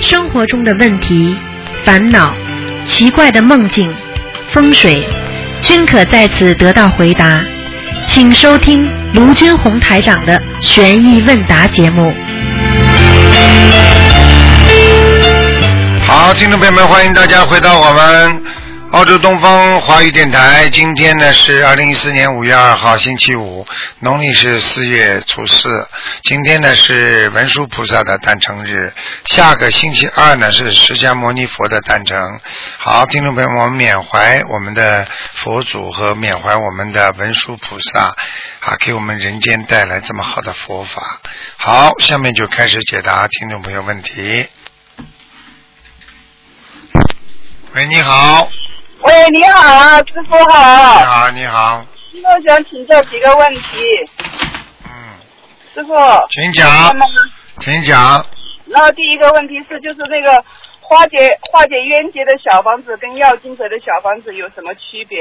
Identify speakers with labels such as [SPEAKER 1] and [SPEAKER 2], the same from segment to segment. [SPEAKER 1] 生活中的问题、烦恼、奇怪的梦境、风水，均可在此得到回答。请收听卢军红台长的《悬疑问答》节目。
[SPEAKER 2] 好，听众朋友们，欢迎大家回到我们澳洲东方华语电台。今天呢是二零一四年五月二号，星期五，农历是四月初四。今天呢是文殊菩萨的诞辰日，下个星期二呢是释迦牟尼佛的诞辰。好，听众朋友们，我们缅怀我们的佛祖和缅怀我们的文殊菩萨啊，给我们人间带来这么好的佛法。好，下面就开始解答听众朋友问题。喂，你好，
[SPEAKER 3] 喂，你好啊，师傅
[SPEAKER 2] 你
[SPEAKER 3] 好。
[SPEAKER 2] 好，你好，
[SPEAKER 3] 我想请教几个问题，
[SPEAKER 2] 嗯，
[SPEAKER 3] 师傅。
[SPEAKER 2] 请
[SPEAKER 3] 那
[SPEAKER 2] 讲，
[SPEAKER 3] 么，
[SPEAKER 2] 请讲，
[SPEAKER 3] 然后第一个问题是，就是那个化解化解冤结的小房子跟要经者的小房子有什么区别？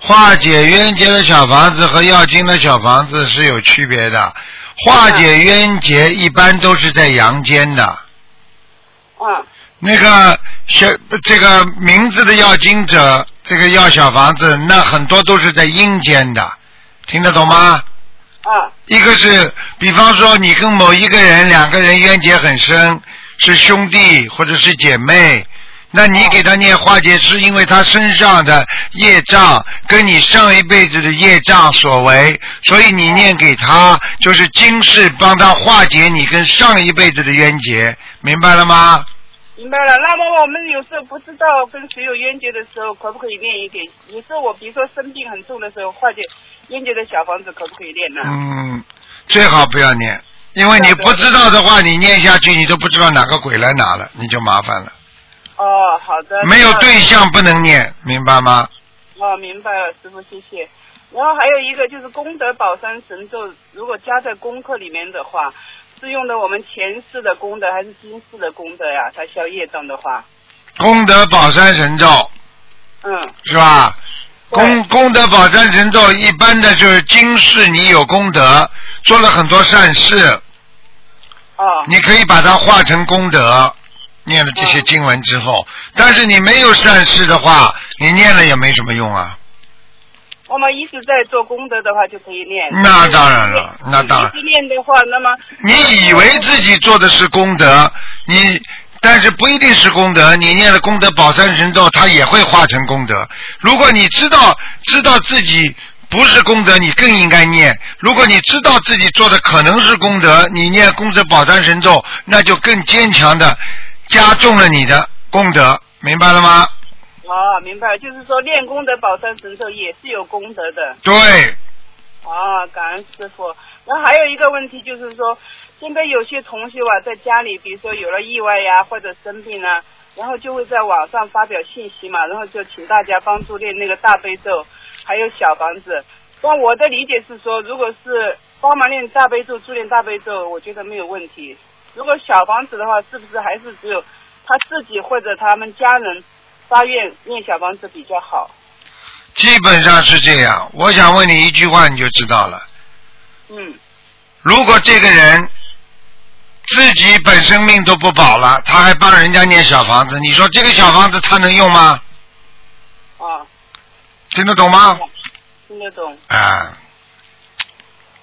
[SPEAKER 2] 化解冤结的小房子和要经的小房子是有区别的。化解冤结一般都是在阳间的，
[SPEAKER 3] 嗯，
[SPEAKER 2] 那个小这个名字的要经者，这个要小房子，那很多都是在阴间的，听得懂吗？
[SPEAKER 3] 啊，
[SPEAKER 2] 一个是，比方说你跟某一个人两个人冤结很深，是兄弟或者是姐妹，那你给他念化解，是因为他身上的业障跟你上一辈子的业障所为，所以你念给他就是今世帮他化解你跟上一辈子的冤结，明白了吗？
[SPEAKER 3] 明白了。那么我们有时候不知道跟谁有冤结的时候，可不可以念一点？有时候我比如说生病很重的时候，化解冤结的小房子可不可以念呢？
[SPEAKER 2] 嗯，最好不要念，因为你不知道的话，你念下去你都不知道哪个鬼来拿了，你就麻烦了。
[SPEAKER 3] 哦，好的。
[SPEAKER 2] 没有
[SPEAKER 3] 那
[SPEAKER 2] 对象不能念，明白吗？
[SPEAKER 3] 哦，明白了，师傅，谢谢。然后还有一个就是功德宝山神咒，如果加在功课里面的话，是用的我们前世的功德还是今世的功德呀？它消业障的话，
[SPEAKER 2] 功德宝山神咒
[SPEAKER 3] 嗯，
[SPEAKER 2] 是吧？
[SPEAKER 3] 对
[SPEAKER 2] 功功德宝山神咒一般的就是今世你有功德，做了很多善事，
[SPEAKER 3] 哦，
[SPEAKER 2] 你可以把它化成功德。念了这些经文之后，但是你没有善事的话，你念了也没什么用啊。
[SPEAKER 3] 我们一直在做功德的话就可以念。
[SPEAKER 2] 那当然了，那当然
[SPEAKER 3] 一。直念的话，那么
[SPEAKER 2] 你以为自己做的是功德，你但是不一定是功德。你念了功德宝山神咒，它也会化成功德。如果你知道知道自己不是功德，你更应该念；如果你知道自己做的可能是功德，你念功德宝山神咒，那就更坚强的加重了你的功德，明白了吗？
[SPEAKER 3] 哦，明白了，就是说念功德宝山神咒也是有功德的。
[SPEAKER 2] 对，
[SPEAKER 3] 啊，感恩师傅。然后还有一个问题就是说，现在有些同学啊，在家里，比如说有了意外呀、或者生病啊，然后就会在网上发表信息嘛，然后就请大家帮助练那个大悲咒，还有小房子。但我的理解是说，如果是帮忙练大悲咒、助念大悲咒，我觉得没有问题。如果小房子的话，是不是还是只有他自己或者他们家人发愿念小房子比较好？
[SPEAKER 2] 基本上是这样。我想问你一句话，你就知道了。
[SPEAKER 3] 嗯，
[SPEAKER 2] 如果这个人自己本身命都不保了，他还帮人家念小房子，你说这个小房子他能用吗？
[SPEAKER 3] 啊，
[SPEAKER 2] 听得懂吗？
[SPEAKER 3] 听得懂。
[SPEAKER 2] 啊，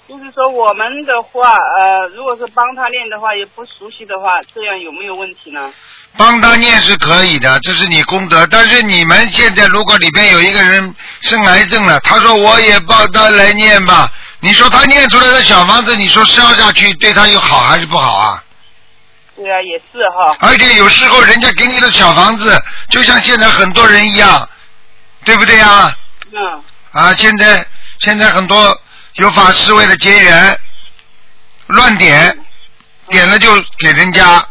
[SPEAKER 3] 就是说我们的话，呃，如果是帮他练的话，也不熟悉的话，这样有没有问题呢？
[SPEAKER 2] 帮他念是可以的，这是你功德。但是你们现在如果里边有一个人生癌症了，他说我也帮他来念吧，你说他念出来的小房子，你说烧下去对他有好还是不好啊？
[SPEAKER 3] 对啊，也是哈。
[SPEAKER 2] 而且哎有时候人家给你的小房子，就像现在很多人一样，对不对啊？
[SPEAKER 3] 嗯，
[SPEAKER 2] 啊，现在现在很多有法师为了结缘，乱点，点了就给人家，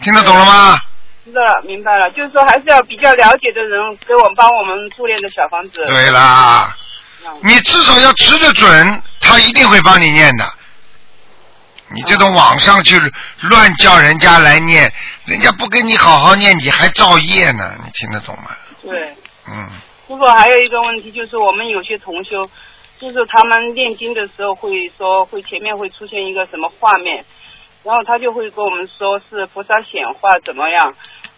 [SPEAKER 2] 听得懂了吗？
[SPEAKER 3] 知道了，明白了。就是说还是要比较了解的人给我们帮我们助练的小房子。
[SPEAKER 2] 对啦，
[SPEAKER 3] 嗯。
[SPEAKER 2] 你至少要吃得准，他一定会帮你念的。你这种网上去乱叫人家来念，人家不跟你好好念，你还造业呢，你听得懂吗？
[SPEAKER 3] 对，
[SPEAKER 2] 嗯，
[SPEAKER 3] 师傅还有一个问题就是我们有些同修，就是他们念经的时候会说会前面会出现一个什么画面。然后他就会跟我们说是菩萨显化怎么样，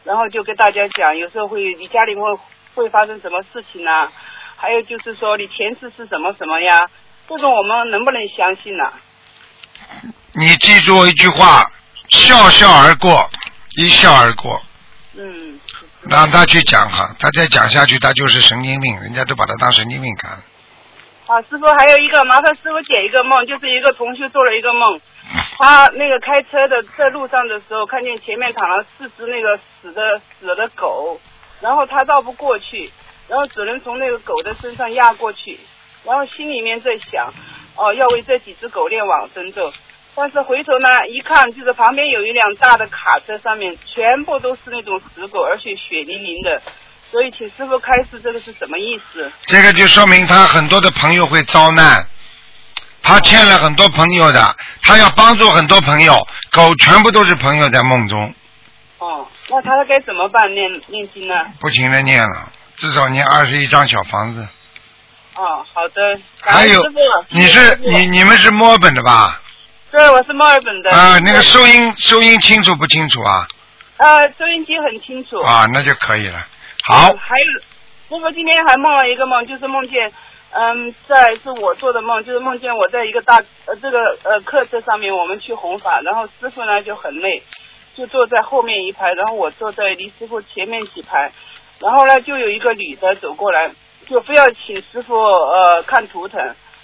[SPEAKER 3] 然后就跟大家讲，有时候会你家里会会发生什么事情啊，还有就是说你前世是什么什么呀，这种我们能不能相信呢、
[SPEAKER 2] 你记住一句话：笑笑而过，一笑而过。
[SPEAKER 3] 嗯，
[SPEAKER 2] 让他去讲哈，他再讲下去，他就是神经病，人家都把他当神经病看。
[SPEAKER 3] 啊，师傅，还有一个麻烦师傅解一个梦，就是一个同学做了一个梦，他那个开车的在路上的时候，看见前面躺了四只那个死的死的狗，然后他绕不过去，然后只能从那个狗的身上压过去，然后心里面在想，哦，要为这几只狗练往生咒，但是回头呢一看，就是旁边有一辆大的卡车，上面全部都是那种死狗，而且血淋淋的，所以请师傅开示这个是什么意思？
[SPEAKER 2] 这个就说明他很多的朋友会遭难，他欠了很多朋友的，他要帮助很多朋友，狗全部都是朋友在梦中，
[SPEAKER 3] 哦，那他该怎么办？念念经呢？啊
[SPEAKER 2] 不停的念了，至少念二十一张小房子。
[SPEAKER 3] 哦，好的。感
[SPEAKER 2] 还
[SPEAKER 3] 恩
[SPEAKER 2] 有
[SPEAKER 3] 师傅，
[SPEAKER 2] 你
[SPEAKER 3] 谢谢
[SPEAKER 2] 是
[SPEAKER 3] 师傅
[SPEAKER 2] 你？你们是墨尔本的吧？
[SPEAKER 3] 对，我是墨尔本的。
[SPEAKER 2] 啊，那个收音收音清楚不清楚啊？
[SPEAKER 3] 啊，收音机很清楚。
[SPEAKER 2] 啊，那就可以了。好
[SPEAKER 3] 嗯，还有，师傅今天还梦了一个梦，就是梦见，嗯，在是我做的梦，就是梦见我在一个大呃这个呃客车上面，我们去弘法，然后师傅呢就很累，就坐在后面一排，然后我坐在离师傅前面几排，然后呢就有一个女的走过来，就非要请师傅呃看图腾，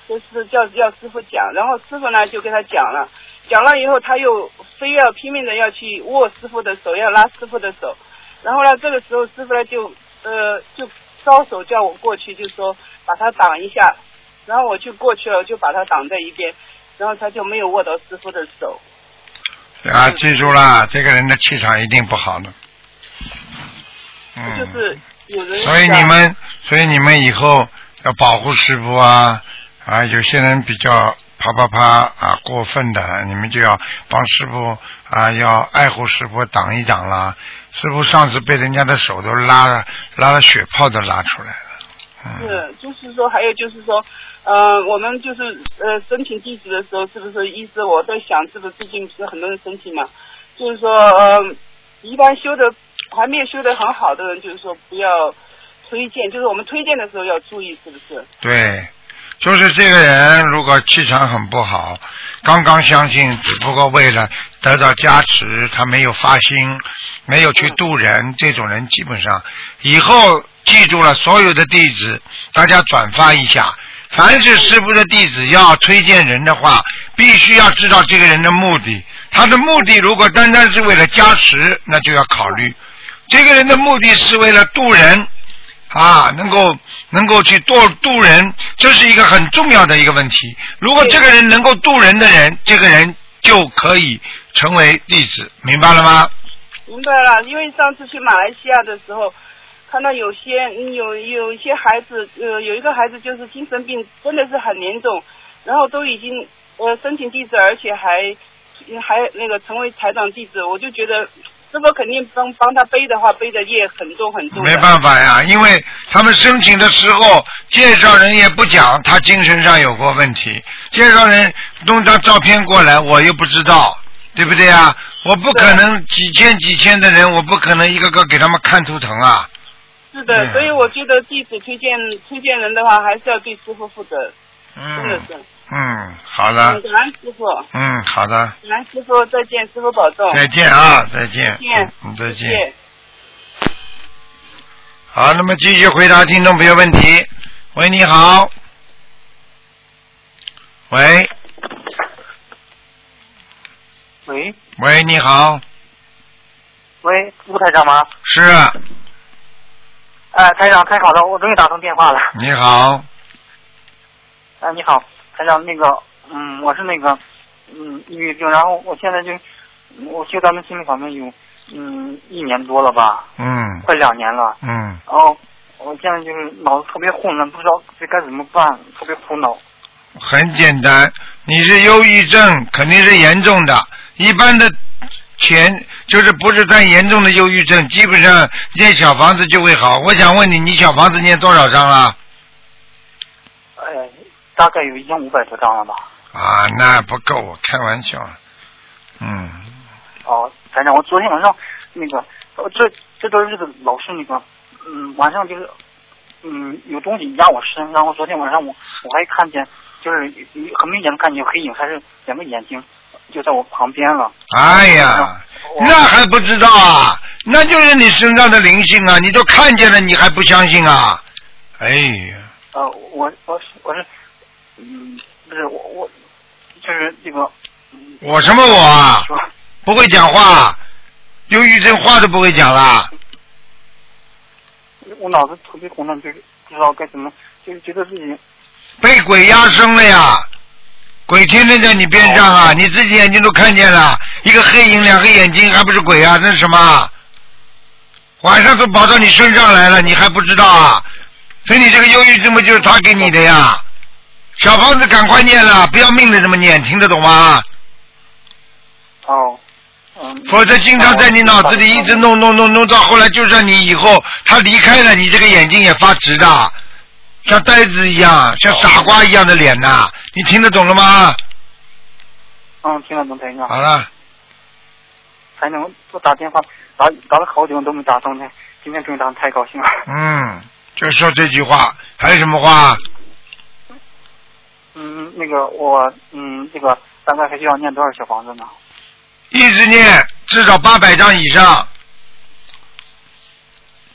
[SPEAKER 3] 就是叫要师傅讲，然后师傅呢就跟他讲了。讲了以后，他又非要拼命的要去握师傅的手，要拉师傅的手，然后呢，这个时候师傅呢就呃就招手叫我过去，就说把他挡一下，然后我就过去了，我就把他挡在一边，然后他就没有握到师傅的手。
[SPEAKER 2] 啊，记住了，这个人的气场一定不好的。嗯。
[SPEAKER 3] 这就是有人
[SPEAKER 2] 所以你们，所以你们以后要保护师傅啊啊！有些人比较啪啪啪啊过分的，你们就要帮师傅啊，要爱护师傅，挡一挡啦。师傅上次被人家的手都拉了，拉了血泡都拉出来了。嗯，
[SPEAKER 3] 是，就是说，还有就是说，呃，我们就是呃申请地址的时候，是不是意思我在想，是不是最近不是很多人申请嘛？就是说，呃，一般修的还没有修的很好的人，就是说不要推荐，就是我们推荐的时候要注意，是不是？
[SPEAKER 2] 对，就是这个人如果气场很不好，刚刚相信，只不过为了得到加持，他没有发心，没有去渡人，这种人基本上以后记住了所有的地址，大家转发一下。凡是师傅的弟子要推荐人的话，必须要知道这个人的目的。他的目的如果单单是为了加持，那就要考虑。这个人的目的是为了渡人，啊，能够能够去渡渡人，这是一个很重要的一个问题。如果这个人能够渡人的人，这个人就可以成为弟子，明白了吗？
[SPEAKER 3] 明白了，因为上次去马来西亚的时候，看到有些嗯有有一些孩子，呃，有一个孩子就是精神病，真的是很严重，然后都已经呃申请地址，而且还还那个成为台长弟子，我就觉得师傅肯定帮帮他背的话，背的业很重很重的。
[SPEAKER 2] 没办法呀，因为他们申请的时候，介绍人也不讲他精神上有过问题，介绍人弄张照片过来，我又不知道，对不对呀？我不可能几千几千的人，我不可能一个个给他们看图腾啊。
[SPEAKER 3] 是的，
[SPEAKER 2] 嗯
[SPEAKER 3] 所以我觉得弟子推荐推荐人的话，还是要对师傅负责，真的
[SPEAKER 2] 嗯
[SPEAKER 3] 是。
[SPEAKER 2] 嗯，好了
[SPEAKER 3] 嗯，，感恩师傅，
[SPEAKER 2] 嗯，好的，
[SPEAKER 3] 感恩师傅，再见，师傅保重。
[SPEAKER 2] 再见啊，再见
[SPEAKER 3] 再见，
[SPEAKER 2] 嗯，再
[SPEAKER 3] 谢
[SPEAKER 2] 见。
[SPEAKER 3] 谢。
[SPEAKER 2] 好，那么继续回答听众朋友问题。喂，你好。喂，
[SPEAKER 4] 喂
[SPEAKER 2] 喂，你好，
[SPEAKER 4] 喂，吴台长吗？
[SPEAKER 2] 是，啊
[SPEAKER 4] 哎、台长太好了，我终于打通电话了。
[SPEAKER 2] 你好，
[SPEAKER 4] 哎、你好，台长，那个，嗯，我是那个，嗯，抑郁症，然后我现在就，我学咱们心理方面有，嗯，一年多了吧，
[SPEAKER 2] 嗯
[SPEAKER 4] 快两年了。
[SPEAKER 2] 嗯，
[SPEAKER 4] 然后我现在就是脑子特别混乱，不知道这该怎么办，特别苦恼。
[SPEAKER 2] 很简单，你是忧郁症，肯定是严重的。一般的前就是不是太严重的忧郁症，基本上念小房子就会好。我想问你，你小房子念多少张了？
[SPEAKER 4] 哎、大概有一千五百多张了吧。
[SPEAKER 2] 啊，那不够，我开玩笑。嗯，
[SPEAKER 4] 哦，台长，我昨天晚上那个，呃这这段日子老是那个，嗯，晚上就是，嗯，有东西压我身，然后昨天晚上我我还看见，就是嗯很明显的看见有黑影，还是两个眼睛就在我旁边了。
[SPEAKER 2] 哎呀，
[SPEAKER 4] 我
[SPEAKER 2] 那还不知道啊？那就是你身上的灵性啊！你都看见了，你还不相信啊？哎呀，
[SPEAKER 4] 呃，我我是我是，嗯，不是我我，就是这个，嗯，
[SPEAKER 2] 我什么我啊？
[SPEAKER 4] 说
[SPEAKER 2] 不会讲话，忧郁症话都不会讲啦。
[SPEAKER 4] 我脑子特别混乱，就是不知道该怎么，就是觉得自己
[SPEAKER 2] 被鬼压身了呀！鬼天天在你边上啊，你自己眼睛都看见了，一个黑影，两个眼睛，还不是鬼啊？那是什么啊？晚上都跑到你身上来了，你还不知道啊？所以你这个忧郁症不就是他给你的呀？小胖子，赶快念了，不要命的这么念，听得懂吗？
[SPEAKER 4] 哦，嗯，
[SPEAKER 2] 否则经常在你脑子里一直弄弄弄弄到后来，就算你以后他离开了，你这个眼睛也发直的，像呆子一样，像傻瓜一样的脸呐、你听得懂了吗？
[SPEAKER 4] 嗯，听得懂台长。
[SPEAKER 2] 好了，
[SPEAKER 4] 还能我打电话打打了好久都没打通呢，今天终于打通，太高兴了。
[SPEAKER 2] 嗯，就说这句话，还有什么话？
[SPEAKER 4] 嗯，那个我嗯，这个大概还需要念多少小房子呢？
[SPEAKER 2] 一直念至少八百张以上，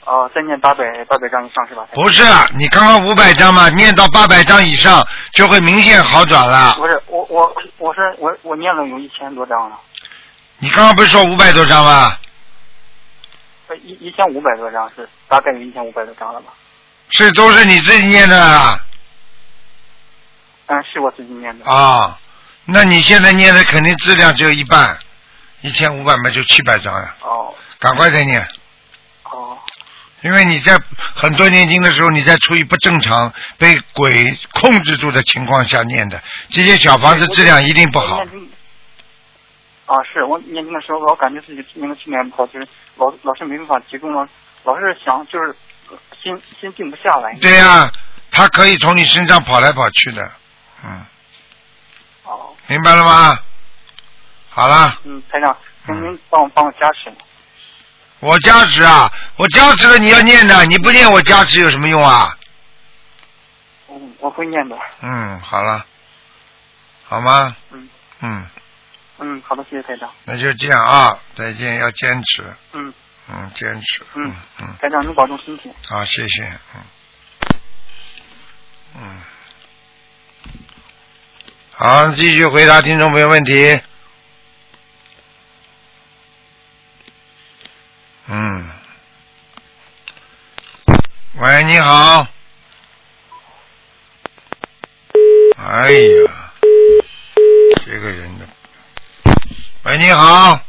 [SPEAKER 4] 哦、再念八百八百张以上是吧？台长
[SPEAKER 2] 不是你刚刚五百张嘛，念到八百张以上就会明显好转了。
[SPEAKER 4] 不是，我我我是我我念了有一千多张了，
[SPEAKER 2] 你刚刚不是说五百多张吗？
[SPEAKER 4] 呃一一千五百多张是大概有一千五百多张了吧？
[SPEAKER 2] 是都是你自己念的啊？
[SPEAKER 4] 嗯，是我自己念的。
[SPEAKER 2] 啊、那你现在念的肯定质量只有一半，一千五百嘛就七百张呀，
[SPEAKER 4] 哦
[SPEAKER 2] 赶快再念，
[SPEAKER 4] 哦
[SPEAKER 2] 因为你在很多年轻的时候，你在处于不正常、被鬼控制住的情况下念的，这些小房子质量一定不
[SPEAKER 4] 我
[SPEAKER 2] 好
[SPEAKER 4] 念。经啊，是我念经的时候，老感觉自己那个训练不好，就是老老是没办法集中了，老是想就是心心静不下来。
[SPEAKER 2] 对呀、它可以从你身上跑来跑去的，嗯，
[SPEAKER 4] 哦，
[SPEAKER 2] 明白了吗？好了，
[SPEAKER 4] 嗯，台长，请您帮我帮我加持。
[SPEAKER 2] 我加持啊，我加持了你要念的，你不念我加持有什么用啊？
[SPEAKER 4] 嗯，我会念的。
[SPEAKER 2] 嗯，好了，好吗？
[SPEAKER 4] 嗯
[SPEAKER 2] 嗯。
[SPEAKER 4] 嗯，好的，谢谢台长。
[SPEAKER 2] 那就这样啊，再见，要坚持，
[SPEAKER 4] 嗯，
[SPEAKER 2] 嗯，坚持，
[SPEAKER 4] 嗯
[SPEAKER 2] 嗯，
[SPEAKER 4] 台长您保重身体。
[SPEAKER 2] 好，谢谢，嗯，嗯，好，继续回答听众朋友问题。嗯，喂，你好。哎呀，这个人的。喂，你好，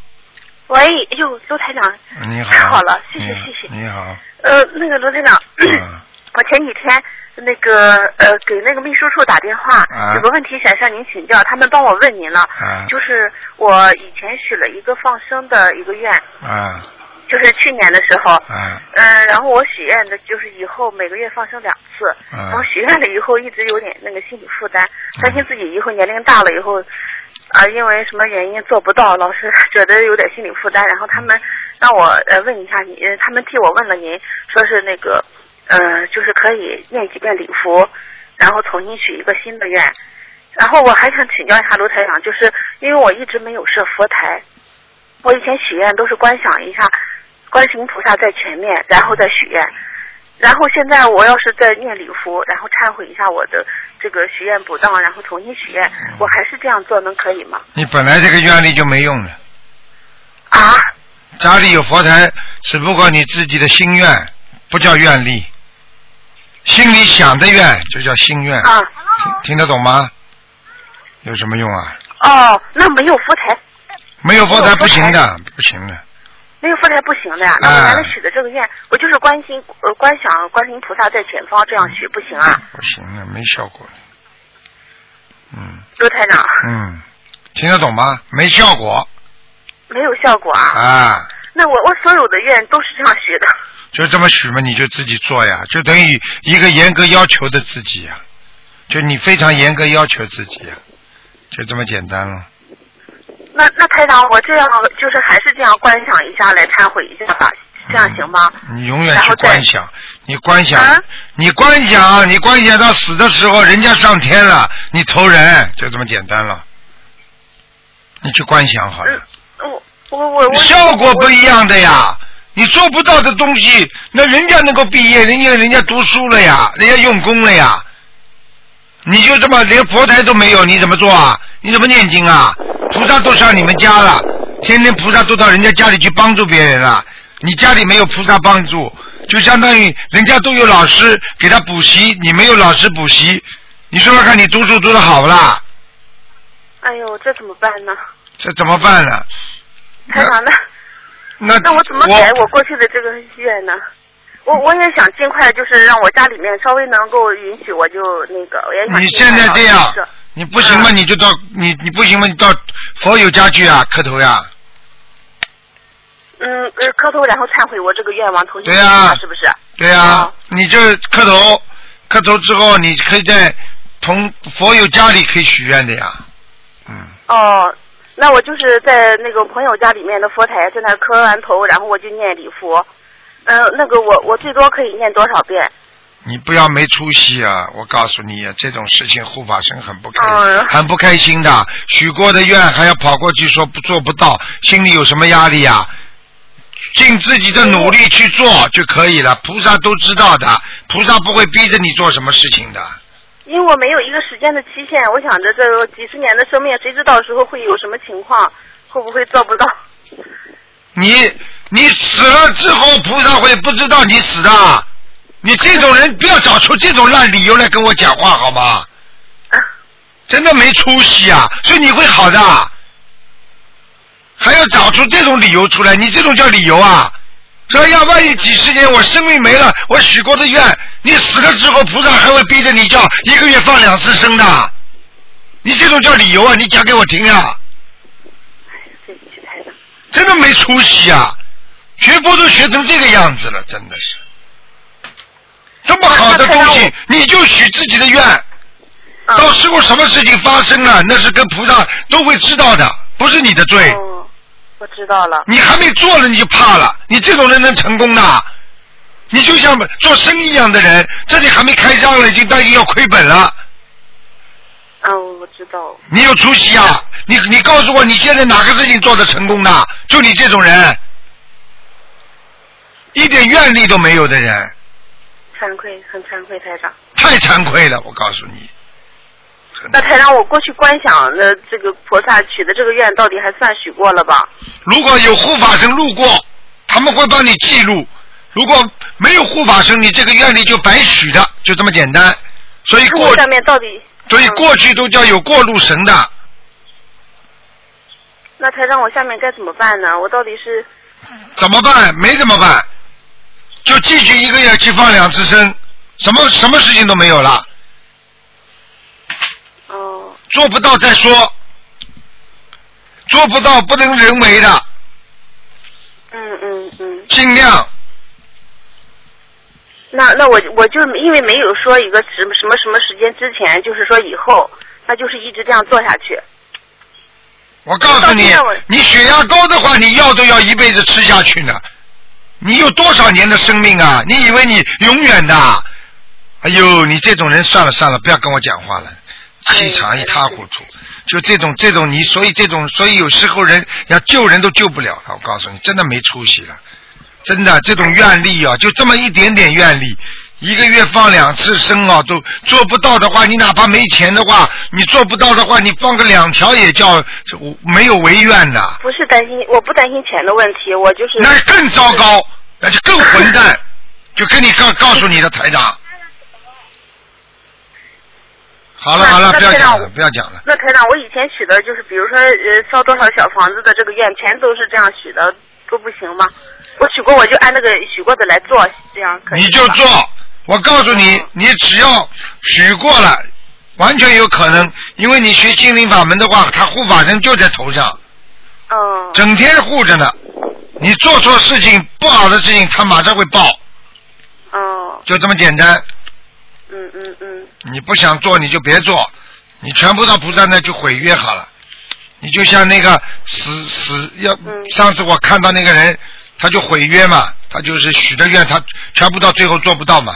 [SPEAKER 5] 喂，哟，卢台长，
[SPEAKER 2] 你好。
[SPEAKER 5] 太好了谢谢
[SPEAKER 2] 你
[SPEAKER 5] 谢谢
[SPEAKER 2] 你好。
[SPEAKER 5] 呃，那个卢台长，
[SPEAKER 2] 嗯
[SPEAKER 5] 我前几天那个呃给那个秘书处打电话，
[SPEAKER 2] 啊
[SPEAKER 5] 有个问题想向您请教，他们帮我问您了，
[SPEAKER 2] 啊
[SPEAKER 5] 就是我以前许了一个放生的一个愿，
[SPEAKER 2] 啊
[SPEAKER 5] 就是去年的时候，
[SPEAKER 2] 啊
[SPEAKER 5] 嗯、然后我许愿的就是以后每个月放生两次，然
[SPEAKER 2] 啊
[SPEAKER 5] 后！许愿了以后一直有点那个心理负担，担心自己以后年龄大了以后，啊、因为什么原因做不到，老是 觉得有点心理负担。然后他们让我呃问一下你，呃他们替我问了您，说是那个呃，就是可以念几遍礼佛，然后重新许一个新的愿。然后我还想请教一下卢台长，就是因为我一直没有设佛台，我以前许愿都是观想一下观世音菩萨在前面，然后再许愿。然后现在我要是在念礼佛，然后忏悔一下我的这个许愿不当，然后重新许愿，我还是这样做能可以吗？
[SPEAKER 2] 你本来这个愿力就没用了，
[SPEAKER 5] 啊，
[SPEAKER 2] 家里有佛台，只不过你自己的心愿不叫愿力，心里想的愿就叫心愿，
[SPEAKER 5] 啊，
[SPEAKER 2] 听听得懂吗？有什么用啊？
[SPEAKER 5] 哦，那没有佛台，
[SPEAKER 2] 没有佛台不行
[SPEAKER 5] 没有
[SPEAKER 2] 的，不行的。
[SPEAKER 5] 没有佛台不行的呀。那我原来许的这个愿，我就是观心呃观想观世音菩萨在前方，这样许不行啊，
[SPEAKER 2] 不行的，没效果的。嗯
[SPEAKER 5] 刘台长，
[SPEAKER 2] 嗯，听得懂吗？没效果
[SPEAKER 5] 没有效果啊。
[SPEAKER 2] 啊，
[SPEAKER 5] 那我我所有的愿都是这样许的，
[SPEAKER 2] 就这么许嘛，你就自己做呀，就等于一个严格要求的自己呀，就你非常严格要求自己呀，就这么简单了。
[SPEAKER 5] 那那那台长，我这样就是还是这样观想一下来忏悔一下吧，这样行吗？
[SPEAKER 2] 你永远
[SPEAKER 5] 然
[SPEAKER 2] 去
[SPEAKER 5] 后再
[SPEAKER 2] 观想，你观想，
[SPEAKER 5] 啊
[SPEAKER 2] 你观想，你观想到死的时候，人家上天了，你投人，就这么简单了。你去观想好了，
[SPEAKER 5] 我我我我
[SPEAKER 2] 效果不一样的呀。你做不到的东西，那人家能够毕业，人家人家读书了呀，人家用功了呀，你就这么连佛台都没有，你怎么做啊？你怎么念经啊？菩萨都上你们家了，天天菩萨都到人家家里去帮助别人了，你家里没有菩萨帮助，就相当于人家都有老师给他补习，你没有老师补习，你说说看你读书读的好不啦？
[SPEAKER 5] 哎呦，这怎么办呢？
[SPEAKER 2] 这怎么办呢？
[SPEAKER 5] 台长，那
[SPEAKER 2] 那
[SPEAKER 5] 那我怎么改我过去的这个愿呢？我我也想尽快，就是让我家里面稍微能够允许，我就那个，我也想
[SPEAKER 2] 你
[SPEAKER 5] 尽
[SPEAKER 2] 现
[SPEAKER 5] 快
[SPEAKER 2] 在
[SPEAKER 5] 找
[SPEAKER 2] 这样
[SPEAKER 5] 一个，
[SPEAKER 2] 你不行嘛，
[SPEAKER 5] 嗯
[SPEAKER 2] 你就到你你不行嘛，你到佛友家去啊，磕头呀、
[SPEAKER 5] 嗯，呃磕头然后忏悔我这个愿望，重新
[SPEAKER 2] 对啊呀
[SPEAKER 5] 是不是？
[SPEAKER 2] 对呀、
[SPEAKER 5] 啊
[SPEAKER 2] 你这磕头，磕头之后，你可以在同佛友家里可以许愿的呀。嗯，
[SPEAKER 5] 哦，那我就是在那个朋友家里面的佛台，在那儿磕完头，然后我就念礼佛。嗯、那个我我最多可以念多少遍？
[SPEAKER 2] 你不要没出息啊！我告诉你啊，这种事情护法神很不开，
[SPEAKER 6] 啊
[SPEAKER 5] 嗯
[SPEAKER 2] 很不开心的。许过的愿还要跑过去说不做不到，心里有什么压力呀、尽自己的努力去做就可以了，菩萨都知道的，菩萨不会逼着你做什么事情的。
[SPEAKER 5] 因为我没有一个时间的期限，我想着这个几十年的生命，谁知道时候会有什么情况，会不会做不到？
[SPEAKER 2] 你你死了之后，菩萨会不知道你死的。你这种人不要找出这种烂理由来跟我讲话好吗？
[SPEAKER 5] 啊
[SPEAKER 2] 真的没出息啊！所以你会好的，还要找出这种理由出来，你这种叫理由啊？这要万一几十年我生命没了，我许过的愿，你死了之后，菩萨还会逼着你叫一个月放两次生的，你这种叫理由啊？你讲给我听啊！
[SPEAKER 5] 对不起，台长。
[SPEAKER 2] 真的没出息啊！学佛都学成这个样子了，真的是。这么好的东西，你就许自己的愿，
[SPEAKER 5] 嗯
[SPEAKER 2] 到时候什么事情发生了，那是跟菩萨都会知道的，不是你的罪。
[SPEAKER 5] 哦，我知道了。
[SPEAKER 2] 你还没做了你就怕了，你这种人能成功的？你就像做生意一样的人，这里还没开张了，已经担心要亏本了，
[SPEAKER 5] 嗯，我知道。
[SPEAKER 2] 你有出息啊！你你告诉我，你现在哪个事情做的成功的？就你这种人，一点愿力都没有的人。
[SPEAKER 5] 惭愧，很惭愧，台长。
[SPEAKER 2] 太惭愧了，我告诉你。真
[SPEAKER 5] 那
[SPEAKER 2] 的
[SPEAKER 5] 台长，我过去观想的这个菩萨许的这个愿，到底还算许过了吧？
[SPEAKER 2] 如果有护法神路过，他们会帮你记录；如果没有护法神，你这个愿力就白许的，就这么简单。所以
[SPEAKER 5] 生
[SPEAKER 2] 过
[SPEAKER 5] 活，上面到底？
[SPEAKER 2] 所以
[SPEAKER 5] 嗯
[SPEAKER 2] 过去都叫有过路神的，
[SPEAKER 5] 那台长，我下面该怎么办呢？我到底是
[SPEAKER 2] 怎么办？没怎么办，就继续一个月去放两次生，什么什么事情都没有了，
[SPEAKER 5] 哦
[SPEAKER 2] 做不到再说，做不到不能人为的，
[SPEAKER 5] 嗯嗯嗯，
[SPEAKER 2] 尽量
[SPEAKER 5] 那那我我就因为没有说一个什么什么什么时间之前，就是说以后，那就是一直这样做下去。
[SPEAKER 2] 我告诉你
[SPEAKER 5] 到现在我，
[SPEAKER 2] 你血压高的话，你药都要一辈子吃下去呢。你有多少年的生命啊？你以为你永远的啊？哎呦，你这种人算了算了，不要跟我讲话了，气场一塌糊涂。就这种这种你，所以这种所以有时候人要救人都救不了了。我告诉你，真的没出息了，真的这种愿力啊，就这么一点点愿力。一个月放两次生啊，都做不到的话，你哪怕没钱的话，你做不到的话，你放个两条也叫没有违愿的。
[SPEAKER 5] 不是担心，我不担心钱的问题，我就是
[SPEAKER 2] 那更糟糕，那就更混蛋。就跟你告告诉你的台长。好了
[SPEAKER 5] 那
[SPEAKER 2] 好了，
[SPEAKER 5] 那
[SPEAKER 2] 不要
[SPEAKER 5] 台长
[SPEAKER 2] 讲了，
[SPEAKER 5] 我
[SPEAKER 2] 不要讲了。
[SPEAKER 5] 那台长，我以前许的就是，比如说呃，烧多少小房子的这个愿，全都是这样许的，都不行吗？我许过，我就按那个许过的来做，这样可以。
[SPEAKER 2] 你就。做，我告诉你
[SPEAKER 5] 嗯，
[SPEAKER 2] 你只要许过了，完全有可能，因为你学心灵法门的话，他护法神就在头上，
[SPEAKER 5] 嗯。
[SPEAKER 2] 整天护着呢。你做错事情不好的事情，他马上会报，
[SPEAKER 5] 哦。
[SPEAKER 2] 就这么简单。
[SPEAKER 5] 嗯嗯嗯。
[SPEAKER 2] 你不想做你就别做，你全部到菩萨那去毁约好了。你就像那个死死要，上次我看到那个人，他就毁约嘛，他就是许的愿，他全部到最后做不到嘛。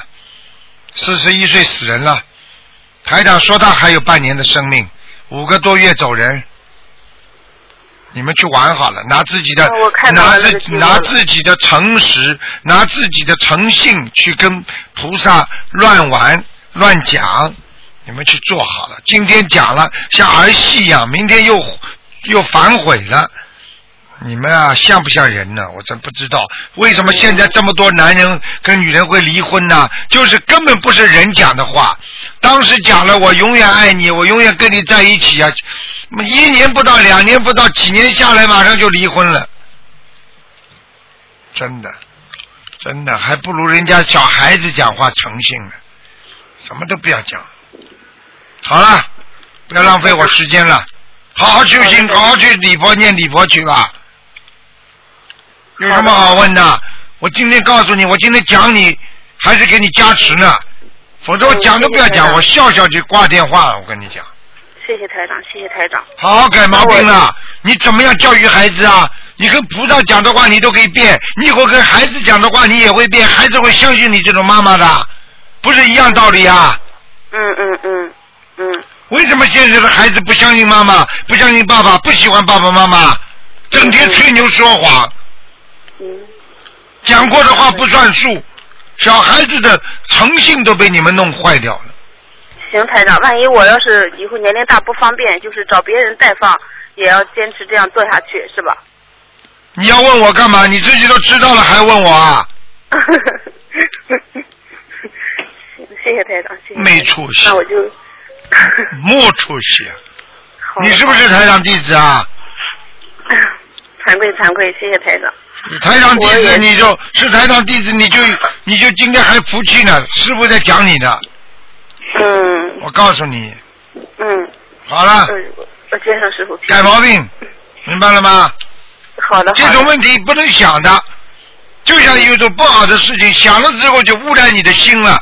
[SPEAKER 2] 四十一岁死人了，台长说他还有半年的生命，五个多月走人。你们去玩好了，拿自己的、
[SPEAKER 5] 哦我看到
[SPEAKER 2] 拿
[SPEAKER 5] 了那
[SPEAKER 2] 自
[SPEAKER 5] 个新闻
[SPEAKER 2] 拿
[SPEAKER 5] 了
[SPEAKER 2] 自己的诚实，拿自己的诚信去跟菩萨乱玩乱讲，你们去做好了。今天讲了像儿戏一样，明天又又反悔了。你们啊，像不像人呢？我真不知道为什么现在这么多男人跟女人会离婚呢？就是根本不是人讲的话。当时讲了，我永远爱你，我永远跟你在一起啊，一年不到，两年不到，几年下来，马上就离婚了。真的，真的，还不如人家小孩子讲话诚信呢，什么都不要讲。好了，不要浪费我时间了，好好修行，好好去礼佛念礼佛去吧。有什么好问的？我今天告诉你，我今天讲你，还是给你加持呢，否则我讲都不要讲，我笑笑就挂电话了。我跟你讲，
[SPEAKER 5] 谢谢台长，谢谢台长。
[SPEAKER 2] 好好改毛病了。你怎么样教育孩子啊？你跟菩萨讲的话，你都可以变；你以后跟孩子讲的话，你也会变，孩子会相信你这种妈妈的，不是一样道理啊？
[SPEAKER 5] 嗯嗯嗯嗯，
[SPEAKER 2] 为什么现在的孩子不相信妈妈，不相信爸爸，不喜欢爸爸妈妈，整天吹牛说谎？
[SPEAKER 5] 嗯，
[SPEAKER 2] 讲过的话不算数，小孩子的诚信都被你们弄坏掉了。
[SPEAKER 5] 行，台长，万一我要是以后年龄大不方便，就是找别人代放，也要坚持这样做下去，是吧？
[SPEAKER 2] 你要问我干嘛？你自己都知道了还问我啊？
[SPEAKER 5] 行谢谢台长，谢谢台长。
[SPEAKER 2] 没出息
[SPEAKER 5] 那 我就。
[SPEAKER 2] 莫出息！啊
[SPEAKER 5] 好
[SPEAKER 2] 你是不是台长弟子啊？
[SPEAKER 5] 惭愧惭愧，谢谢台长。
[SPEAKER 2] 你台长弟
[SPEAKER 5] 我
[SPEAKER 2] 子
[SPEAKER 5] 也
[SPEAKER 2] 你就是台长弟子，你就你就今天还服气呢？师傅在讲你呢，
[SPEAKER 5] 嗯
[SPEAKER 2] 我告诉你，
[SPEAKER 5] 嗯
[SPEAKER 2] 好了，
[SPEAKER 5] 嗯，我我接上师傅。
[SPEAKER 2] 改毛病，明白了吗？
[SPEAKER 5] 好的。好的嗯
[SPEAKER 2] 这种问题不能想的，就像有一种不好的事情，想了之后就污染你的心了。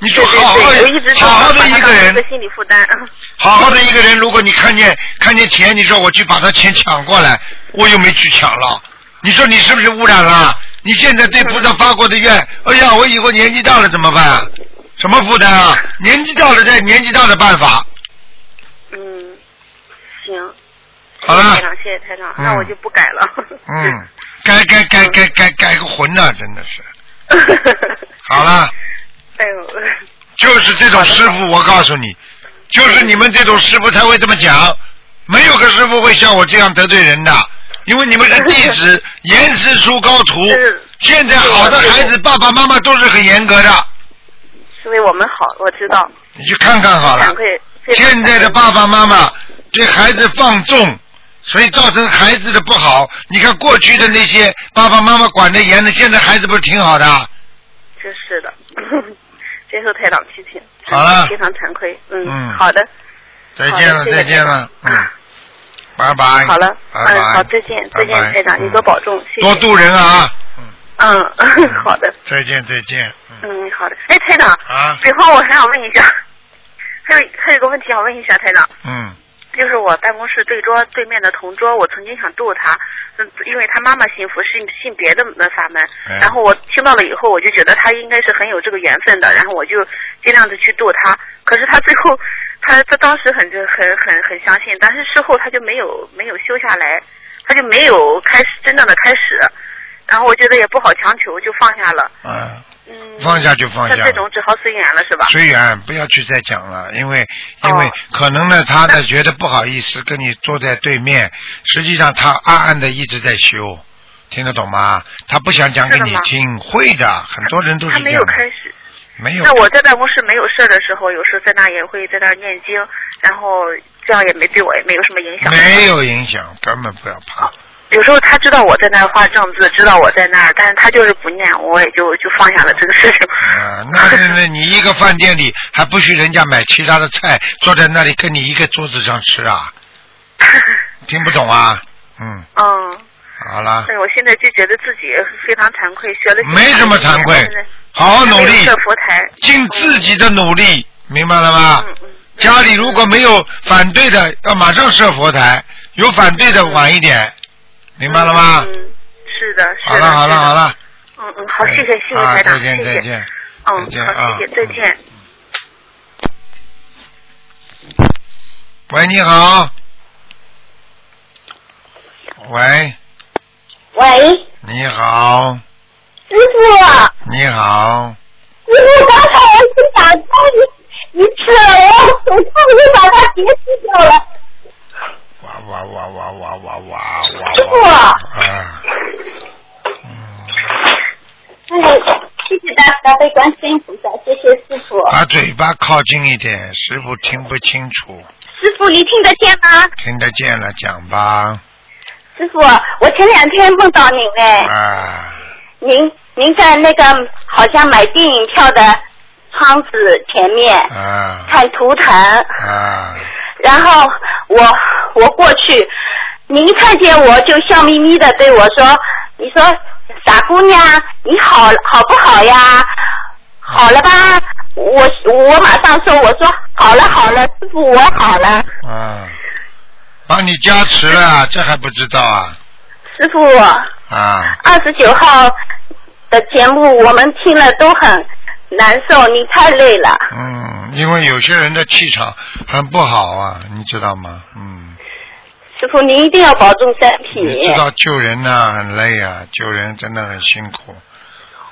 [SPEAKER 2] 你说
[SPEAKER 5] 对对
[SPEAKER 2] 好好
[SPEAKER 5] 对，我一直
[SPEAKER 2] 的，好好的
[SPEAKER 5] 把它
[SPEAKER 2] 一个
[SPEAKER 5] 当成
[SPEAKER 2] 人
[SPEAKER 5] 一，个心理负担。
[SPEAKER 2] 好好的一个人，如果你看见看见钱，你说我去把他钱抢过来，我又没去抢了，你说你是不是污染了？你现在对菩萨发过的愿，哎呀，我以后年纪大了怎么办、啊？什么负担啊？年纪大了再年纪大的办法。
[SPEAKER 5] 嗯，行。
[SPEAKER 2] 好了
[SPEAKER 5] 谢谢台长，谢谢台长，那我就不改了。
[SPEAKER 2] 嗯，改改改改改改个魂呐、真的是。好
[SPEAKER 5] 好。
[SPEAKER 2] 了，
[SPEAKER 5] 哎呦，
[SPEAKER 2] 就是这种师傅，我告诉你，就是你们这种师傅才会这么讲，没有个师傅会像我这样得罪人的，因为你们是弟 子，严师出高徒
[SPEAKER 5] 是。
[SPEAKER 2] 现在好的孩子，爸爸妈妈都是很严格的，
[SPEAKER 5] 是为我们好，我知道。
[SPEAKER 2] 你去看看好了
[SPEAKER 5] 惭。愧。非常
[SPEAKER 2] 现在的爸爸妈妈对孩子放纵，所以造成孩子的不好。你看过去的那些爸爸妈妈管得严的，现在孩子不是挺好的？
[SPEAKER 5] 真是的，接受台长批评。
[SPEAKER 2] 好了
[SPEAKER 5] 非常惭愧。嗯，
[SPEAKER 2] 嗯
[SPEAKER 5] 好的，
[SPEAKER 2] 再见了，
[SPEAKER 5] 好的谢谢
[SPEAKER 2] 再见了，嗯
[SPEAKER 5] 台长，
[SPEAKER 2] 拜拜。
[SPEAKER 5] 好了，
[SPEAKER 2] 拜拜。
[SPEAKER 5] 嗯，好，再见，再见，
[SPEAKER 2] 拜拜
[SPEAKER 5] 台长，你
[SPEAKER 2] 嗯
[SPEAKER 5] 多保重，谢谢。
[SPEAKER 2] 多度人啊！嗯，
[SPEAKER 5] 嗯， 好的，
[SPEAKER 2] 再见再见。嗯
[SPEAKER 5] 嗯，好的。哎，台长，
[SPEAKER 2] 啊，
[SPEAKER 5] 比方我还想问一下，还有还有一个问题想问一下台长，
[SPEAKER 2] 嗯
[SPEAKER 5] 就是我办公室对桌对面的同桌，我曾经想度他，嗯，因为他妈妈信佛，信信别的门法门
[SPEAKER 2] 哎，
[SPEAKER 5] 然后我听到了以后，我就觉得他应该是很有这个缘分的，然后我就尽量的去度他，可是他最后，他他当时很很很很相信，但是事后他就没有没有修下来，他就没有开始真正的开始，然后我觉得也不好强求，就放下了，
[SPEAKER 2] 啊，
[SPEAKER 5] 嗯，
[SPEAKER 2] 放下就放下
[SPEAKER 5] 像这种只好随缘了是吧？
[SPEAKER 2] 随缘，不要去再讲了，因为
[SPEAKER 5] 哦
[SPEAKER 2] 因为可能呢，他呢觉得不好意思跟你坐在对面，实际上他暗暗的一直在修，听得懂吗？他不想讲给
[SPEAKER 5] 是的
[SPEAKER 2] 你
[SPEAKER 5] 吗
[SPEAKER 2] 听，会的，很多人都是
[SPEAKER 5] 他
[SPEAKER 2] 这
[SPEAKER 5] 没
[SPEAKER 2] 样
[SPEAKER 5] 有
[SPEAKER 2] 的
[SPEAKER 5] 开，始。
[SPEAKER 2] 没有
[SPEAKER 5] 那我在办公室没有事儿的时候，有时候在那也会在那儿念经，然后这样也没对我也没有什么影响。
[SPEAKER 2] 没有影响，根本不要怕。
[SPEAKER 5] 有时候他知道我在那儿画正字，知道我在那儿，但是他就是不念，我也就就放下了这个事情。
[SPEAKER 2] 啊，那那你一个饭店里还不许人家买其他的菜，坐在那里跟你一个桌子上吃啊？听不懂啊？嗯，
[SPEAKER 5] 嗯，
[SPEAKER 2] 好了，
[SPEAKER 5] 但是我现在就觉得自己非常惭愧，学了
[SPEAKER 2] 啊没什么惭愧
[SPEAKER 5] 现在
[SPEAKER 2] 好好努
[SPEAKER 5] 还没
[SPEAKER 2] 力
[SPEAKER 5] 有设，佛台，
[SPEAKER 2] 尽自己的努力，明白了吗？
[SPEAKER 5] 嗯嗯，
[SPEAKER 2] 家里如果没有反对的，要马上设佛台；有反对的晚一点，明白了吗？
[SPEAKER 5] 嗯，是的，是
[SPEAKER 2] 好
[SPEAKER 5] 的。
[SPEAKER 2] 了好了好
[SPEAKER 5] 了。
[SPEAKER 2] 了，
[SPEAKER 5] 嗯嗯，好，谢谢谢谢
[SPEAKER 2] 啊
[SPEAKER 5] 台长，
[SPEAKER 2] 再见
[SPEAKER 5] 谢
[SPEAKER 2] 再
[SPEAKER 5] 谢。
[SPEAKER 2] 见，再见
[SPEAKER 5] 嗯，
[SPEAKER 2] 啊
[SPEAKER 5] 好，谢谢，再见。
[SPEAKER 2] 喂，你好。喂，
[SPEAKER 6] 喂，
[SPEAKER 2] 你好，
[SPEAKER 6] 师傅，
[SPEAKER 2] 你好，
[SPEAKER 6] 师傅，刚才我去打通一一次，我我差不多把它截肢掉了。
[SPEAKER 2] 哇哇哇哇哇哇哇
[SPEAKER 6] 师
[SPEAKER 2] 哇
[SPEAKER 6] 傅
[SPEAKER 2] 哇！啊，嗯，
[SPEAKER 6] 哎，谢谢大大悲观世音菩萨，谢谢师傅。
[SPEAKER 2] 把嘴巴靠近一点，师傅听不清楚，
[SPEAKER 6] 师傅，你听得见吗？
[SPEAKER 2] 听得见了，讲吧。
[SPEAKER 6] 啊师傅，我前两天梦到您哎，
[SPEAKER 2] 啊，
[SPEAKER 6] 您您在那个好像买电影票的窗子前面
[SPEAKER 2] 啊
[SPEAKER 6] 看图腾，
[SPEAKER 2] 啊！
[SPEAKER 6] 然后我我过去，您一看见我就笑眯眯的对我说：“你说傻姑娘，你好好不好呀？好了吧？”我我马上说：“我说好了好了，师傅我好了，
[SPEAKER 2] 啊，帮你加持了，这还不知道啊？
[SPEAKER 6] 师傅
[SPEAKER 2] 啊，
[SPEAKER 6] 二十九号的节目我们听了都很难受，你太累了。
[SPEAKER 2] 嗯，因为有些人的气场很不好啊，你知道吗？嗯，
[SPEAKER 6] 师傅您一定要保重身
[SPEAKER 2] 你
[SPEAKER 6] 体
[SPEAKER 2] 知，道救人呐、很累啊，救人真的很辛苦，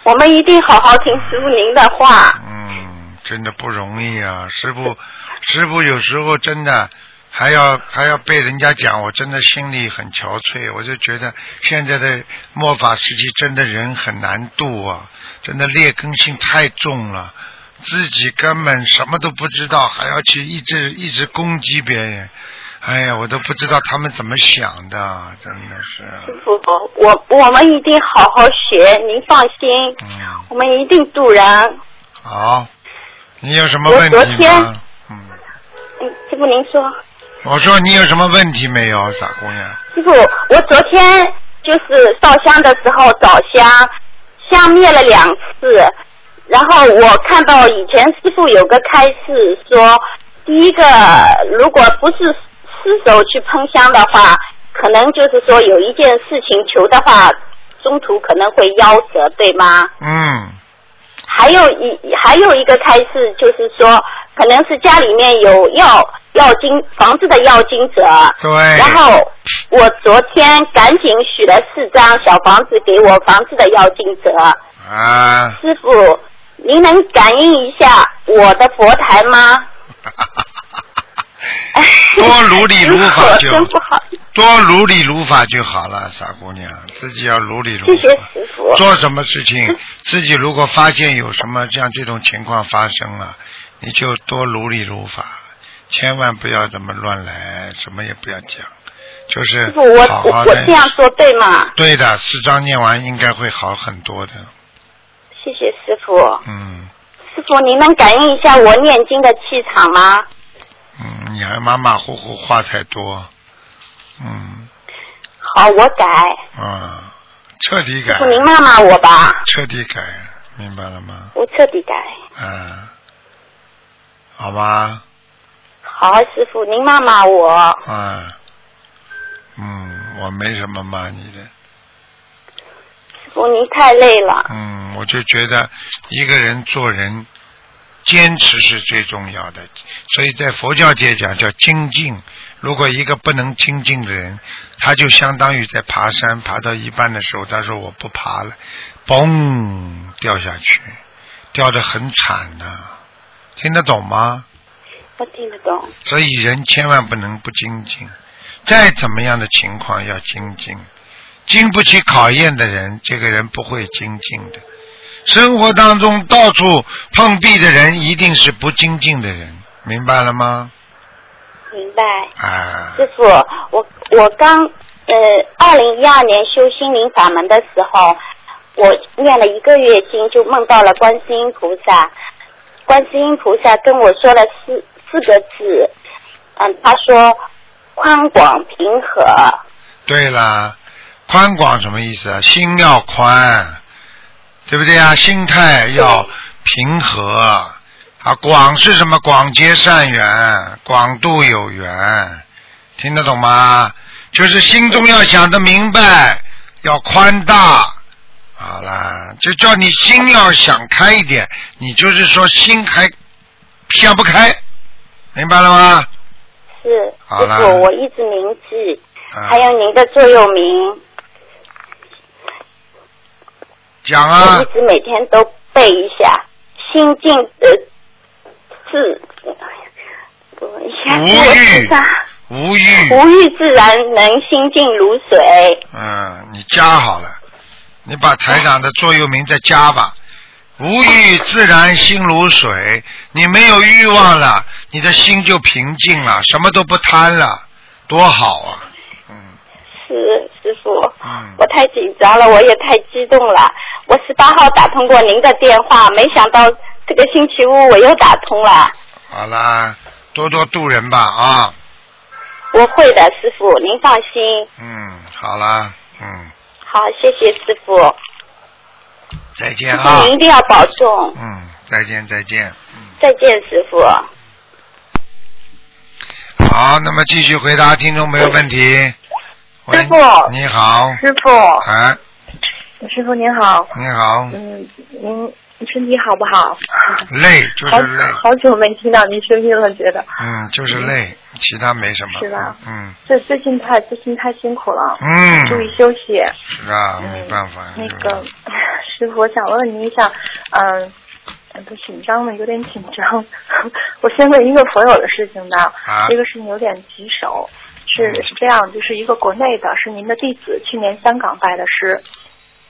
[SPEAKER 6] 我们一定好好听师傅您的话。
[SPEAKER 2] 嗯，真的不容易啊。师傅，师傅有时候真的还要还要被人家讲，我真的心里很憔悴。我就觉得现在的末法时期，真的人很难度啊，真的劣根性太重了。自己根本什么都不知道，还要去一直一直攻击别人，哎呀，我都不知道他们怎么想的，真的是，
[SPEAKER 6] 师傅，我我们一定好好学，您放心，
[SPEAKER 2] 嗯，
[SPEAKER 6] 我们一定渡人。
[SPEAKER 2] 好，你有什么
[SPEAKER 6] 我
[SPEAKER 2] 问
[SPEAKER 6] 昨
[SPEAKER 2] 题
[SPEAKER 6] 天
[SPEAKER 2] 吗？嗯，
[SPEAKER 6] 嗯，师傅您说，
[SPEAKER 2] 我说你有什么问题没有，傻姑娘？
[SPEAKER 6] 师傅，我昨天就是烧香的时候找香，香灭了两次，然后我看到以前师傅有个开示说，第一个如果不是失手去喷香的话，可能就是说有一件事情求的话，中途可能会夭折，对吗？
[SPEAKER 2] 嗯，
[SPEAKER 6] 还有一还有一个开示就是说，可能是家里面有要要经房子的要经者，
[SPEAKER 2] 对。
[SPEAKER 6] 然后我昨天赶紧许了四张小房子给我房子的要经者，
[SPEAKER 2] 啊，
[SPEAKER 6] 师傅，您能感应一下我的佛台吗？
[SPEAKER 2] 多如理如法就
[SPEAKER 6] 因为我真不好，
[SPEAKER 2] 多如理如法就好了，傻姑娘，自己要如理如法。
[SPEAKER 6] 谢谢师傅。
[SPEAKER 2] 做什么事情，自己如果发现有什么像这种情况发生了，你就多如理如法，千万不要怎么乱来，什么也不要讲，就是
[SPEAKER 6] 师傅，我
[SPEAKER 2] 嗯好
[SPEAKER 6] 我
[SPEAKER 2] 好
[SPEAKER 6] 我
[SPEAKER 2] 的
[SPEAKER 6] 这。样说对吗？
[SPEAKER 2] 对的，四章念完应该会好很多的。
[SPEAKER 6] 谢谢师傅。
[SPEAKER 2] 嗯
[SPEAKER 6] 师傅，您能感应一下我念经的气场吗？
[SPEAKER 2] 嗯，你还马马虎虎话太多，嗯
[SPEAKER 6] 好，我改。
[SPEAKER 2] 啊，彻底改
[SPEAKER 6] 师傅，，您骂骂我吧，
[SPEAKER 2] 彻底改，明白了吗？
[SPEAKER 6] 我彻底改。
[SPEAKER 2] 嗯，好吧，
[SPEAKER 6] 好，师傅，您骂骂我。
[SPEAKER 2] 嗯，嗯，我没什么骂你的，
[SPEAKER 6] 师傅，您太累了。
[SPEAKER 2] 嗯，我就觉得一个人做人，坚持是最重要的，所以在佛教界讲叫精进。如果一个不能精进的人，他就相当于在爬山，爬到一半的时候，他说我不爬了，嘣掉下去，掉得很惨的、听得懂吗？
[SPEAKER 6] 我听得懂。
[SPEAKER 2] 所以人千万不能不精进，再怎么样的情况要精进，经不起考验的人，这个人不会精进的。生活当中到处碰壁的人，一定是不精进的人，明白了吗？
[SPEAKER 6] 明白。
[SPEAKER 2] 啊，
[SPEAKER 6] 师傅，我我刚呃，二零一二年修心灵法门的时候，我念了一个月经，就梦到了观世音菩萨。观世音菩萨跟我说了四四个字，嗯，他说宽广平和。
[SPEAKER 2] 对啦，宽广什么意思啊？心要宽，对不对啊？心态
[SPEAKER 6] 嗯
[SPEAKER 2] 要平和啊。广是什么？广结善缘，广度有缘，听得懂吗？就是心中要想得明白，要宽大。好啦，就叫你心要想开一点，你就是说心还想不开，明白了吗？啊
[SPEAKER 6] 是，
[SPEAKER 2] 好
[SPEAKER 6] 师
[SPEAKER 2] 啦
[SPEAKER 6] 傅，我一直铭记，
[SPEAKER 2] 啊
[SPEAKER 6] 还有您的座右铭，
[SPEAKER 2] 讲
[SPEAKER 6] 我
[SPEAKER 2] 啊
[SPEAKER 6] 一，直每天都背一下。心境呃，自，我一下
[SPEAKER 2] 无欲
[SPEAKER 6] 子我自杀
[SPEAKER 2] 无欲，
[SPEAKER 6] 无欲自然能心静如水。
[SPEAKER 2] 嗯，你加好了，你把台长的座右铭再加吧。无欲自然心如水，你没有欲望了，你的心就平静了，什么都不贪了，多好啊！嗯
[SPEAKER 6] 是师傅，
[SPEAKER 2] 嗯，
[SPEAKER 6] 我太紧张了，我也太激动了。我十八号打通过您的电话，没想到这个星期五我又打通了。
[SPEAKER 2] 好啦，多多度人吧啊，
[SPEAKER 6] 我会的，师傅，您放心。
[SPEAKER 2] 嗯，好啦，嗯，
[SPEAKER 6] 好，谢谢师傅，
[SPEAKER 2] 再见
[SPEAKER 6] 师
[SPEAKER 2] 啊
[SPEAKER 6] 傅，您一定要保重。
[SPEAKER 2] 嗯，再见再见。
[SPEAKER 6] 再见，师傅。
[SPEAKER 2] 好，那么继续回答听众朋友问题。喂
[SPEAKER 7] 师傅
[SPEAKER 2] 你好，
[SPEAKER 7] 师傅，
[SPEAKER 2] 哎，
[SPEAKER 7] 师傅您好，
[SPEAKER 2] 你好，
[SPEAKER 7] 嗯，您身体好不好？
[SPEAKER 2] 累就
[SPEAKER 7] 好
[SPEAKER 2] 是累，
[SPEAKER 7] 好久没听到您声音了，觉得
[SPEAKER 2] 嗯，就是累，其他没什么。
[SPEAKER 7] 是吧
[SPEAKER 2] 嗯
[SPEAKER 7] 这最近太最近太辛苦了，
[SPEAKER 2] 嗯，
[SPEAKER 7] 注意休息。
[SPEAKER 2] 是啊，
[SPEAKER 7] 嗯
[SPEAKER 2] 没办法。
[SPEAKER 7] 那
[SPEAKER 2] 就是
[SPEAKER 7] 个 师傅，我想问您一下，嗯、不紧张的有点紧张。 我先问一个朋友的事情吧，
[SPEAKER 2] 啊
[SPEAKER 7] 这个事情有点棘手。是
[SPEAKER 2] 嗯
[SPEAKER 7] 是这样，就是一个国内的，是您的弟子，去年香港拜的师，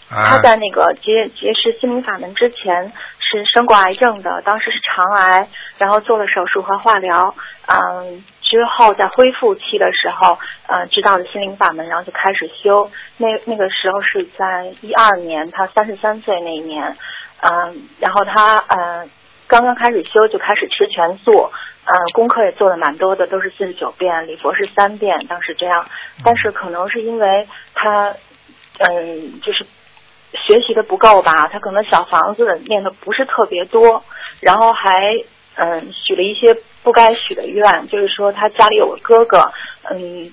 [SPEAKER 2] 啊
[SPEAKER 7] 他在那个结结识心灵法门之前是生过癌症的，当时是肠癌，然后做了手术和化疗，嗯，之后在恢复期的时候，呃，知道了心灵法门，然后就开始修。那那个时候是在一二年，他三十三岁那一年，嗯，然后他呃刚刚开始修就开始吃全素，呃，功课也做的蛮多的，都是四十九遍，礼佛是三遍，当时这样。但是可能是因为他，嗯，就是学习的不够吧，他可能小房子念的不是特别多，然后还嗯许了一些不该许的愿，就是说他家里有个哥哥，嗯。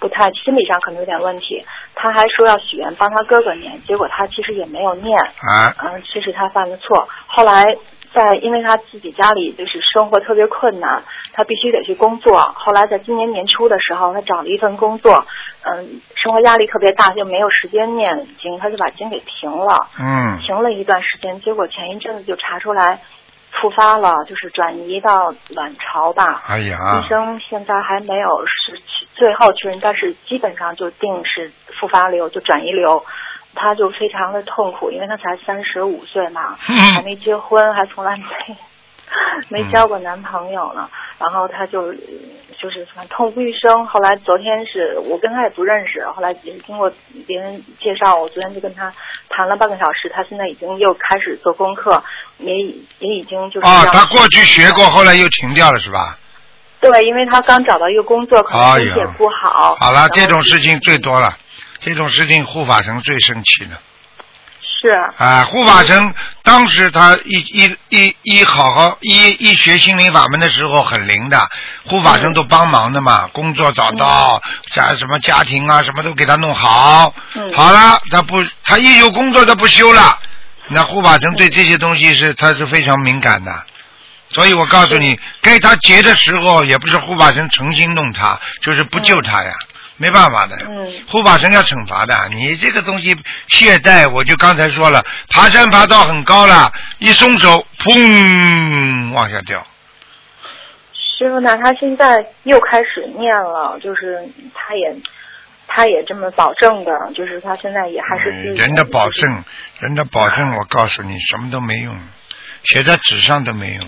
[SPEAKER 7] 不太心理上可能有点问题，他还说要许愿帮他哥哥念，结果他其实也没有念，
[SPEAKER 2] 啊
[SPEAKER 7] 嗯，这是他犯的错。后来在因为他自己家里就是生活特别困难，他必须得去工作。后来在今年年初的时候，他找了一份工作，嗯，生活压力特别大，就没有时间念经，他就把经给停了。
[SPEAKER 2] 嗯
[SPEAKER 7] 停了一段时间，结果前一阵子就查出来复发了，就是转移到卵巢吧。
[SPEAKER 2] 哎
[SPEAKER 7] 医
[SPEAKER 2] 呀
[SPEAKER 7] 生现在还没有是确最后确认，但是基本上就定是复发瘤，就转移瘤。他就非常的痛苦，因为他才三十五岁嘛，
[SPEAKER 2] 嗯
[SPEAKER 7] 还没结婚，还从来没 没交过男朋友呢。然后他就呃就是反正痛不欲生。后来昨天是我跟他也不认识，后来也是经过别人介绍，我昨天就跟他谈了半个小时。他现在已经又开始做功课，也已也已经就是
[SPEAKER 2] 啊，
[SPEAKER 7] 要
[SPEAKER 2] 他过去学过，后来又停掉了是吧？
[SPEAKER 7] 哦对，因为他刚找到一个工作，可能
[SPEAKER 2] 哎
[SPEAKER 7] 身
[SPEAKER 2] 呀
[SPEAKER 7] 体也不好。
[SPEAKER 2] 好
[SPEAKER 7] 然
[SPEAKER 2] 了
[SPEAKER 7] 后，
[SPEAKER 2] 这种
[SPEAKER 7] 就
[SPEAKER 2] 事情最多了，这种事情护法神最生气了。
[SPEAKER 7] 是
[SPEAKER 2] 啊，护
[SPEAKER 7] 嗯
[SPEAKER 2] 法神当时他一一一一好好一一学心灵法门的时候很灵的，护法
[SPEAKER 7] 嗯
[SPEAKER 2] 神都帮忙的嘛，工作找到，家什么家庭啊什么都给他弄好，
[SPEAKER 7] 嗯
[SPEAKER 2] 好了，他不他一有工作他不修了，那护法神对这些东西是他是非常敏感的。所以我告诉你，该他劫的时候，也不是护法神诚心弄他，就是不救他呀，没办法的。
[SPEAKER 7] 嗯
[SPEAKER 2] 护法神要惩罚的，你这个东西懈怠，我就刚才说了，爬山爬到很高了，一松手，砰，往下掉。
[SPEAKER 7] 师傅呢，他现在又开始念了，就是他也他也这么保证的，就是他现在也还是自己
[SPEAKER 2] 嗯人的保证，人的保证，我告诉你，什么都没用，写在纸上都没用。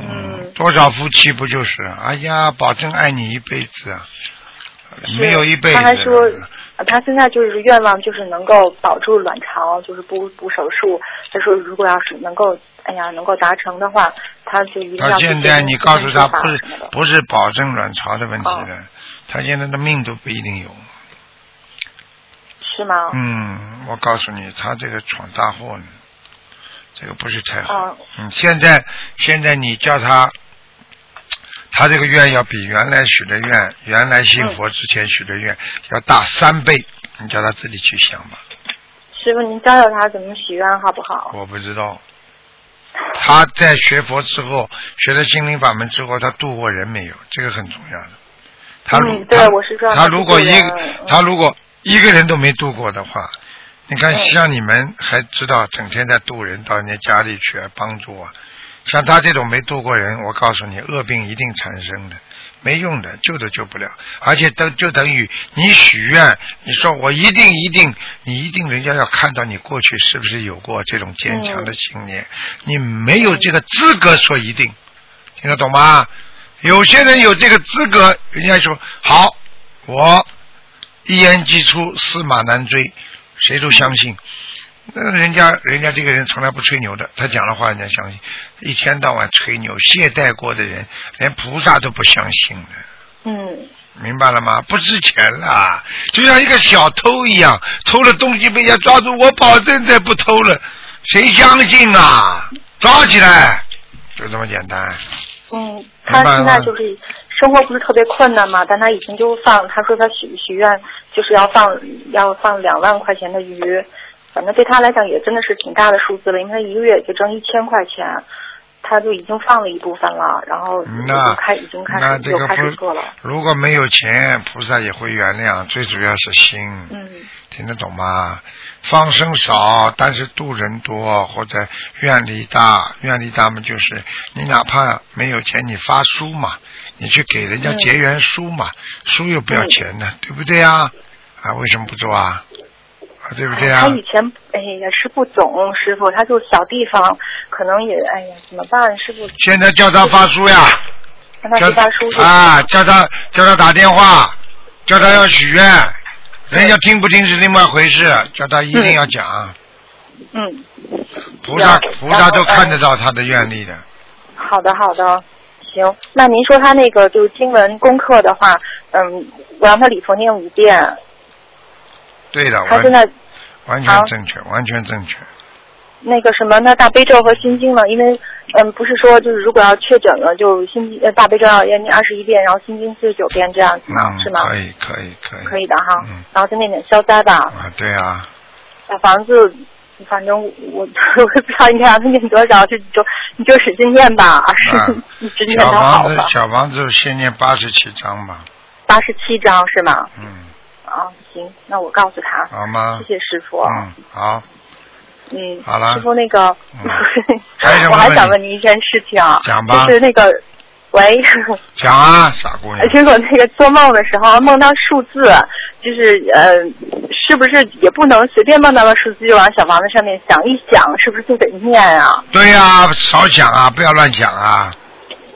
[SPEAKER 7] 嗯
[SPEAKER 2] 多少夫妻不就是？哎呀，保证爱你一辈子啊，没有一辈子。
[SPEAKER 7] 他还说，呃他现在就是愿望就是能够保住卵巢，就是不不手术。他说如果要是能够，哎呀，能够达成的话，他就一定
[SPEAKER 2] 他
[SPEAKER 7] 要去
[SPEAKER 2] 现
[SPEAKER 7] 接
[SPEAKER 2] 在
[SPEAKER 7] 受
[SPEAKER 2] 你告诉他
[SPEAKER 7] 方法
[SPEAKER 2] 不是
[SPEAKER 7] 什么的
[SPEAKER 2] 不是保证卵巢的问题
[SPEAKER 7] 哦
[SPEAKER 2] 了，他现在的命都不一定有。
[SPEAKER 7] 是吗？
[SPEAKER 2] 嗯，我告诉你，他这个闯大祸呢，这个不是太好。
[SPEAKER 7] 啊
[SPEAKER 2] 嗯，现在现在你叫他，他这个愿要比原来许的愿，原来信佛之前许的愿要大三倍，你叫他自己去想吧，
[SPEAKER 7] 师傅，您教教他怎么许愿好不好？
[SPEAKER 2] 我不知道。他在学佛之后，学了心灵法门之后，他度过人没有？这个很重要的。他如、
[SPEAKER 7] 嗯对
[SPEAKER 2] 他
[SPEAKER 7] 我是知道
[SPEAKER 2] 他
[SPEAKER 7] 他
[SPEAKER 2] 如果
[SPEAKER 7] 度过
[SPEAKER 2] 一
[SPEAKER 7] 人
[SPEAKER 2] 个
[SPEAKER 7] 嗯
[SPEAKER 2] 他如果一个人都没度过的话，你看
[SPEAKER 7] 嗯
[SPEAKER 2] 像你们还知道整天在度人，到人家家里去帮助啊，像他这种没度过人，我告诉你，恶病一定产生的。没用的，救都救不了，而且等就等于你许愿，你说我一定一定，你一定人家要看到你过去是不是有过这种坚强的信念，你没有这个资格说一定，听得懂吗？有些人有这个资格，人家说好，我一言既出，驷马难追，谁都相信。那人家人家这个人从来不吹牛的，他讲的话人家相信，一天到晚吹牛懈怠过的人，连菩萨都不相信了。
[SPEAKER 7] 嗯
[SPEAKER 2] 明白了吗？不值钱啦，就像一个小偷一样，偷了东西被人家抓住，我保证再不偷了，谁相信啊？抓起来，就这么简单。
[SPEAKER 7] 嗯，
[SPEAKER 2] 明
[SPEAKER 7] 他
[SPEAKER 2] 白
[SPEAKER 7] 现在
[SPEAKER 2] 了
[SPEAKER 7] 就是生活不是特别困难嘛，但他已经就放，他说他许许愿就是要放要放两万块钱的鱼，反正对他来讲也真的是挺大的数字了，因为他一个月也就挣一千块钱，他就已经放了一部分了，然后
[SPEAKER 2] 嗯
[SPEAKER 7] 就
[SPEAKER 2] 那
[SPEAKER 7] 开已经开
[SPEAKER 2] 那
[SPEAKER 7] 始
[SPEAKER 2] 这
[SPEAKER 7] 又
[SPEAKER 2] 个
[SPEAKER 7] 开始
[SPEAKER 2] 不
[SPEAKER 7] 做了，
[SPEAKER 2] 如果没有钱，菩萨也会原谅，最主要是心。
[SPEAKER 7] 嗯
[SPEAKER 2] 听得懂吗？放生少，但是度人多，或者愿力大，愿力大嘛，就是你哪怕没有钱，你发书嘛，你去给人家结缘书嘛，书又不要钱
[SPEAKER 7] 嗯
[SPEAKER 2] 的，对不对啊？啊，为什么不做啊？啊，对不对啊
[SPEAKER 7] 他？以前哎也是不懂师傅，他就小地方，可能也哎呀怎么办？师傅
[SPEAKER 2] 现在叫他发书呀，
[SPEAKER 7] 让他
[SPEAKER 2] 叫
[SPEAKER 7] 去发书去
[SPEAKER 2] 啊，叫他叫他打电话，叫他要许愿，人家听不听是另外回事，叫他一定要讲，
[SPEAKER 7] 嗯，
[SPEAKER 2] 菩萨
[SPEAKER 7] 对
[SPEAKER 2] 菩萨都
[SPEAKER 7] 然后呃
[SPEAKER 2] 看得到他的愿力的。
[SPEAKER 7] 好的，好的，行。那您说他那个就是经文功课的话，嗯，我让他礼佛念五遍。
[SPEAKER 2] 对的，
[SPEAKER 7] 他现
[SPEAKER 2] 完
[SPEAKER 7] 在
[SPEAKER 2] 完
[SPEAKER 7] 好
[SPEAKER 2] 全正确，完全正确。
[SPEAKER 7] 那个什么，那大悲咒和心经呢？因为嗯，不是说就是如果要确诊了，就心经呃大悲咒要念二十一遍，然后心经四十九遍这样子嘛，
[SPEAKER 2] 嗯，
[SPEAKER 7] 是吗？
[SPEAKER 2] 可以，可以，可以。
[SPEAKER 7] 可以的哈。
[SPEAKER 2] 嗯
[SPEAKER 7] 然后再念点消灾吧，
[SPEAKER 2] 啊，对啊，
[SPEAKER 7] 小房子。反正我我 也不知道应该让他念多少，就就你就使劲念
[SPEAKER 2] 啊
[SPEAKER 7] 吧，你只念
[SPEAKER 2] 小
[SPEAKER 7] 到
[SPEAKER 2] 房
[SPEAKER 7] 好
[SPEAKER 2] 子
[SPEAKER 7] 吧，，
[SPEAKER 2] 小房子先念八十七章吧，
[SPEAKER 7] 八十七章是吗？
[SPEAKER 2] 嗯，
[SPEAKER 7] 啊，行，那我告诉他。
[SPEAKER 2] 好吗
[SPEAKER 7] 谢？谢师傅。
[SPEAKER 2] 嗯，好，
[SPEAKER 7] 嗯，
[SPEAKER 2] 好了
[SPEAKER 7] 师傅，那个，
[SPEAKER 2] 嗯还有什么
[SPEAKER 7] 我还想
[SPEAKER 2] 问
[SPEAKER 7] 问您一件事情啊，
[SPEAKER 2] 讲吧嗯
[SPEAKER 7] 就是那个， 喂，
[SPEAKER 2] 讲啊，傻姑娘，
[SPEAKER 7] 结果那个做梦的时候梦到数字，就是呃，是不是也不能随便梦到个数字就往小房子上面想一想，是不是就得念啊？
[SPEAKER 2] 对呀、少讲啊，不要乱讲啊，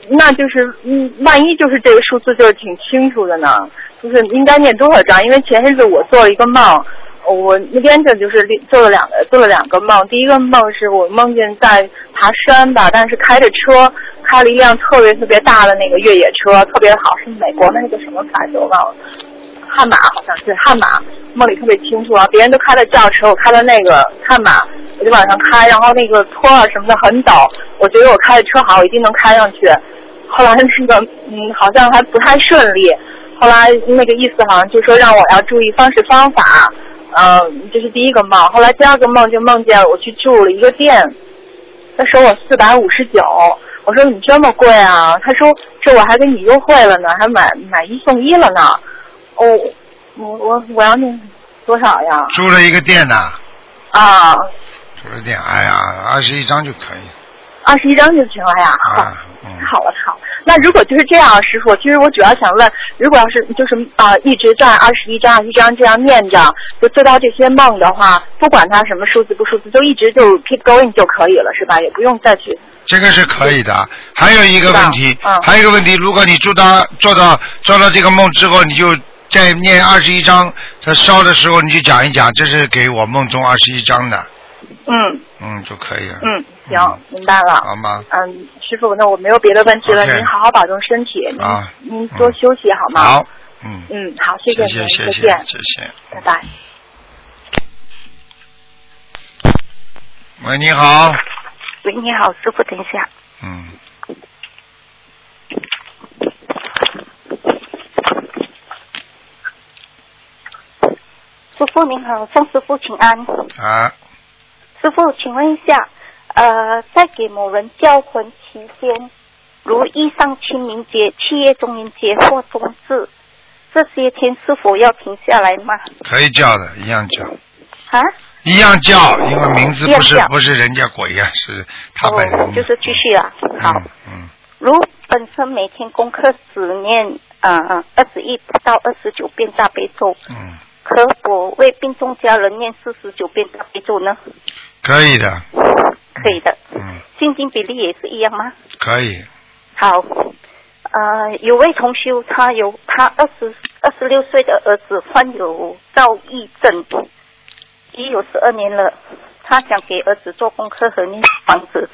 [SPEAKER 7] 那就是，嗯，万一就是这个数字就是挺清楚的呢，就是应该念多少章？因为前些日子我做了一个梦，我那天这就是做了两个做了两个梦，第一个梦是我梦见在爬山吧，但是开着车，开了一辆特别特别大的那个越野车，特别好，是美国的那个什么牌子我忘了。悍马好像是悍马，梦里特别清楚啊，别人都开的轿车，我开的那个悍马，我就往上开，然后那个坡啊什么的很陡，我觉得我开的车好，我一定能开上去。后来那个嗯，好像还不太顺利，后来那个意思好像就说让我要注意方式方法，嗯、这是第一个梦。后来第二个梦就梦见我去住了一个店，他收我四百五十九，我说你这么贵啊？他说这我还给你优惠了呢，还买买一送一了呢。哦，我我我要那多少呀？
[SPEAKER 2] 住了一个店呐、
[SPEAKER 7] 啊，
[SPEAKER 2] 住了店，哎呀，二十一章就可以
[SPEAKER 7] 二十一张就行了呀。好
[SPEAKER 2] 啊，嗯，
[SPEAKER 7] 太好了，太好了。那如果就是这样，师傅，其实我主要想问，如果要是就是啊、呃一直在二十一章、二十一章这样念着，就做到这些梦的话，不管它什么数字不数字，就一直就 keep going 就可以了，是吧？也不用再去
[SPEAKER 2] 这个是可以的。还有一个问题
[SPEAKER 7] 是吧，嗯
[SPEAKER 2] 还有一个问题，如果你做到做到做到这个梦之后，你就在念二十一章，在烧的时候你就讲一讲，这是给我梦中二十一章的，
[SPEAKER 7] 嗯
[SPEAKER 2] 嗯，就可以了，
[SPEAKER 7] 嗯，行
[SPEAKER 2] 嗯，
[SPEAKER 7] 明白了。
[SPEAKER 2] 好吗？
[SPEAKER 7] 嗯，师傅，那我没有别的问题了，
[SPEAKER 2] OK
[SPEAKER 7] 您好好保重身体，您、
[SPEAKER 2] 啊
[SPEAKER 7] 您多休息好吗？，
[SPEAKER 2] 好，嗯，
[SPEAKER 7] 嗯，好，谢
[SPEAKER 2] 谢谢
[SPEAKER 7] 您，
[SPEAKER 2] 谢
[SPEAKER 7] 再
[SPEAKER 2] 谢
[SPEAKER 7] 见，
[SPEAKER 2] 谢谢。
[SPEAKER 7] 拜拜。
[SPEAKER 2] 喂，你好，
[SPEAKER 5] 喂，你好，师傅，等一下。
[SPEAKER 2] 嗯，
[SPEAKER 8] 师傅您好，向师傅请安。
[SPEAKER 2] 啊，
[SPEAKER 8] 师傅，请问一下，呃，在给某人叫魂期间，如遇上清明节、七月中元节或冬至，这些天是否要停下来吗？
[SPEAKER 2] 可以叫的，一样叫，
[SPEAKER 8] 啊？
[SPEAKER 2] 一样叫，因为名字不
[SPEAKER 8] 一
[SPEAKER 2] 是
[SPEAKER 8] 样叫
[SPEAKER 2] 不是人家鬼呀、是他本人
[SPEAKER 8] 哦
[SPEAKER 2] 的。，
[SPEAKER 8] 就是继续了。好，
[SPEAKER 2] 嗯嗯，
[SPEAKER 8] 如本身每天功课只念呃二十一到二十九遍大悲咒，
[SPEAKER 2] 嗯，
[SPEAKER 8] 可否为病中家人念四十九遍大悲咒呢？
[SPEAKER 2] 可以的，
[SPEAKER 8] 可以的。
[SPEAKER 2] 嗯，
[SPEAKER 8] 现金比例也是一样吗？
[SPEAKER 2] 可以，
[SPEAKER 8] 好，呃，有位同修，他有他二十二十六岁的儿子患有躁郁症，已有十二年了。他想给儿子做功课和念小房子，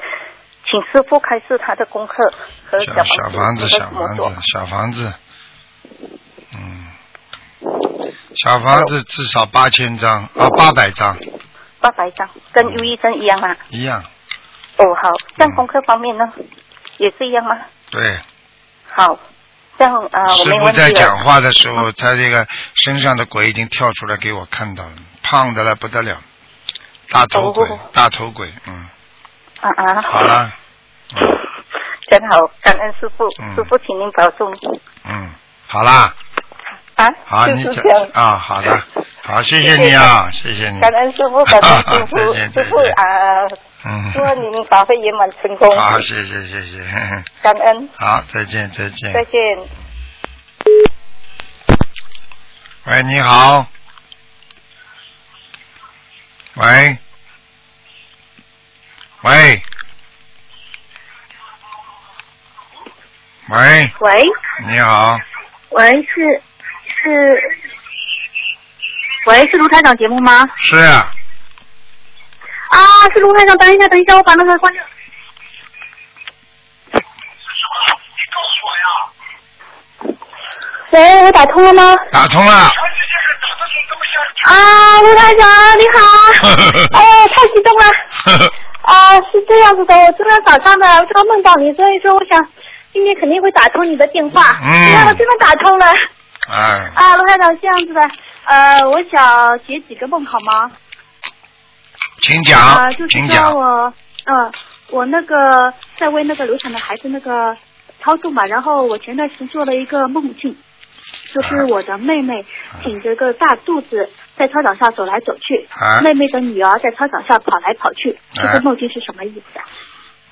[SPEAKER 8] 请师傅开示他的功课和
[SPEAKER 2] 小小
[SPEAKER 8] 房
[SPEAKER 2] 房子，
[SPEAKER 8] 应该
[SPEAKER 2] 小
[SPEAKER 8] 怎么
[SPEAKER 2] 房
[SPEAKER 8] 做
[SPEAKER 2] 子，小房子，嗯，小房子至少八千张啊，八百张
[SPEAKER 8] 八百张，跟忧郁症一样吗？
[SPEAKER 2] 一样，
[SPEAKER 8] 哦，好，
[SPEAKER 2] 嗯
[SPEAKER 8] 像功课方面呢，也是一样吗？
[SPEAKER 2] 对。
[SPEAKER 8] 好，像啊、呃，我
[SPEAKER 2] 师
[SPEAKER 8] 没
[SPEAKER 2] 傅
[SPEAKER 8] 问
[SPEAKER 2] 在
[SPEAKER 8] 题
[SPEAKER 2] 讲
[SPEAKER 8] 了。
[SPEAKER 2] 话的时候，他这个身上的鬼已经跳出来给我看到了，胖的了不得了，大头鬼，
[SPEAKER 8] 哦
[SPEAKER 2] 大头鬼，嗯，
[SPEAKER 8] 啊啊，
[SPEAKER 2] 好，了，
[SPEAKER 8] 真好，感恩师傅，
[SPEAKER 2] 嗯
[SPEAKER 8] 师傅请您保重。
[SPEAKER 2] 嗯，好啦，
[SPEAKER 8] 啊，
[SPEAKER 2] 好，
[SPEAKER 8] 就
[SPEAKER 2] 你
[SPEAKER 8] 是
[SPEAKER 2] 讲
[SPEAKER 8] 这样。
[SPEAKER 2] 啊，好的，好，谢谢你啊，谢谢你，
[SPEAKER 8] 感恩师傅，感恩师傅，
[SPEAKER 2] 再见
[SPEAKER 8] 师傅
[SPEAKER 2] 再见
[SPEAKER 8] 啊，祝
[SPEAKER 2] 嗯，
[SPEAKER 8] 您法会圆满成功，
[SPEAKER 2] 好，谢谢谢谢， 呵呵
[SPEAKER 8] 感恩，
[SPEAKER 2] 好，再见再见，
[SPEAKER 8] 再见。
[SPEAKER 2] 喂，你好，喂，喂，喂，
[SPEAKER 9] 喂
[SPEAKER 2] 你好，
[SPEAKER 9] 喂，是是，喂，是卢台长节目吗？
[SPEAKER 2] 是啊，
[SPEAKER 9] 啊，是卢台长，等一下，等一下，我把那个关掉。喂，我打通了吗？
[SPEAKER 2] 打通了，，
[SPEAKER 9] 啊，卢台长你好 哎，太激动了。啊，是这样子的，我今天早上呢，这个梦到你，所以说我想今天肯定会打通你的电话。
[SPEAKER 2] 嗯
[SPEAKER 9] 哎我真的打通了。
[SPEAKER 2] 哎，
[SPEAKER 9] 啊，卢台长，这样子的，呃，我想解几个梦好吗？
[SPEAKER 2] 请
[SPEAKER 9] 啊、
[SPEAKER 2] 讲，
[SPEAKER 9] 就是
[SPEAKER 2] 请
[SPEAKER 9] 说
[SPEAKER 2] 讲，
[SPEAKER 9] 我，嗯，我那个在为那个流产的孩子那个操作嘛，然后我前段时间做了一个梦境，就是啊我的妹妹挺着个大肚子在操场上走来走去，
[SPEAKER 2] 啊
[SPEAKER 9] 妹妹的女儿在操场上跑来跑去，这
[SPEAKER 2] 啊
[SPEAKER 9] 个梦境是什么意思啊？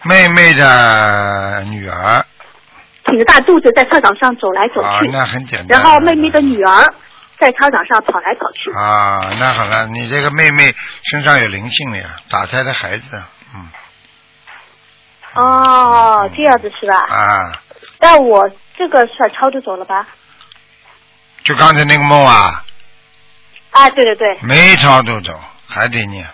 [SPEAKER 2] 妹妹的女儿，
[SPEAKER 9] 挺着大肚子在操场上走来走
[SPEAKER 2] 啊，
[SPEAKER 9] 去，
[SPEAKER 2] 那很简单，
[SPEAKER 9] 然后妹妹的女儿在操场上跑来跑去。
[SPEAKER 2] 啊，那好了，你这个妹妹身上有灵性了呀，打胎的孩子，嗯，
[SPEAKER 9] 哦，这样子是吧？
[SPEAKER 2] 啊，
[SPEAKER 9] 但我这个算超度走了吧？
[SPEAKER 2] 就刚才那个梦啊，
[SPEAKER 9] 啊，对对对，
[SPEAKER 2] 没超度走，还得念。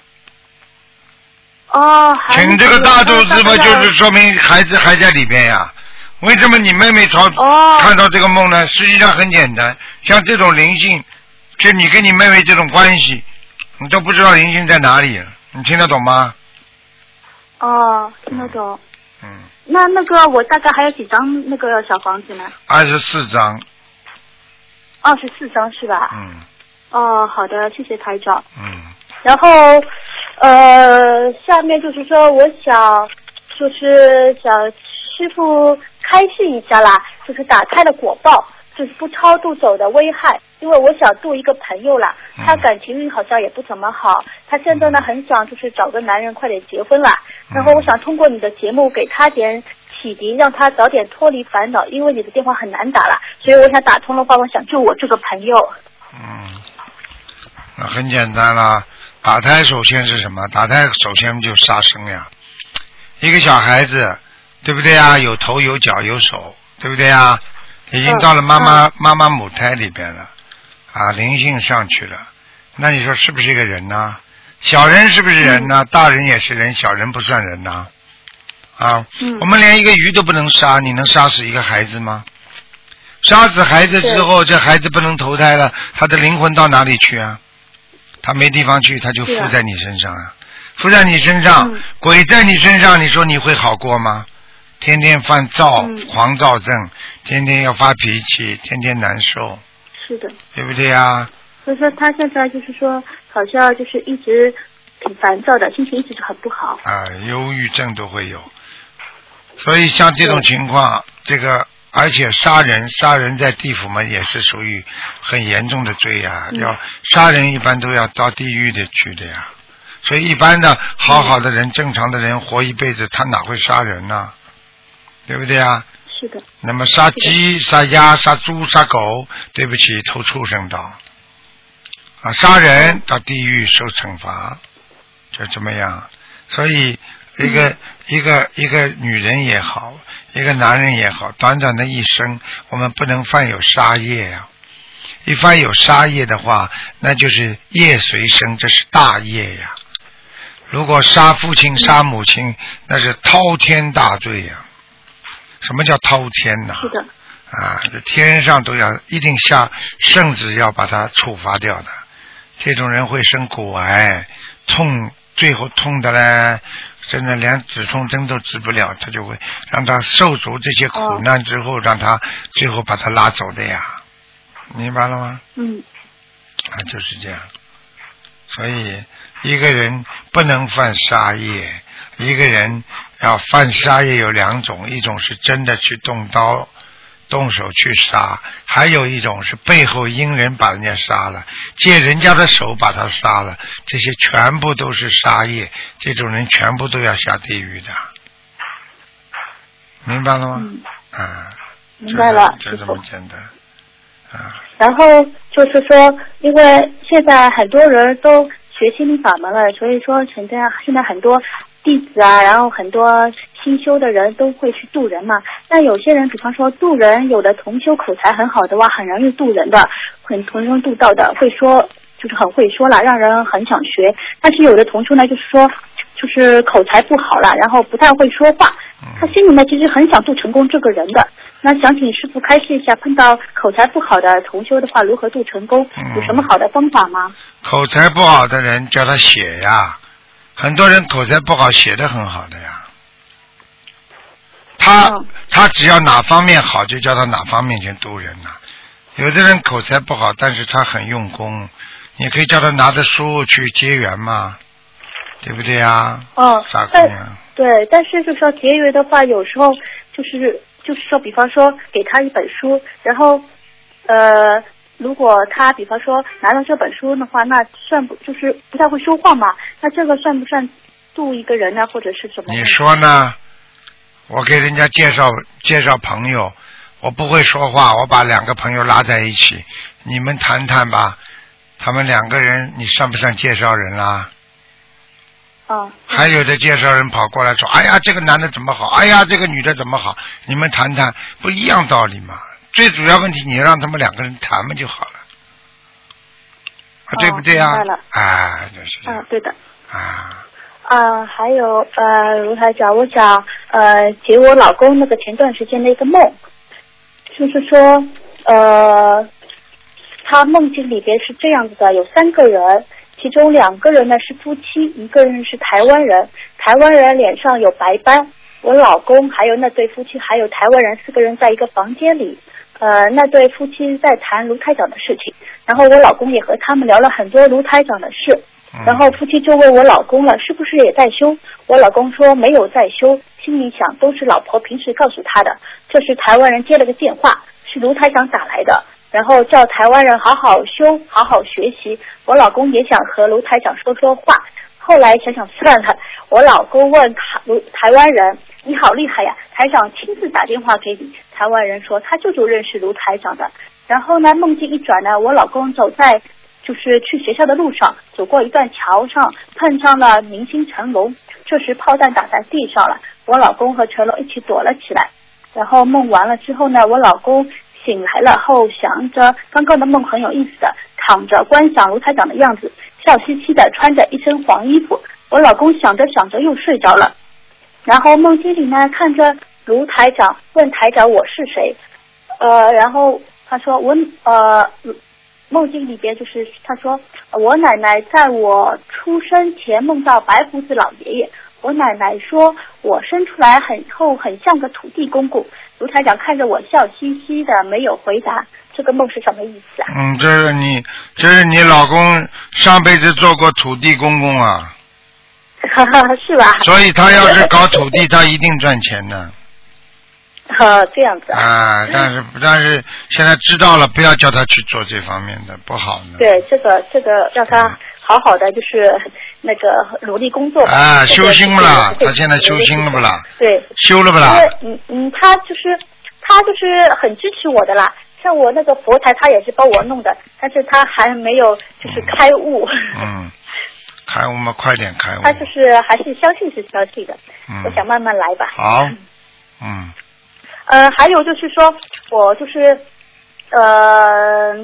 [SPEAKER 9] 哦，还
[SPEAKER 2] 请这个大肚子嘛，就是说明孩子还在里边呀。为什么你妹妹朝、
[SPEAKER 9] 哦
[SPEAKER 2] 看到这个梦呢？实际上很简单，像这种灵性，就你跟你妹妹这种关系，你都不知道灵性在哪里，你听得懂吗？
[SPEAKER 9] 哦，听得懂。
[SPEAKER 2] 嗯，
[SPEAKER 9] 那那个我大概还有几张那个小房子呢？
[SPEAKER 2] 二十四章，
[SPEAKER 9] 二十四张是吧？
[SPEAKER 2] 嗯
[SPEAKER 9] 哦，好的，谢谢台长。
[SPEAKER 2] 嗯，
[SPEAKER 9] 然后，呃，下面就是说，我想就是想师傅开示一下啦，就是打开的果报，就是不超度走的危害。因为我想度一个朋友啦，他感情运好像也不怎么好，他现在呢很想就是找个男人快点结婚啦。然后我想通过你的节目给他点启迪，让他早点脱离烦恼，因为你的电话很难打啦，所以我想打通的话，我想救我这个朋友。
[SPEAKER 2] 嗯，那很简单啦。打胎首先是什么？打胎首先就杀生呀。一个小孩子，对不对呀？有头有脚有手，对不对呀？已经到了妈妈、妈妈母胎里边了，啊，灵性上去了。那你说是不是一个人呢？小人是不是人呢？大人也是人，小人不算人呐。啊，
[SPEAKER 9] 嗯
[SPEAKER 2] 我们连一个鱼都不能杀，你能杀死一个孩子吗？杀死孩子之后，这孩子不能投胎了，他的灵魂到哪里去啊？他没地方去，他就附
[SPEAKER 9] 是啊嗯
[SPEAKER 2] 在你身上啊，附在你身上，鬼在你身上，你说你会好过吗？天天犯躁、
[SPEAKER 9] 嗯
[SPEAKER 2] 狂躁症，天天要发脾气，天天难受，
[SPEAKER 9] 是的，
[SPEAKER 2] 对不对啊？
[SPEAKER 9] 所以说他现在就是说，好像就是一直挺烦躁的，心情一直很不好。
[SPEAKER 2] 啊，忧郁症都会有。所以像这种情况，这个而且杀人，杀人在地府嘛也是属于很严重的罪呀、
[SPEAKER 10] 嗯
[SPEAKER 2] 要杀人一般都要到地狱里去的呀。所以一般的好好的人、正常的人活一辈子，他哪会杀人呢？对不对啊？
[SPEAKER 9] 是的，
[SPEAKER 2] 那么杀鸡、杀鸭、杀猪、杀狗，对不起，投畜生道。啊，杀人到地狱受惩罚，就这么样。所以，一个、
[SPEAKER 9] 嗯
[SPEAKER 2] 一个一个女人也好，一个男人也好，短短的一生，我们不能犯有杀业呀、一犯有杀业的话，那就是业随身，这是大业呀、如果杀父
[SPEAKER 9] 嗯
[SPEAKER 2] 亲、杀母亲，那是滔天大罪呀、什么叫滔天呐、
[SPEAKER 9] 是的，
[SPEAKER 2] 啊，这天上都要一定下圣旨要把他处罚掉的。这种人会生骨癌，痛，最后痛的嘞，真的连止痛针都治不了，他就会让他受足这些苦难之后，让他最后把他拉走的呀，明白了吗？
[SPEAKER 9] 嗯，
[SPEAKER 2] 啊，就是这样。所以，一个人不能犯杀业，一个人要犯杀业有两种，一种是真的去动刀、动手去杀，还有一种是背后阴人把人家杀了，借人家的手把他杀了，这些全部都是杀业，这种人全部都要下地狱的，明白了吗？啊，
[SPEAKER 9] 明白了，
[SPEAKER 2] 就这么简单。
[SPEAKER 9] 然后就是说，因为现在很多人都学心理法门了，所以说现在现在很多弟子啊，然后很多新修的人都会去渡人嘛。但有些人，比方说渡人，有的同修口才很好的话，很容易渡人的，很同声渡道的，会说就是很会说了，让人很想学。但是有的同修呢，就是说。就是口才不好了，然后不太会说话。他心里面其实很想渡成功这个人的。那想请师傅开示一下，碰到口才不好的同修的话，如何渡成功？
[SPEAKER 2] 嗯
[SPEAKER 9] 有什么好的方法吗？
[SPEAKER 2] 口才不好的人叫他写呀，很多人口才不好，写的很好的呀。他、他只要哪方面好，就叫他哪方面去渡人呐、有的人口才不好，但是他很用功，你可以叫他拿着书去结缘嘛，对不对呀？
[SPEAKER 9] 哦
[SPEAKER 2] 傻姑
[SPEAKER 9] 但
[SPEAKER 2] 娘，
[SPEAKER 9] 对，但是就是说节约的话，有时候就是就是说，比方说给他一本书，然后呃，如果他比方说拿到这本书的话，那算不就是不太会说话嘛？那这个算不算渡一个人呢，或者是怎么？
[SPEAKER 2] 你说呢？我给人家介绍介绍朋友，我不会说话，我把两个朋友拉在一起，你们谈谈吧。他们两个人，你算不算介绍人啦、
[SPEAKER 11] 哦
[SPEAKER 9] 啊，
[SPEAKER 2] 还有的介绍人跑过来说：“哎呀，这个男的怎么好？哎呀，这个女的怎么好？”你们谈谈，不一样道理嘛。最主要问题，你让他们两个人谈嘛就好了，啊，对不对啊
[SPEAKER 9] 哦明白了？
[SPEAKER 2] 哎，就是
[SPEAKER 9] 嗯、对的。
[SPEAKER 2] 啊，
[SPEAKER 9] 啊，还有呃，卢台长，我想呃解我老公那个前段时间的一个梦，就是说呃，他梦境里边是这样子的，有三个人，其中两个人呢是夫妻，一个人是台湾人，台湾人脸上有白斑，我老公还有那对夫妻还有台湾人四个人在一个房间里，呃，那对夫妻在谈卢台长的事情，然后我老公也和他们聊了很多卢台长的事。然后夫妻就问我老公了，是不是也在修？我老公说没有在修，心里想都是老婆平时告诉他的。这时台湾人接了个电话，是卢台长打来的，然后叫台湾人好好修，好好学习。我老公也想和卢台长说说话，后来想想算了，我老公问台卢台湾人：“你好厉害呀！”台长亲自打电话给你。台湾人说他舅舅认识卢台长的。然后呢，梦境一转呢，我老公走在就是去学校的路上，走过一段桥上，碰上了明星成龙。这时炮弹打在地上了，我老公和成龙一起躲了起来。然后梦完了之后呢，我老公醒来了后想着刚刚的梦很有意思的，躺着观想卢台长的样子，笑嘻嘻的，穿着一身黄衣服。我老公想着想着又睡着了。然后梦境里呢，看着卢台长问台长我是谁，呃，然后他说我呃梦境里边就是他说，呃我奶奶在我出生前梦到白胡子老爷爷，我奶奶说我生出来很厚，很像个土地公公。卢台长看着我笑嘻嘻的，没有回答。这个梦是什么意思啊？
[SPEAKER 2] 嗯，这是你，这是你老公上辈子做过土地公公啊，
[SPEAKER 9] 是吧？
[SPEAKER 2] 所以他要是搞土地，他一定赚钱的
[SPEAKER 9] 呃，这样子啊。
[SPEAKER 2] 啊。但是但是现在知道了，不要叫他去做这方面的，不好的。
[SPEAKER 9] 对，这个这个让他好好的就是那个努力工作吧。
[SPEAKER 2] 啊，
[SPEAKER 9] 这个
[SPEAKER 2] 修心不啦？
[SPEAKER 9] 对
[SPEAKER 2] 他现在修心了不啦？
[SPEAKER 9] 对，
[SPEAKER 2] 修了不啦？
[SPEAKER 9] 因为嗯嗯，他就是他就是很支持我的啦。像我那个佛台，他也是帮我弄的，但是他还没有就是开悟，
[SPEAKER 2] 嗯，开悟嘛，快点开悟。
[SPEAKER 9] 他就是还是相信是相信的。
[SPEAKER 2] 嗯
[SPEAKER 9] 我想慢慢来吧。
[SPEAKER 2] 好，嗯，
[SPEAKER 9] 呃，还有就是说，我就是，呃，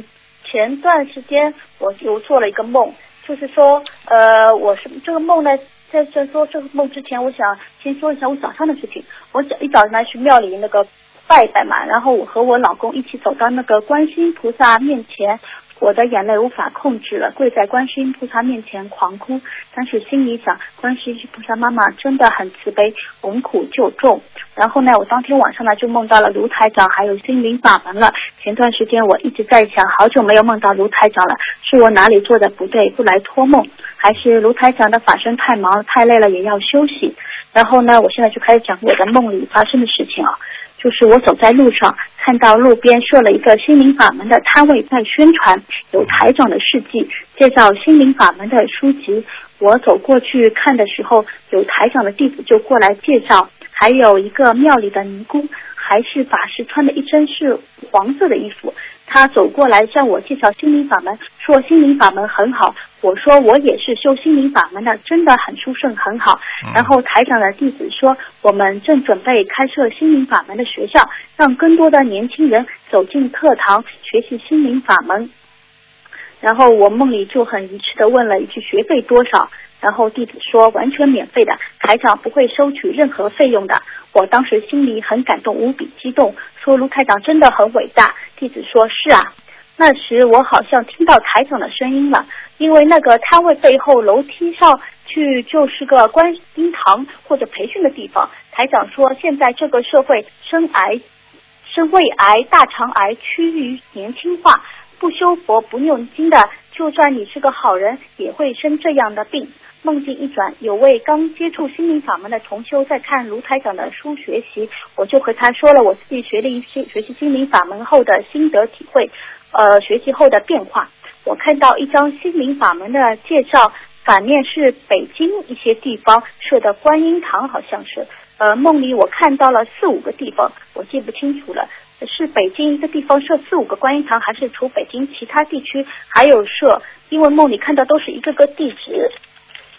[SPEAKER 9] 前段时间我有做了一个梦，就是说，呃，我是这个梦呢，在在说这个梦之前，我想先说一下我早上的事情。我早一早上来去庙里那个拜拜嘛，然后我和我老公一起走到那个观世音菩萨面前，我的眼泪无法控制了，跪在观世音菩萨面前狂哭。但是心里想，观世音菩萨妈妈真的很慈悲，闻苦就重。然后呢，我当天晚上呢就梦到了卢台长，还有心灵法门了。前段时间我一直在想，好久没有梦到卢台长了，是我哪里做的不对，不来托梦，还是卢台长的法身太忙太累了，也要休息。然后呢，我现在就开始讲我的梦里发生的事情啊。就是我走在路上，看到路边设了一个心灵法门的摊位，在宣传有台长的事迹，介绍心灵法门的书籍。我走过去看的时候，有台长的弟子就过来介绍，还有一个庙里的尼姑，还是法师，穿的一身是黄色的衣服。他走过来向我介绍心灵法门，说心灵法门很好。我说我也是修心灵法门的，真的很殊胜，很好。然后台长的弟子说，我们正准备开设心灵法门的学校，让更多的年轻人走进课堂学习心灵法门。然后我梦里就很愚痴的问了一句学费多少，然后弟子说完全免费的，台长不会收取任何费用的。我当时心里很感动，无比激动，说卢台长真的很伟大。弟子说是啊。那时我好像听到台长的声音了，因为那个摊位背后楼梯上去就是个观音堂或者培训的地方。台长说，现在这个社会生癌生胃癌、大肠癌趋于年轻化，不修佛不念经的，就算你是个好人，也会生这样的病。梦境一转，有位刚接触心灵法门的同修在看卢台长的书学习，我就和他说了我自己学了一些学习心灵法门后的心得体会，呃，学习后的变化。我看到一张心灵法门的介绍，反面是北京一些地方设的观音堂，好像是。呃，梦里我看到了四五个地方，我记不清楚了，是北京一个地方设四五个观音堂，还是除北京其他地区还有设？因为梦里看到都是一个个地址，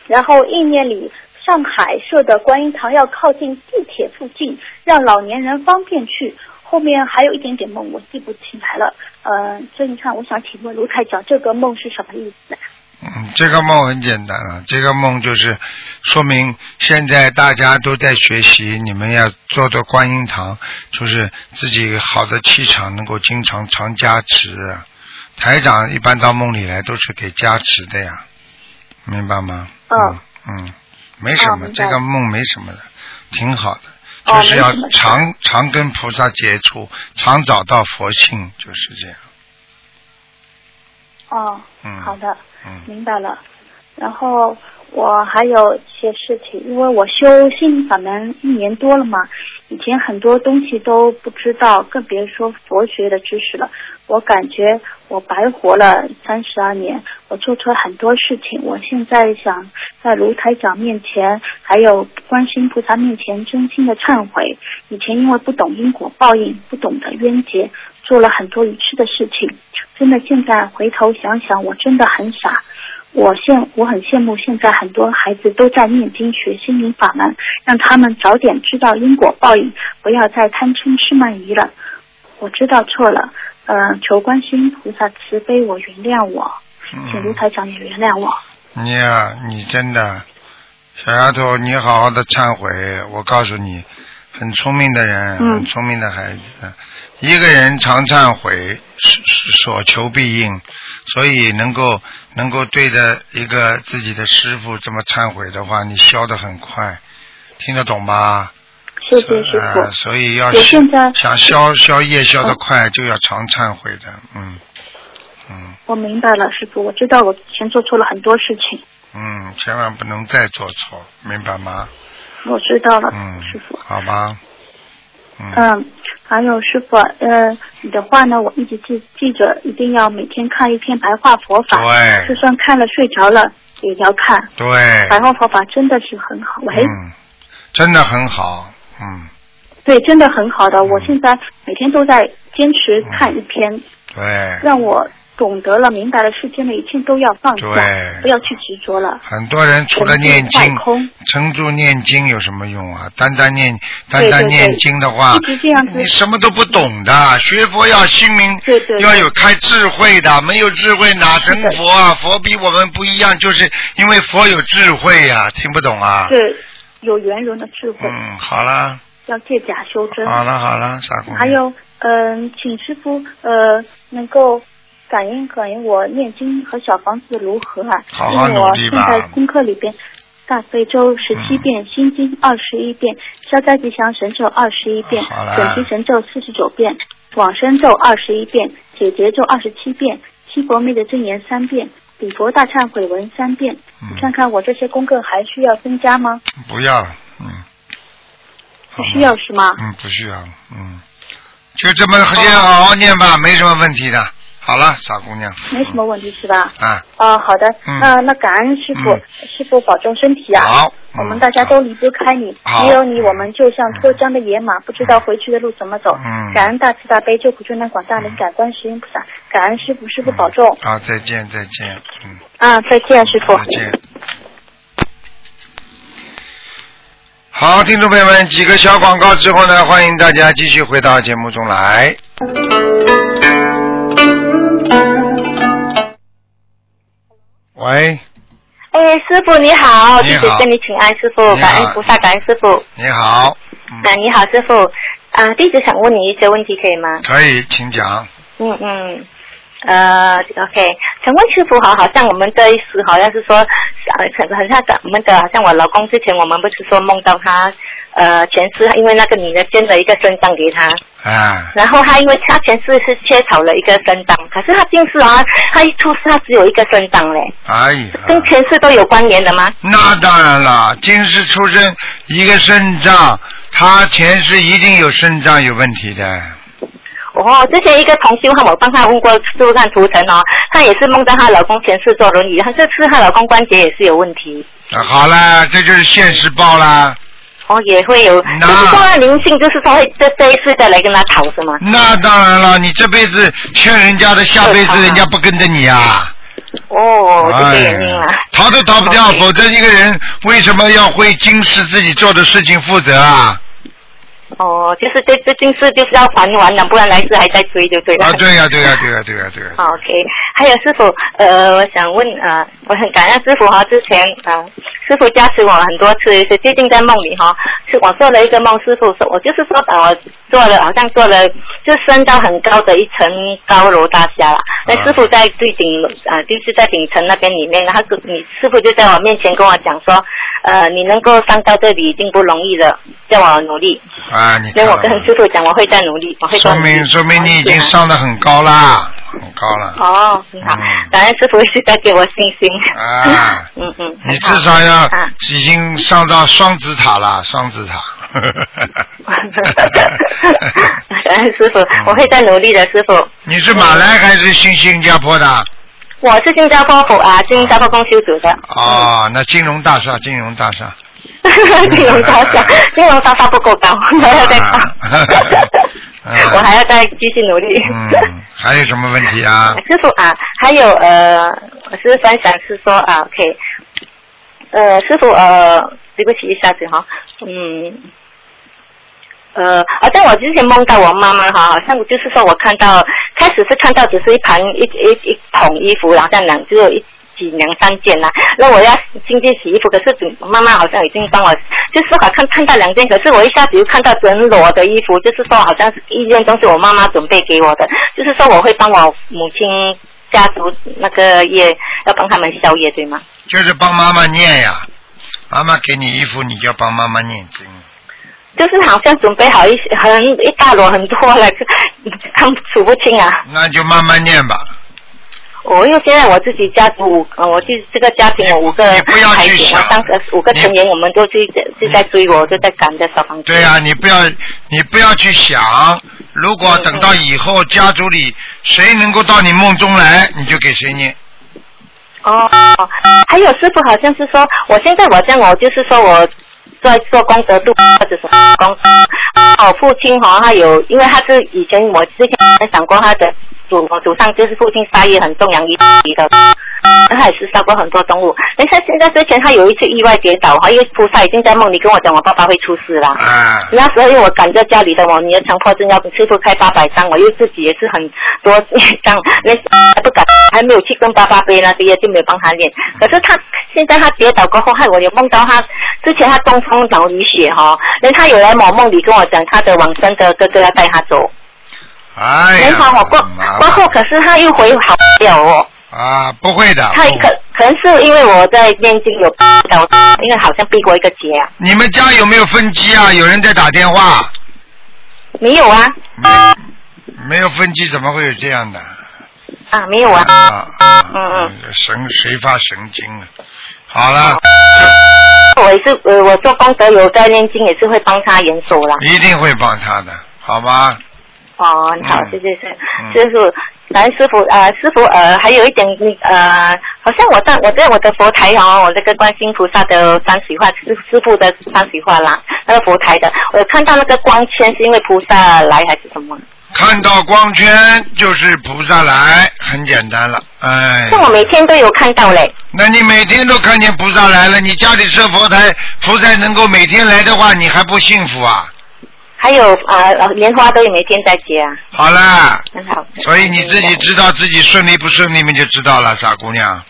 [SPEAKER 9] 然后意念里上海设的观音堂要靠近地铁附近，让老年人方便去。后面还有一点点梦，我记不起来了。呃，所以你看，我想请问卢台长，这个梦是什么意思呢？
[SPEAKER 2] 嗯，这个梦很简单了，这个梦就是说明现在大家都在学习，你们要做做观音堂，就是自己好的气场能够经常常加持。啊台长一般到梦里来都是给加持的呀，明白吗？嗯嗯，没什么，
[SPEAKER 9] 哦明白
[SPEAKER 2] 这个梦没什么的，挺好的，
[SPEAKER 9] 哦
[SPEAKER 2] 就是要
[SPEAKER 9] 没什么
[SPEAKER 2] 常常跟菩萨接触，常找到佛性，就是这样。
[SPEAKER 9] 哦，
[SPEAKER 2] 嗯，
[SPEAKER 9] 好的。
[SPEAKER 2] 嗯。
[SPEAKER 9] 明白了。然后我还有一些事情，因为我修心灵法门一年多了嘛，以前很多东西都不知道，更别说佛学的知识了。我感觉我白活了三十二年，我做错很多事情。我现在想在卢台长面前，还有观世音菩萨面前，真心的忏悔。以前因为不懂因果报应，不懂得冤结，做了很多愚痴的事情。真的，现在回头想想，我真的很傻。我羡我很羡慕现在很多孩子都在念经学心灵法门，让他们早点知道因果报应，不要再贪嗔痴慢疑了。我知道错了，呃，求观世音菩萨慈悲，我原谅我，
[SPEAKER 2] 嗯
[SPEAKER 9] 请卢台长也原谅我。
[SPEAKER 2] 你呀、你真的，小丫头，你好好的忏悔。我告诉你，很聪明的人，
[SPEAKER 9] 嗯
[SPEAKER 2] 很聪明的孩子，一个人常忏悔，所所求必应，所以能够能够对着一个自己的师傅这么忏悔的话，你消得很快，听得懂吗？
[SPEAKER 9] 谢谢师傅。
[SPEAKER 2] 啊，所以要
[SPEAKER 9] 我现在嗯
[SPEAKER 2] 想消消业消得快，就要常忏悔的，嗯
[SPEAKER 9] 我明白了，师傅，我知道我之前做错了很多事情，
[SPEAKER 2] 嗯，千万不能再做错，明白吗？
[SPEAKER 9] 我知道了，
[SPEAKER 2] 嗯
[SPEAKER 9] 师傅。
[SPEAKER 2] 好吧，
[SPEAKER 9] 嗯，还有师傅，呃，你的话呢，我一直记记着，一定要每天看一篇白话佛法，
[SPEAKER 2] 对
[SPEAKER 9] 就算看了睡着了也要看。
[SPEAKER 2] 对，
[SPEAKER 9] 白话佛法真的是很好，喂，
[SPEAKER 2] 嗯，真的很好，嗯，
[SPEAKER 9] 对，真的很好的。我现在每天都在坚持看一篇，
[SPEAKER 2] 嗯对，
[SPEAKER 9] 让我懂得了、明白了世间的一切都要放
[SPEAKER 2] 对
[SPEAKER 9] 下，不要去执着了。
[SPEAKER 2] 很多人除了念
[SPEAKER 9] 人
[SPEAKER 2] 经
[SPEAKER 9] 心坏空，
[SPEAKER 2] 撑住念经有什么用啊？单单念
[SPEAKER 9] 对
[SPEAKER 2] 单
[SPEAKER 9] 对
[SPEAKER 2] 单
[SPEAKER 9] 对
[SPEAKER 2] 念经的话
[SPEAKER 9] 一，直这样子
[SPEAKER 2] 你什么都不懂的。学佛要心明，
[SPEAKER 9] 对对对
[SPEAKER 2] 要有开智慧的，没有智慧哪成佛啊？佛比我们不一样，就是因为佛有智慧呀、听不懂啊？
[SPEAKER 9] 是有圆融的智慧，
[SPEAKER 2] 嗯，好啦，
[SPEAKER 9] 要借假修真。
[SPEAKER 2] 好啦，好啦，傻姑娘。
[SPEAKER 9] 嗯还有，嗯、请师傅呃能够感应感应我念经和小房子如何啊？
[SPEAKER 2] 好好
[SPEAKER 9] 因为我
[SPEAKER 2] 努力
[SPEAKER 9] 现
[SPEAKER 2] 吧嗯
[SPEAKER 9] 在功课里边，大悲咒十七遍，心经二十一遍，消灾吉祥神咒二十一遍
[SPEAKER 2] 好了，
[SPEAKER 9] 准提神咒四十九遍，往生咒二十一遍，解结咒二十七遍，七佛灭的真言三遍。礼佛大忏悔文三遍，
[SPEAKER 2] 嗯
[SPEAKER 9] 你看看我这些功课还需要增加吗？
[SPEAKER 2] 不要了，嗯，
[SPEAKER 9] 不需要是吗？
[SPEAKER 2] 嗯，不需要了，嗯，就这么先好好念吧，没什么问题的。好了，傻姑娘。
[SPEAKER 9] 没什么问题是吧？
[SPEAKER 2] 啊，
[SPEAKER 9] 啊，好的，
[SPEAKER 2] 嗯
[SPEAKER 9] 那那感恩师傅，
[SPEAKER 2] 嗯
[SPEAKER 9] 师傅保重身体啊！
[SPEAKER 2] 好
[SPEAKER 9] 我
[SPEAKER 2] 嗯
[SPEAKER 9] 们大家都离不开你，
[SPEAKER 2] 好
[SPEAKER 9] 没有你，我们就像脱缰的野马，不知道回去的路怎么走。
[SPEAKER 2] 嗯
[SPEAKER 9] 感恩大慈大悲救苦救难广大灵感观世音菩萨，感恩师傅，师
[SPEAKER 2] 嗯
[SPEAKER 9] 傅保重。
[SPEAKER 2] 好，再见，再见，嗯，
[SPEAKER 9] 啊，再见，师傅。
[SPEAKER 2] 再见。好，听众朋友们，几个小广告之后呢，欢迎大家继续回到节目中来。喂，
[SPEAKER 10] 哎，师傅你好，
[SPEAKER 2] 你
[SPEAKER 10] 弟
[SPEAKER 2] 好
[SPEAKER 10] 子跟你请安，师傅
[SPEAKER 2] 你好，嗯
[SPEAKER 10] 感恩菩萨，感恩师傅。
[SPEAKER 2] 你好，
[SPEAKER 10] 啊，你好，师傅。啊，弟子想问你一些问题，可以吗？
[SPEAKER 2] 可以，请讲。
[SPEAKER 10] 嗯嗯。呃，OK，请问师傅好，好像我们这一次好像是说，呃，很很像我们的，好像我老公之前我们不是说梦到他，呃，前世因为那个女的捐了一个肾脏给他，
[SPEAKER 2] 哎，
[SPEAKER 10] 然后他因为他前世是切少了一个肾脏，可是他近视啊，他一出世他只有一个肾脏嘞，
[SPEAKER 2] 哎呀，
[SPEAKER 10] 跟前世都有关联的吗？
[SPEAKER 2] 那当然了，今世出生一个肾脏，他前世一定有肾脏有问题的。啊
[SPEAKER 10] 哦，之前一个同修哈，我帮她问过就看图腾哦，她也是梦到她老公前世坐轮椅，她这次她老公关节也是有问题，
[SPEAKER 2] 啊，好啦，这就是现实报啦。
[SPEAKER 10] 哦也会有，
[SPEAKER 2] 那
[SPEAKER 10] 就是说她灵性就是说会这这一次再来跟她讨是吗？
[SPEAKER 2] 那当然了，你这辈子欠人家的，下辈 子人家不跟着你啊。
[SPEAKER 10] 哦，这个
[SPEAKER 2] 哎
[SPEAKER 10] 原因啦。
[SPEAKER 2] 逃都逃不掉，
[SPEAKER 10] OK
[SPEAKER 2] 否则一个人为什么要为今世自己做的事情负责啊？
[SPEAKER 10] 哦，就是这这今世就是要还完了，不然来世还在追就对了。
[SPEAKER 2] 啊，对呀、对呀、对呀、对呀、对呀、
[SPEAKER 10] 好 OK，还有师傅，呃，我想问啊、呃我很感恩师傅哈、之前啊、呃师傅加持我很多次，是最近在梦里哈、是我做了一个梦，师傅说我就是说把呃我做了，好像做了，就升到很高的一层高楼大厦了。那
[SPEAKER 2] 啊
[SPEAKER 10] 师傅在最顶啊、呃就是在顶层那边里面，然后你师傅就在我面前跟我讲说，呃，你能够上到这里已经不容易了，叫我努力。
[SPEAKER 2] 啊，你
[SPEAKER 10] 所
[SPEAKER 2] 看
[SPEAKER 10] 以我
[SPEAKER 2] 了
[SPEAKER 10] 跟
[SPEAKER 2] 吗
[SPEAKER 10] 师傅讲，我会再努力，我会再
[SPEAKER 2] 说
[SPEAKER 10] 努力。
[SPEAKER 2] 明说明你已经
[SPEAKER 10] 啊
[SPEAKER 2] 上的很高啦，很高了。
[SPEAKER 10] 哦，很好
[SPEAKER 2] 嗯，
[SPEAKER 10] 感恩师傅一直在给我信心。
[SPEAKER 2] 啊
[SPEAKER 10] 嗯嗯，
[SPEAKER 2] 你至
[SPEAKER 10] 很好
[SPEAKER 2] 少要
[SPEAKER 10] 啊
[SPEAKER 2] 已经上到双子塔了，双子塔。
[SPEAKER 10] 感恩师傅，
[SPEAKER 2] 嗯
[SPEAKER 10] 我会再努力的，师傅。
[SPEAKER 2] 你是马来还是新新加坡
[SPEAKER 10] 嗯
[SPEAKER 2] 的？
[SPEAKER 10] 我是新加坡佛啊，新加坡公修组的。
[SPEAKER 2] 哦，那金融大厦，金融大厦。
[SPEAKER 10] 金融高 下，金融高下不够高，还要再高
[SPEAKER 2] 啊。嗯
[SPEAKER 10] 我还要再继续努力。
[SPEAKER 2] 嗯，还有什么问题啊？
[SPEAKER 10] 师傅啊，还有呃，我是分享是说啊，OK，呃，师傅呃，对不起，一下子哈，嗯。呃，好像我之前梦到我妈妈哈，好像就是说我看到，开始是看到只是一盘一一一桶衣服，然后像两只有一几两三件啦、那我要进去洗衣服，可是我妈妈好像已经帮我，就是好像看到两件，可是我一下子又看到整裸的衣服，就是说好像是一件都是我妈妈准备给我的，就是说我会帮我母亲家族那个业，要帮他们消业，对吗？
[SPEAKER 2] 就是帮妈妈念呀，妈妈给你衣服，你就要帮妈妈念经。
[SPEAKER 10] 就是好像准备好一些很一大摞很多了，就他们数不清啊。
[SPEAKER 2] 那就慢慢念吧，
[SPEAKER 10] 我因为现在我自己家族五，呃我就这个家庭我五个孩子，我当时五个成员，我们都就就在追我，就在赶着小房子。
[SPEAKER 2] 对呀、你不要你不要去想，如果等到以后家族里谁能够到你梦中来，你就给谁念。
[SPEAKER 10] 哦，还有师傅好像是说，我现在我像我就是说我在做功德度或者什么功德，我父亲哈、他有，因为他是以前我之前讲过他的祖祖上就是父亲杀业很重阳一级的，他也是杀过很多动物。但是现在之前他有一次意外跌倒，哈，因为菩萨已经在梦里跟我讲我爸爸会出事啦。
[SPEAKER 2] 啊
[SPEAKER 10] 那时候因为我赶着家里的我女儿强迫症要师傅开八百张，我又自己也是很多张，那时候还不 敢，还没有去跟爸爸背那些，就没有帮他练。可是他现在他跌倒过后，害我有梦到他之前他东风脑淤血哈、那他有来我梦里跟我讲他的往生的哥哥要带他走，
[SPEAKER 2] 哎
[SPEAKER 10] 没
[SPEAKER 2] 呀，
[SPEAKER 10] 好我过
[SPEAKER 2] 麻
[SPEAKER 10] 过
[SPEAKER 2] 烦
[SPEAKER 10] 后，可是他又回好了哦。
[SPEAKER 2] 啊，不会的。
[SPEAKER 10] 他可可能是因为我在念经有导，因为好像避过一个劫啊，
[SPEAKER 2] 你们家有没有分机啊？有人在打电话？
[SPEAKER 10] 没有啊
[SPEAKER 2] 没有分机怎么会有这样的？
[SPEAKER 10] 啊没有啊，
[SPEAKER 2] 啊，
[SPEAKER 10] 嗯嗯。
[SPEAKER 2] 神谁发神经啊？好了，
[SPEAKER 10] 我也是，呃，我做功德有在念经，也是会帮他援手啦。
[SPEAKER 2] 一定会帮他的，好吗？
[SPEAKER 10] 哦，好，
[SPEAKER 2] 嗯
[SPEAKER 10] 谢谢谢，师傅，来师傅，呃，师傅，呃，还有一点，呃，好像我在我在我的佛台哦，我这个观世音菩萨的山水画，师师傅的山水画啦，那个佛台的，我有看到那个光圈是因为菩萨来还是什么？
[SPEAKER 2] 看到光圈就是菩萨来，很简单了。哎，
[SPEAKER 10] 但我每天都有看到嘞。
[SPEAKER 2] 那你每天都看见菩萨来了，你家里设佛台，菩萨能够每天来的话，你还不幸福啊？
[SPEAKER 10] 还有啊、呃，莲花都有每天在结啊，
[SPEAKER 2] 好啦，
[SPEAKER 10] 很好。
[SPEAKER 2] 所以你自己知道自己顺利不顺利，你就知道了，傻姑娘。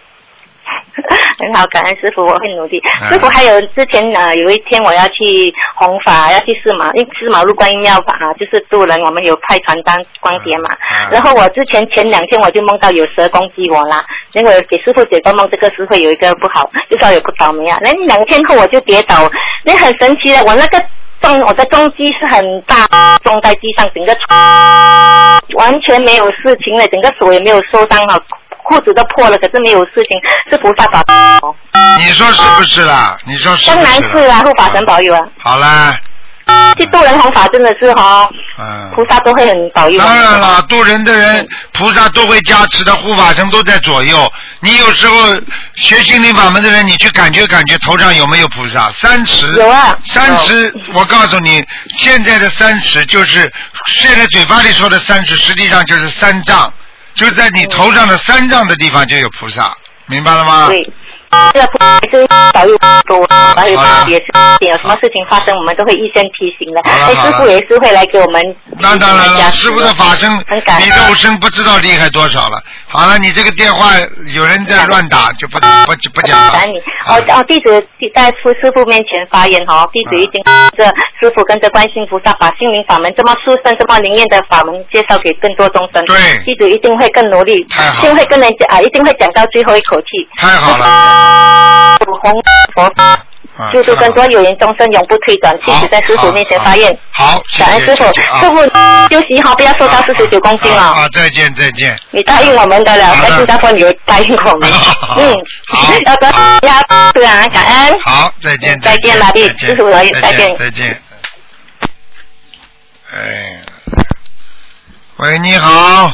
[SPEAKER 10] 很好，感恩师傅，我会努力。
[SPEAKER 2] 嗯
[SPEAKER 10] 师傅，还有之前呃，有一天我要去弘法，要去四马，因为四马路观音庙啊，就是渡人，我们有派传单光碟嘛。然后我之前前两天我就梦到有蛇攻击我啦，结果给师傅解过梦，这个是会有一个不好，就说有个倒霉啊。那两天后我就跌倒，那很神奇的，我那个重，我的重击是很大，重在地上，整个完全没有事情了，整个手也没有受伤啊。裤子都破了，可是没有事情，是菩萨保佑。
[SPEAKER 2] 你说是不是啦？你说是
[SPEAKER 10] 当
[SPEAKER 2] 不
[SPEAKER 10] 然
[SPEAKER 2] 是
[SPEAKER 10] 是
[SPEAKER 2] 啦？
[SPEAKER 10] 啊，护法神保佑啊！
[SPEAKER 2] 好啦，啊
[SPEAKER 10] 去渡人弘法真的是哈、哦，
[SPEAKER 2] 嗯。
[SPEAKER 10] 菩萨都会很保佑。啊
[SPEAKER 2] 当然了，渡人的人，菩萨都会加持的，护法神都在左右。你有时候学心灵法门的人，你去感觉感觉头上有没有菩萨？三尺
[SPEAKER 10] 有啊
[SPEAKER 2] 三尺，我告诉你，现在的三尺就是现在嘴巴里说的三尺，实际上就是三丈，就在你头上的三丈的地方就有菩萨，明白了吗？
[SPEAKER 10] 对，这个菩萨就是保佑多，还有特别是有什么事情发生，我们都会预先提醒的。
[SPEAKER 2] 了
[SPEAKER 10] 哎，
[SPEAKER 2] 好
[SPEAKER 10] 师
[SPEAKER 2] 了
[SPEAKER 10] 傅也是会来给我们
[SPEAKER 2] 那当然
[SPEAKER 10] 加
[SPEAKER 2] 了，
[SPEAKER 10] 持
[SPEAKER 2] 啊师傅的法身
[SPEAKER 10] 很感
[SPEAKER 2] 比
[SPEAKER 10] 恩
[SPEAKER 2] 肉身不知道厉害多少了。好了，你这个电话有人在乱
[SPEAKER 10] 嗯
[SPEAKER 2] 打，就不不不不啊讲了
[SPEAKER 10] 感。恩你。哦哦，弟子在师师傅面前发言哦，弟子已经跟着师傅跟着观世音菩萨把心灵法门这么殊胜、这么灵验的法门介绍给更多众生。
[SPEAKER 2] 对
[SPEAKER 10] 弟子一定会更努力，
[SPEAKER 2] 太好
[SPEAKER 10] 一定会跟人家啊，一定会讲到最后一口气。
[SPEAKER 2] 太好了，
[SPEAKER 10] 主弘佛法，
[SPEAKER 2] 啊
[SPEAKER 10] 救度
[SPEAKER 2] 太好
[SPEAKER 10] 更多有缘众生，永不退转。弟
[SPEAKER 2] 好
[SPEAKER 10] 子在师傅面前发言。
[SPEAKER 2] 好，谢
[SPEAKER 10] 感恩
[SPEAKER 2] 谢
[SPEAKER 10] 师傅，
[SPEAKER 2] 谢谢啊
[SPEAKER 10] 师傅休息哈，不要瘦到四十九公斤
[SPEAKER 2] 啊
[SPEAKER 10] 哦。
[SPEAKER 2] 啊，再见再见，
[SPEAKER 10] 你答应我们的了，在新加坡你有答应我们，嗯，要多要对啊，感
[SPEAKER 6] 哎
[SPEAKER 10] 恩。
[SPEAKER 2] 好，再见
[SPEAKER 10] 嗯再见老弟
[SPEAKER 2] 再见
[SPEAKER 10] 师傅老弟
[SPEAKER 2] 再
[SPEAKER 10] 再
[SPEAKER 2] 见
[SPEAKER 10] 见
[SPEAKER 2] 再见。哎，喂，你好，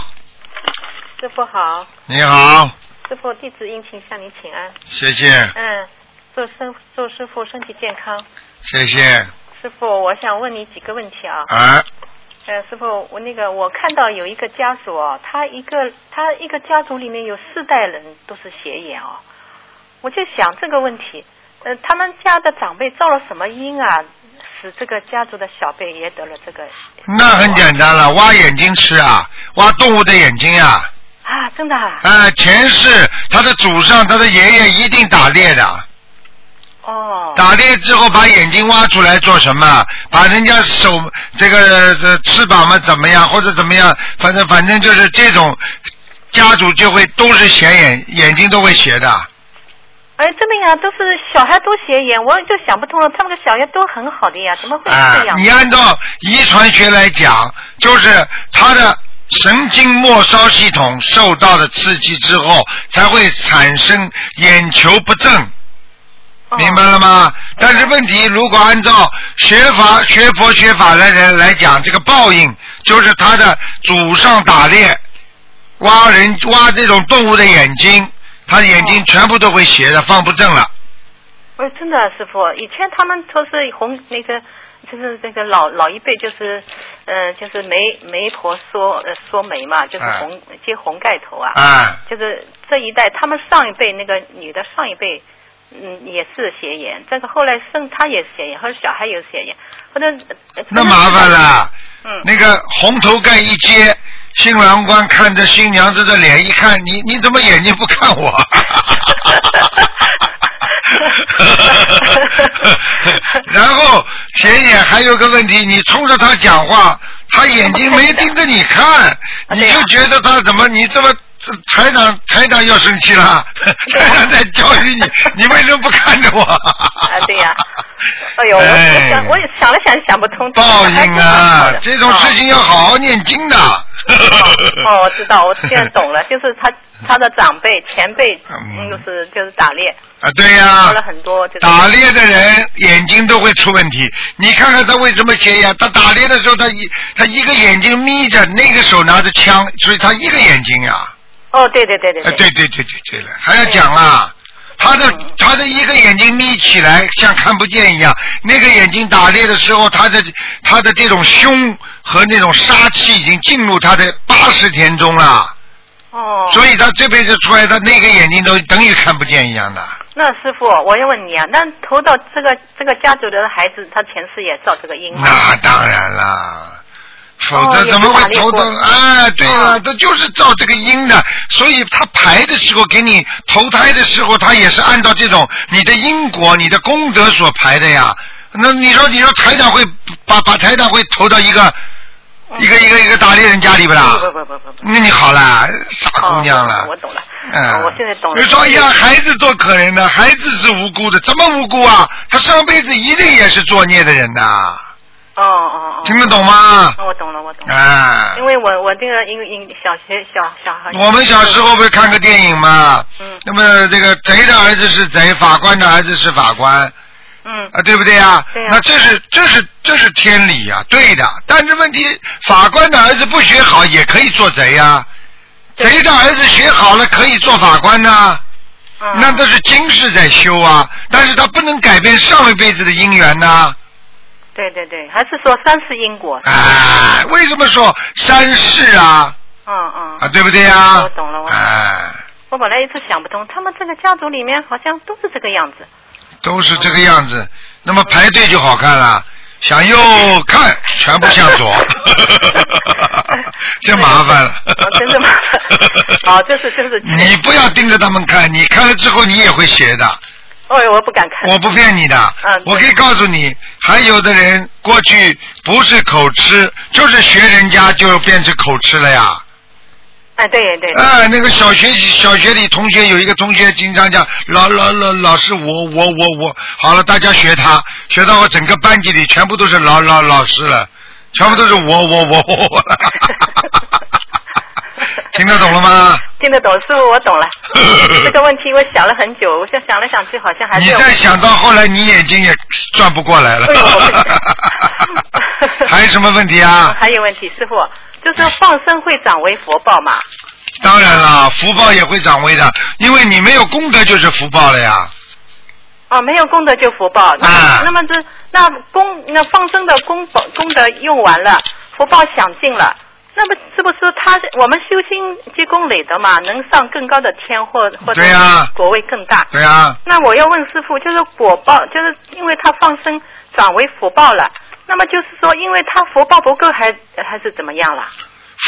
[SPEAKER 11] 师傅好，
[SPEAKER 2] 你好，
[SPEAKER 11] 师傅弟子殷勤向您请安。
[SPEAKER 2] 谢谢
[SPEAKER 11] 嗯，祝师祝师傅身体健康。
[SPEAKER 2] 谢谢，
[SPEAKER 11] 师傅，我想问你几个问题啊。
[SPEAKER 2] 啊，
[SPEAKER 11] 呃，师傅，我那个我看到有一个家属哦，他一个他一个家族里面有四代人都是邪眼哦，我就想这个问题，呃，他们家的长辈造了什么因啊，使这个家族的小辈也得了这个
[SPEAKER 2] 那很简单了，挖眼睛吃啊，挖动物的眼睛呀、啊。
[SPEAKER 11] 啊？真的啊？
[SPEAKER 2] 啊，前世他的祖上，他的爷爷一定打猎的。哦。打猎之后把眼睛挖出来做什么？把人家手这个、呃、翅膀嘛怎么样，或者怎么样？反正反正就是这种家族就会都是斜眼，眼睛都会斜的。
[SPEAKER 11] 哎，真的呀，都是小孩都斜眼，我就想不通了，他们的小孩都很好的呀，怎么会
[SPEAKER 2] 啊
[SPEAKER 11] 这样？，
[SPEAKER 2] 你按照遗传学来讲，就是他的神经末梢系统受到的刺激之后，才会产生眼球不正。
[SPEAKER 11] 哦
[SPEAKER 2] 明白了吗？但是问题，如果按照学法、学佛、学法的人来讲，这个报应就是他的祖上打猎，挖人挖这种动物的眼睛，他的眼睛
[SPEAKER 11] 哦
[SPEAKER 2] 全部都会斜的，放不正了。
[SPEAKER 11] 哎，真的，师傅，以前他们都是红那个，就是那个老老一辈，就是，呃，就是媒媒婆说呃说媒嘛，就是
[SPEAKER 2] 哎
[SPEAKER 11] 红、接红盖头啊，
[SPEAKER 2] 哎
[SPEAKER 11] 就是这一代，他们上一辈那个女的上一辈，嗯，也是斜眼，这个后来生她也是斜眼，后来小孩也是斜眼，后来呃
[SPEAKER 2] 那麻烦了。
[SPEAKER 11] 嗯
[SPEAKER 2] 那个红头盖一揭，新郎官看着新娘子的脸一看，你你怎么眼睛不看我？然后斜眼还有个问题，你冲着他讲话，他眼睛没盯着你看，你就觉得他怎么你这么。台长，台长要生气了，台长在教育你，你为什么不看着我？
[SPEAKER 11] 啊，对呀、哎呦，我我想我也想了想想不通，
[SPEAKER 2] 报
[SPEAKER 11] 还
[SPEAKER 2] 应
[SPEAKER 11] 真的很好
[SPEAKER 2] 啊
[SPEAKER 11] 的！
[SPEAKER 2] 这种事情要好 好念经的。
[SPEAKER 11] 哦，我知道，我现在懂了，就 是他他的长辈前辈，嗯，就是就是打猎
[SPEAKER 2] 啊，对呀、
[SPEAKER 11] 说了很多，就是
[SPEAKER 2] 打猎的人眼睛都会出问题。你看看他为什么斜眼？他打猎的时候，他一他一个眼睛眯着，那个手拿着枪，所以他一个眼睛呀、
[SPEAKER 11] 哦，对对对对
[SPEAKER 2] 哎，对对对对对了，还要讲啦。他的他的一个眼睛眯起来，像看不见一样。那个眼睛打猎的时候，他的他的这种凶和那种杀气已经进入他的八十田中了。
[SPEAKER 11] 哦，
[SPEAKER 2] 所以他这辈子出来，他那个眼睛都等于看不见一样的。
[SPEAKER 11] 那师傅，我要问你啊，那投到这个这个家族的孩子，他前世也造这个因吗？
[SPEAKER 2] 那当然啦，否
[SPEAKER 11] 哦
[SPEAKER 2] 则怎么会
[SPEAKER 11] 也是打猎
[SPEAKER 2] 投
[SPEAKER 11] 过哦
[SPEAKER 2] 到？哎，对了，他就是照这个因的，所以他排的时候给你投胎的时候，他也是按照这种你的因果、你的功德所排的呀。那你说，你说台长会把把台长会投到一个
[SPEAKER 11] 嗯
[SPEAKER 2] 一个一个一个打猎人家里不啦？
[SPEAKER 11] 不不不不不，
[SPEAKER 2] 那你好啦，傻姑娘
[SPEAKER 11] 嗯哦
[SPEAKER 2] 了。
[SPEAKER 11] 我懂了，哦
[SPEAKER 2] 嗯，
[SPEAKER 11] 我现在懂了。
[SPEAKER 2] 你说呀，孩子多可怜的，孩子是无辜的，怎么无辜啊？他上辈子一定也是作孽的人呐、
[SPEAKER 11] 哦哦哦，
[SPEAKER 2] 听得懂吗
[SPEAKER 11] 哦我懂了，我懂了。
[SPEAKER 2] 啊，
[SPEAKER 11] 因为我我这个因为因小学小小孩，
[SPEAKER 2] 我们小时候不是看个电影嘛？
[SPEAKER 11] 嗯。
[SPEAKER 2] 那么这个贼的儿子是贼，法官的儿子是法官。
[SPEAKER 11] 嗯。
[SPEAKER 2] 啊，对不对呀？
[SPEAKER 11] 对呀
[SPEAKER 2] 那这是这是这是天理呀、对的。但是问题，法官的儿子不学好也可以做贼呀、贼的儿子学好了可以做法官呐、
[SPEAKER 11] 嗯
[SPEAKER 2] 那都是今世在修啊，但是他不能改变上一辈子的因缘啊呐、
[SPEAKER 11] 对对对，还是说三世因果。
[SPEAKER 2] 哎，为什么说三世啊？
[SPEAKER 11] 嗯嗯。
[SPEAKER 2] 啊，对不对呀？
[SPEAKER 11] 我懂了，我懂了。
[SPEAKER 2] 哎，
[SPEAKER 11] 我本来一直想不通，他们这个家族里面好像都是这个样 子。
[SPEAKER 2] 都是这个样子。那么排队就好看了，向右看全部向左， 嗯这麻烦了。
[SPEAKER 11] 真 的吗？哦，就是就是。
[SPEAKER 2] 你不要盯着他们看，你看了之后你也会学的。
[SPEAKER 11] 哎，我不敢看。
[SPEAKER 2] 我不骗你的，
[SPEAKER 11] 嗯
[SPEAKER 2] 我可以告诉你，还有的人过去不是口吃，就是学人家就变成口吃了呀。
[SPEAKER 8] 啊
[SPEAKER 11] 哎，对对。对
[SPEAKER 2] 哎，那个小学小学里同学有一个同学经常讲，老老老老师我我我我，好了，大家学他，学到我整个班级里全部都是老老老师了，全部都是我我我我我 了，听得懂了吗？
[SPEAKER 11] 听得懂，师傅，我 懂了。这个问题我想了很久，我就想来想去，好像还
[SPEAKER 2] 你
[SPEAKER 11] 是有哎
[SPEAKER 2] 再想到后来，你眼睛也转不过来了， 还有什么问题啊？
[SPEAKER 11] 还有问题，师傅，就是放生会长为佛报嘛？
[SPEAKER 2] 当然了，福报也会长微的，因为你没有功德就是福报了呀。
[SPEAKER 11] 哦，没有功德就福报。那、
[SPEAKER 2] 啊
[SPEAKER 11] 那么这那功那放生的功德功德用完了，福报享尽了。那么是不是他我们修心积功累德嘛，能上更高的天或或者
[SPEAKER 2] 对呀
[SPEAKER 11] 果位更大？
[SPEAKER 2] 对啊，
[SPEAKER 11] 那我要问师傅，就是果报，就是因为他放生转为福报了，那么就是说，因为他福报不够还，还是怎么样啦？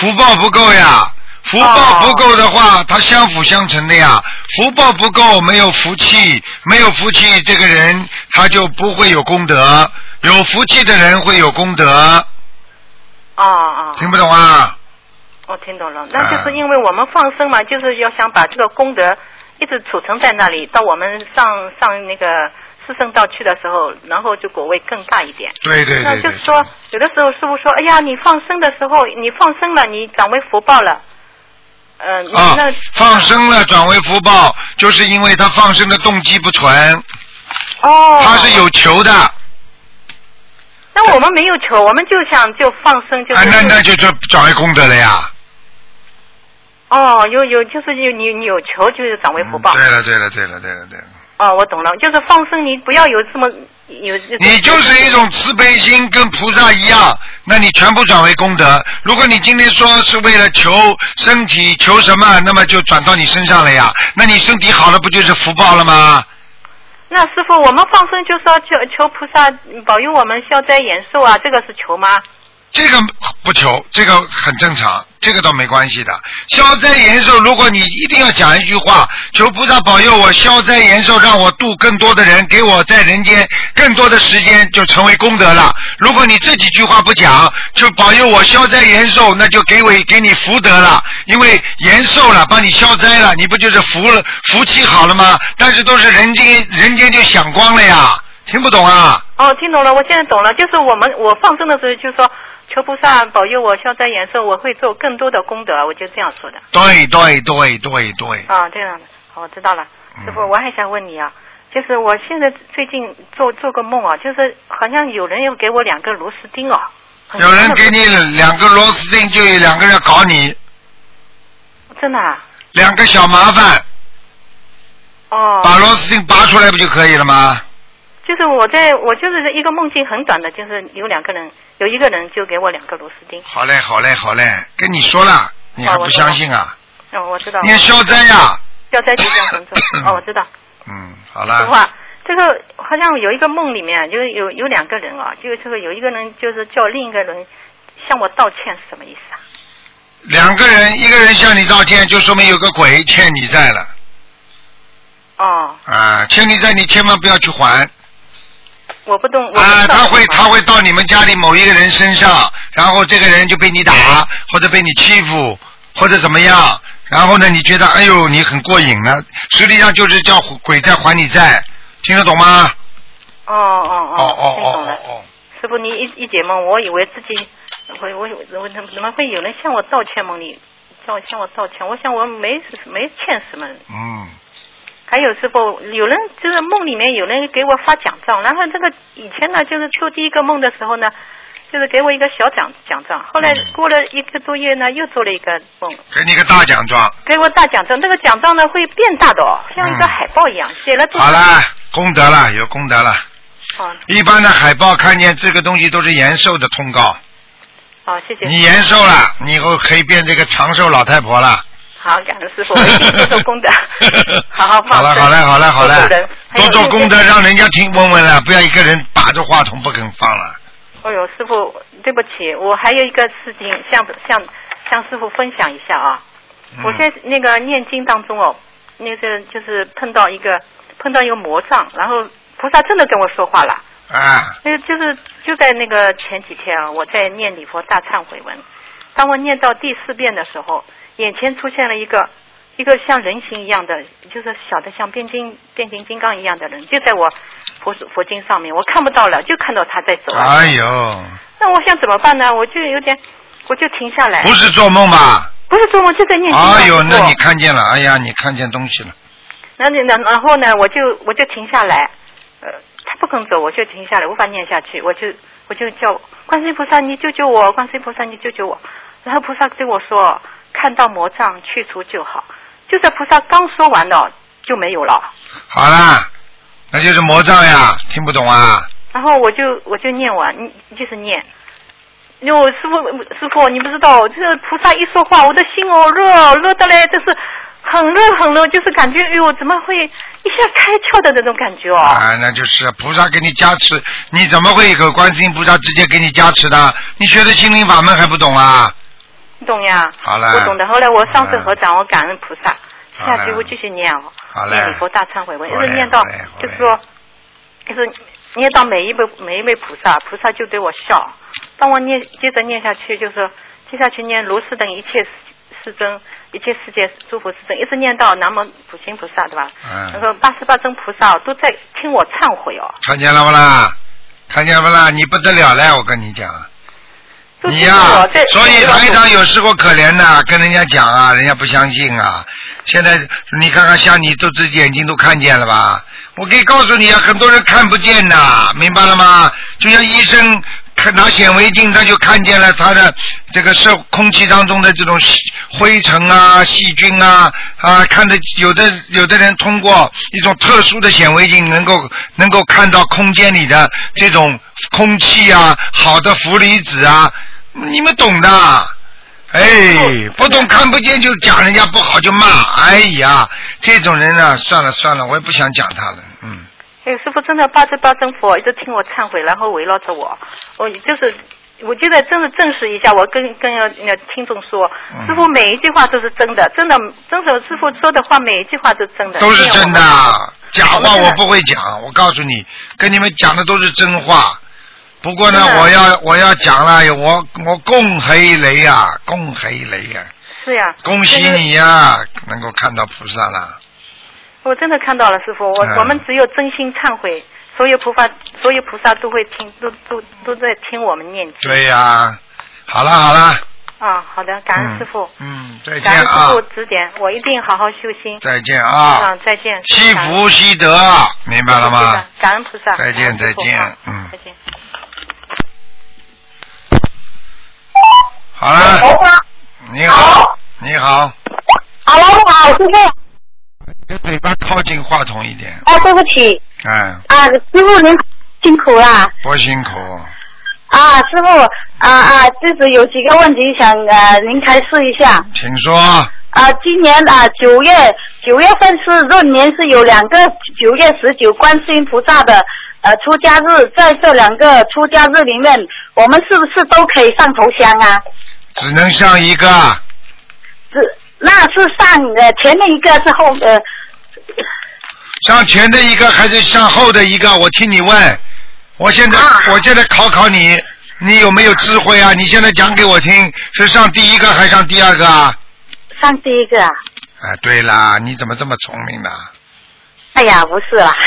[SPEAKER 2] 福报不够呀，福报不够的
[SPEAKER 11] 哦
[SPEAKER 2] 话，它相辅相成的呀。福报不够，没有福气，没有福气，这个人他就不会有功德。有福气的人会有功德，
[SPEAKER 11] 哦哦
[SPEAKER 2] 听不懂啊？
[SPEAKER 11] 我听懂了，那就是因为我们放
[SPEAKER 2] 啊
[SPEAKER 11] 生嘛，就是要想把这个功德一直储存在那里，到我们上上那个四圣道去的时候，然后就果位更大一点。
[SPEAKER 2] 对对
[SPEAKER 11] 那
[SPEAKER 2] 对
[SPEAKER 11] 就
[SPEAKER 2] 对
[SPEAKER 11] 是，说，有的时候师傅说，哎呀，你放生的时候，你放生了，你转为福报了。呃，你
[SPEAKER 2] 啊
[SPEAKER 11] 那，
[SPEAKER 2] 放生了转为福报，就是因为他放生的动机不纯，
[SPEAKER 11] 哦，
[SPEAKER 2] 他是有求的，啊，
[SPEAKER 11] 那我们没有求，我们就想就放生，就是、
[SPEAKER 2] 啊那那就转转为功德了呀。
[SPEAKER 11] 哦，有有就是有你你有求就是转为福报。
[SPEAKER 2] 嗯对了对了对了对了对了，
[SPEAKER 11] 哦，我懂了，就是放生你不要有这么有。
[SPEAKER 2] 你就是一种慈悲心，跟菩萨一样，那你全部转为功德。如果你今天说是为了求身体求什么，那么就转到你身上了呀。那你身体好了，不就是福报了吗？
[SPEAKER 11] 那师傅，我们放生就是要求求菩萨保佑我们消灾延寿啊，这个是求吗？
[SPEAKER 2] 这个不求，这个很正常，这个倒没关系的。消灾延寿，如果你一定要讲一句话，求菩萨保佑我消灾延寿，让我度更多的人，给我在人间更多的时间，就成为功德了。如果你这几句话不讲，就保佑我消灾延寿，那就给我给你福德了，因为延寿了，帮你消灾了，你不就是福了福气好了吗？但是都是人间人间就想光了呀，听不懂啊？
[SPEAKER 11] 哦，听懂了，我现在懂了，就是我们我放生的时候就说求菩萨保佑我消灾延寿，我会做更多的功德，我就这样说的。
[SPEAKER 2] 对对对对对，
[SPEAKER 11] 啊，这样的，好，我知道了。
[SPEAKER 2] 嗯
[SPEAKER 11] 师傅，我还想问你啊，就是我现在最近做做个梦啊，就是好像有人要给我两个螺丝钉哦、很
[SPEAKER 2] 有人
[SPEAKER 11] 大的
[SPEAKER 2] 给你两个螺丝钉，就有两个人搞你，
[SPEAKER 11] 真的啊？
[SPEAKER 2] 两个小麻烦，
[SPEAKER 11] 哦，
[SPEAKER 2] 把螺丝钉拔出来不就可以了吗？
[SPEAKER 11] 就是我在我就是一个梦境很短的，就是有两个人，有一个人就给我两个螺丝钉。
[SPEAKER 2] 好嘞，好嘞，好嘞，跟你说了，你还
[SPEAKER 11] 哦
[SPEAKER 2] 不
[SPEAKER 11] 我知道
[SPEAKER 2] 相信啊？
[SPEAKER 11] 哦，我知道。
[SPEAKER 2] 你要消灾呀
[SPEAKER 11] 消灾吉祥神咒。哦，我知道。
[SPEAKER 2] 嗯，好
[SPEAKER 11] 师傅
[SPEAKER 2] 了，
[SPEAKER 11] 啊，这个好像有一个梦里面，啊就是有有两个人啊，就是这个有一个人就是叫另一个人向我道歉，是什么意思啊？
[SPEAKER 2] 两个人，一个人向你道歉，就说明有个鬼欠你债了
[SPEAKER 11] 哦，
[SPEAKER 2] 啊，欠你债你千万不要去还
[SPEAKER 11] 我不懂，我不
[SPEAKER 2] 啊，
[SPEAKER 11] 知道
[SPEAKER 2] 他会
[SPEAKER 11] 什么
[SPEAKER 2] 他会到你们家里某一个人身上，然后这个人就被你打，或者被你欺负，或者怎么样，然后呢，你觉得哎呦你很过瘾了，实际上就是叫鬼在还你债，听得懂吗？
[SPEAKER 11] 哦哦
[SPEAKER 2] 哦哦
[SPEAKER 11] 听懂
[SPEAKER 2] 哦
[SPEAKER 11] 了。
[SPEAKER 2] 哦
[SPEAKER 11] 师傅，你一一解梦，我以为自己，我我我怎么怎么会有人向我道歉梦里叫我向我道歉？我想我没没欠什么人。
[SPEAKER 2] 哦，嗯，
[SPEAKER 11] 还有师傅，有人就是梦里面有人给我发奖状，然后这个以前呢，就是做第一个梦的时候呢，就是给我一个小奖奖状，后来
[SPEAKER 2] 嗯
[SPEAKER 11] 过了一个多月呢，又做了一个梦，
[SPEAKER 2] 给你个大奖状，
[SPEAKER 11] 给我大奖状，这个奖状呢会变大的哦，像一个海报一样，写了多
[SPEAKER 2] 嗯
[SPEAKER 11] 少
[SPEAKER 2] 好了，功德了，有功德了。
[SPEAKER 11] 哦
[SPEAKER 2] 一般的海报看见这个东西都是延寿的通告，
[SPEAKER 11] 哦，谢谢。
[SPEAKER 2] 你延寿了，你以后可以变这个长寿老太婆了。
[SPEAKER 11] 好，感恩师傅，我一定多做 功德，好好放
[SPEAKER 2] 好了，
[SPEAKER 11] 生
[SPEAKER 2] 好了，好了，好
[SPEAKER 11] 多
[SPEAKER 2] 了
[SPEAKER 11] 做人，还
[SPEAKER 2] 多
[SPEAKER 11] 有
[SPEAKER 2] 做
[SPEAKER 11] 另
[SPEAKER 2] 功
[SPEAKER 11] 一
[SPEAKER 2] 德，
[SPEAKER 11] 个
[SPEAKER 2] 让人家听闻闻了，不要一个人把着话筒不肯放了。
[SPEAKER 11] 哎呦，师傅，对不起，我还有一个事情向向向师傅分享一下啊。
[SPEAKER 2] 嗯
[SPEAKER 11] 我在那个念经当中哦，那个就是碰到一个碰到一个魔障，然后菩萨真的跟我说话了。
[SPEAKER 2] 啊，
[SPEAKER 11] 那个就是就在那个前几天啊，我在念礼佛大忏悔文，当我念到第四遍的时候，眼前出现了一个一个像人形一样的，就是小的像变金变形金刚一样的人，就在我佛佛经上面，我看不到了，就看到他在走。啊
[SPEAKER 2] 哎呦，
[SPEAKER 11] 那我想怎么办呢？我就有点，我就停下来。
[SPEAKER 2] 不是做梦吧？
[SPEAKER 11] 不是做梦，就在念经啊。
[SPEAKER 2] 哎呦，
[SPEAKER 11] 师傅
[SPEAKER 2] 那你看见了，哎呀，你看见东西了，
[SPEAKER 11] 那那那然后呢，我就我就停下来，呃，他不肯走，我就停下来，无法念下去，我就我就叫观世音菩萨，你救救我！观世音菩萨，你救救我！然后菩萨对我说，看到魔障去除就好。就在菩萨刚说完了就没有了，
[SPEAKER 2] 好啦，那就是魔障呀，听不懂啊？
[SPEAKER 11] 然后我就我就念完，你就是念。哟，师傅，师傅，你不知道，这个菩萨一说话，我的心哦热热的嘞，就是很热很热，就是感觉，哎呦，怎么会一下开窍的那种感觉哦。
[SPEAKER 2] 啊，那就是菩萨给你加持，你怎么会有观世音菩萨直接给你加持的？你学的心灵法门还不懂啊？
[SPEAKER 11] 你懂呀？
[SPEAKER 2] 好了
[SPEAKER 11] 我懂的。后来我上次合掌，我感恩菩萨。
[SPEAKER 2] 好嘞
[SPEAKER 11] 下去我继续念哦，
[SPEAKER 2] 嗯好嘞
[SPEAKER 11] 念礼佛大忏悔文，一
[SPEAKER 2] 好嘞
[SPEAKER 11] 直念到
[SPEAKER 2] 好嘞好嘞
[SPEAKER 11] 就是说，就是念到每一位每一位菩萨，菩萨就对我笑。当我念接着念下去，就是接下去念如是等一切世世尊，一切世界诸佛世尊，一直念到南无普贤菩萨，对吧？然
[SPEAKER 2] 嗯，
[SPEAKER 11] 后八十八尊菩萨哦都在听我忏悔哦，
[SPEAKER 2] 看见了不啦？看见不啦？你不得了了，我跟你讲。
[SPEAKER 11] 都
[SPEAKER 2] 你
[SPEAKER 11] 听
[SPEAKER 2] 呀、
[SPEAKER 11] 我在
[SPEAKER 2] 所以
[SPEAKER 11] 在
[SPEAKER 2] 台长有时候可怜呐、跟人家讲啊，人家不相信啊。现在你看看，像你都自己眼睛都看见了吧？我可以告诉你啊，很多人看不见呐、明白了吗？就像医生看拿显微镜，他就看见了他的这个是空气当中的这种细灰尘啊、细菌啊啊，看得有的有的人通过一种特殊的显微镜，能够能够看到空间里的这种空气啊、好的氟离子啊，你们懂的。哎，不懂看不见就讲人家不好就骂，哎呀，这种人啊，算了算了，我也不想讲他了，嗯，
[SPEAKER 11] 哎，师傅真的八十八真佛一直听我忏悔，然后围绕着我，我就是。我觉得真的证实一下，我跟跟要要听众说，
[SPEAKER 2] 嗯
[SPEAKER 11] 师傅每一句话都是真的，真的，真的，师傅说的话每一句话都是真的，
[SPEAKER 2] 都是真的啊
[SPEAKER 11] 因为
[SPEAKER 2] 假
[SPEAKER 11] 我们，啊我们
[SPEAKER 2] 话
[SPEAKER 11] 真的
[SPEAKER 2] 我不会讲，我告诉你，跟你们讲的都是真话。不过呢
[SPEAKER 11] 真，的啊
[SPEAKER 2] 我要我要讲了，我我恭喜你呀，恭喜你呀，
[SPEAKER 11] 是呀，
[SPEAKER 2] 啊恭喜
[SPEAKER 11] 就是
[SPEAKER 2] 你呀、能够看到菩萨了。
[SPEAKER 11] 我真的看到了，师傅，我、
[SPEAKER 2] 嗯
[SPEAKER 11] 我们只有真心忏悔，所有菩萨，所有菩萨都会听，都都都在听我们念经
[SPEAKER 2] 对呀、好了好了，
[SPEAKER 11] 啊。好的，感恩师傅，
[SPEAKER 2] 嗯，再见
[SPEAKER 11] 感恩师
[SPEAKER 2] 啊
[SPEAKER 11] 傅，指点，我一定好好修心。
[SPEAKER 2] 再见啊，
[SPEAKER 11] 啊，再见。
[SPEAKER 2] 惜
[SPEAKER 11] 感恩
[SPEAKER 2] 福惜德，明白了吗？
[SPEAKER 11] 感恩菩萨。
[SPEAKER 2] 再见
[SPEAKER 11] 感
[SPEAKER 2] 再
[SPEAKER 11] 恩菩啊萨
[SPEAKER 2] 见，嗯，
[SPEAKER 11] 再见。
[SPEAKER 2] 好了，你好，你好，
[SPEAKER 9] Hello，好，师傅，
[SPEAKER 2] 跟嘴巴靠近话筒一点，
[SPEAKER 9] 啊，对不起，
[SPEAKER 2] 哎，
[SPEAKER 9] 啊，师傅您辛苦啦，
[SPEAKER 2] 多辛苦，
[SPEAKER 9] 啊，师傅，啊啊，就是有几个问题想呃您开示一下，
[SPEAKER 2] 请说，
[SPEAKER 9] 啊，今年啊九月九月份是闰年是有两个九月十九观世音菩萨的呃出家日，在这两个出家日里面，我们是不是都可以上头香啊？
[SPEAKER 2] 只能上一个，
[SPEAKER 9] 是，那是上呃前面一个是后呃
[SPEAKER 2] 上前的一个还是上后的一个？我替你问，我现在
[SPEAKER 11] 啊
[SPEAKER 2] 我现在考考你，你有没有智慧啊？你现在讲给我听，是上第一个还是上第二个啊？
[SPEAKER 9] 上第一个啊？
[SPEAKER 2] 哎，对啦，你怎么这么聪明啊呢？
[SPEAKER 9] 哎呀，不是啦。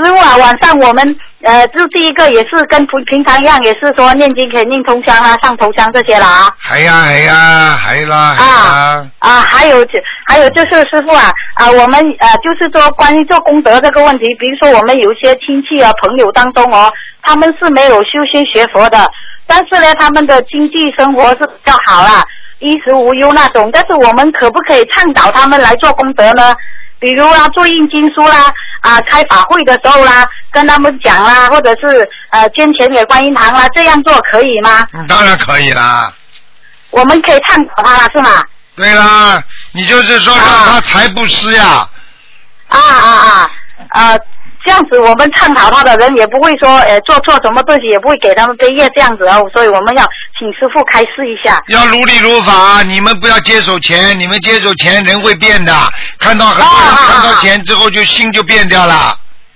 [SPEAKER 9] 师傅啊，晚上我们呃，就第一个也是跟平平常一样，也是说念经可以念通宵啊、上头香这些啦啊。
[SPEAKER 2] 系哎呀系呀系啦哎系啦，
[SPEAKER 9] 啊，还有就还有就是师傅啊啊，我们呃就是说关于做功德这个问题，比如说我们有一些亲戚啊朋友当中哦，他们是没有修心学佛的，但是呢他们的经济生活是比较好啦，衣食无忧那种，但是我们可不可以倡导他们来做功德呢？比如啊，做印经书啦，啊，开法会的时候啦，跟他们讲啦，或者是呃，捐钱给观音堂啦，这样做可以吗？
[SPEAKER 2] 嗯当然可以啦。
[SPEAKER 9] 我们可以倡导他啦，是吗？
[SPEAKER 2] 对啦，你就是说让他财布施呀，
[SPEAKER 9] 啊啊啊！呃，这样子我们倡导他的人也不会说，呃，做错什么东西也不会给他们背业这样子哦，所以我们要请师傅开示一下。
[SPEAKER 2] 要如理如法。你们不要接手钱，你们接手钱人会变的。看到很多人看到钱之后就心就变掉了，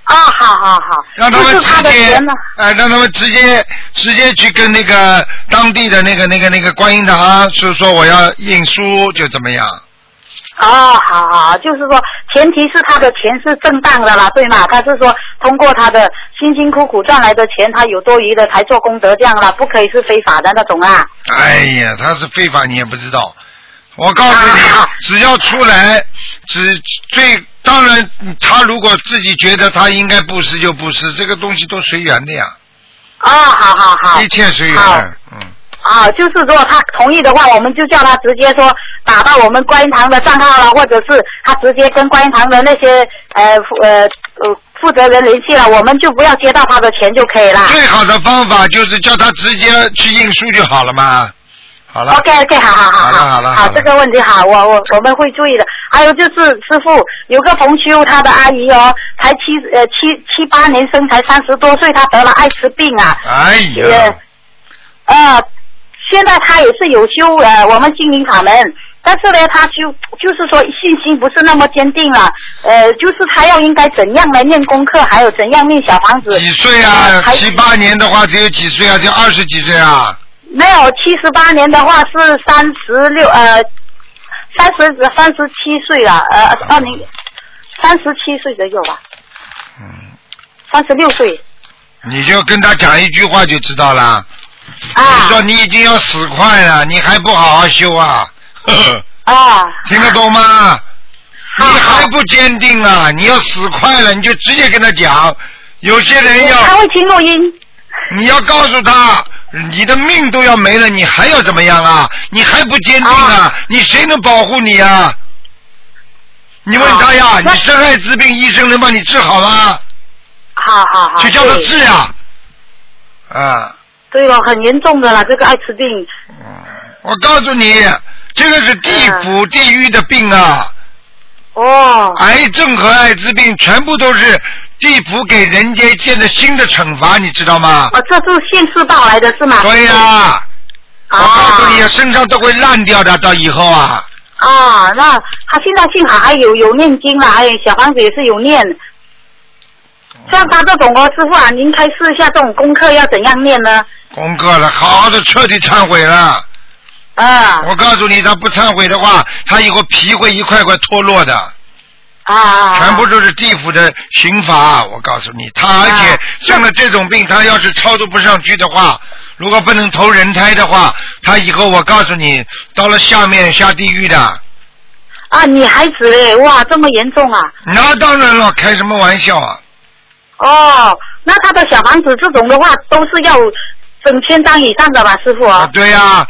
[SPEAKER 9] 啊，好好好，
[SPEAKER 2] 让他
[SPEAKER 9] 就是
[SPEAKER 2] 们
[SPEAKER 9] 他
[SPEAKER 2] 直
[SPEAKER 9] 的
[SPEAKER 2] 接
[SPEAKER 9] 钱呢，
[SPEAKER 2] 哎，让他们直接直接去跟那个当地的那个那个那个观音堂，是说我要印书就怎么样。
[SPEAKER 9] 哦，好好，好，就是说前提是他的钱是正当的啦，对吗？他是说通过他的辛辛苦苦赚来的钱，他有多余的才做功德这样啦，不可以是非法的那种啊啦。
[SPEAKER 2] 哎呀，他是非法，你也不知道。我告诉你，
[SPEAKER 9] 啊
[SPEAKER 2] 只要出来，只最当然，他如果自己觉得他应该布施就布施，这个东西都随缘的呀，
[SPEAKER 9] 啊，好好好，
[SPEAKER 2] 一切随
[SPEAKER 9] 好
[SPEAKER 2] 缘。嗯，
[SPEAKER 9] 啊，就是如果他同意的话，我们就叫他直接说打到我们观音堂的账号了，或者是他直接跟观音堂的那些呃负呃呃负责人联系了，我们就不要接到他的钱就可以啦。
[SPEAKER 2] 最好的方法就是叫他直接去印书就好了嘛。好了。
[SPEAKER 9] OK OK，好好好
[SPEAKER 2] 好了好了
[SPEAKER 9] 好，
[SPEAKER 2] 了
[SPEAKER 9] 这个问题好，我我我们会注意的。还有就是师傅有个同修，他的阿姨哦，才七呃七七八年生，才三十多岁，她得了艾滋病啊。
[SPEAKER 2] 哎呀，
[SPEAKER 9] 呃，现在他也是有修呃我们心灵法门，但是呢，他就就是说信心不是那么坚定了，呃，就是他要应该怎样来念功课，还有怎样念小房子。
[SPEAKER 2] 哎
[SPEAKER 9] 呃
[SPEAKER 2] 几岁啊？七八年的话只有几岁啊？就二十几岁啊？
[SPEAKER 9] 没有七十八年的话是三十六呃三十三十七岁了，呃二零三十七岁左右吧，
[SPEAKER 2] 嗯，
[SPEAKER 9] 三十六岁
[SPEAKER 2] 你就跟他讲一句话就知道啦。
[SPEAKER 9] 啊
[SPEAKER 2] 你说你已经要死快了，你还不好好修啊？呵呵
[SPEAKER 9] 啊，
[SPEAKER 2] 听得懂吗？你还不坚定啊！你要死快了，你就直接跟他讲。有些人要他
[SPEAKER 9] 会听录音，
[SPEAKER 2] 你要告诉他，你的命都要没了，你还要怎么样啊？你还不坚定啊？你谁能保护你啊？你问他呀，
[SPEAKER 9] 啊
[SPEAKER 2] 你身害之病，医生能帮你治好吗？
[SPEAKER 9] 好好好，
[SPEAKER 2] 就叫他
[SPEAKER 9] 对
[SPEAKER 2] 治呀、啊！
[SPEAKER 9] 对了，很严重的啦，这个艾滋病，
[SPEAKER 2] 我告诉你，这个是地府、地狱的病啊！
[SPEAKER 9] 嗯哦，
[SPEAKER 2] 癌症和艾滋病全部都是地府给人间建的新的惩罚，你知道吗？
[SPEAKER 9] 哦，这是现世报来的是吗？
[SPEAKER 2] 对呀、
[SPEAKER 9] 啊
[SPEAKER 2] 我告诉你，啊身上都会烂掉的，到以后啊，
[SPEAKER 9] 啊，那他现在幸好还有有念经了，还有小房子也是有念。像他这种哦，师傅啊，您开示一下这种功课要怎样念呢？
[SPEAKER 2] 功课了，好好的彻底忏悔了。
[SPEAKER 9] 啊！
[SPEAKER 2] 我告诉你，他不忏悔的话，他以后皮会一块块脱落的。
[SPEAKER 9] 啊！
[SPEAKER 2] 全部都是地府的刑罚，我告诉你，他而且生了这种病，他要是超度不上去的话，如果不能投人胎的话，他以后我告诉你，到了下面下地狱的。
[SPEAKER 9] 啊，女孩子嘞，哇，这么严重啊！
[SPEAKER 2] 那当然了，开什么玩笑啊！
[SPEAKER 9] 哦，那他的小房子这种的话，都是要整千张以上的吧，师傅？啊，
[SPEAKER 2] 对呀、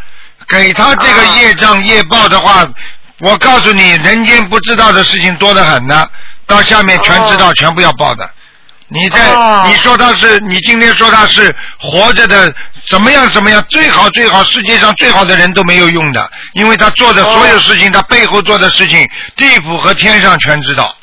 [SPEAKER 2] 给他这个业障业报的话，我告诉你，人间不知道的事情多得很呢。到下面全知道，
[SPEAKER 9] 哦
[SPEAKER 2] 全部要报的。你在、你说他是，你今天说他是活着的，怎么样怎么样，最好最好，世界上最好的人都没有用的，因为他做
[SPEAKER 9] 哦
[SPEAKER 2] 的所有事情，他背后做的事情，地府和天上全知道。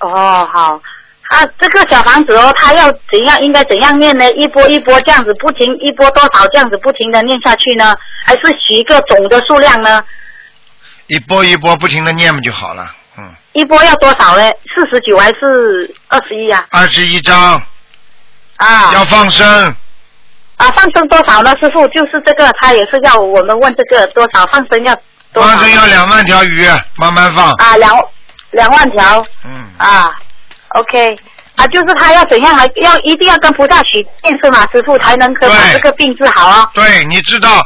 [SPEAKER 9] 哦，好。啊，这个小房子哦，他要怎样，应该怎样念呢？一波一波这样子不停，一波多少这样子不停的念下去呢？还是许一个总的数量呢？
[SPEAKER 2] 一波一波不停的念嘛就好了，嗯，
[SPEAKER 9] 一波要多少嘞？四十九还是二十一啊？
[SPEAKER 2] 二十一章
[SPEAKER 9] 啊
[SPEAKER 2] 要放生，
[SPEAKER 9] 啊，放生多少呢？师傅，就是这个，他也是要我们问这个多少放生要多少？
[SPEAKER 2] 放生要两万条鱼，慢慢放。
[SPEAKER 9] 啊，两两万条。
[SPEAKER 2] 嗯。
[SPEAKER 9] 啊，OK。啊，就是他要怎样，还要一定要跟菩萨许愿是吗？师傅才能可以把这个病治好啊。
[SPEAKER 2] 对，你知道，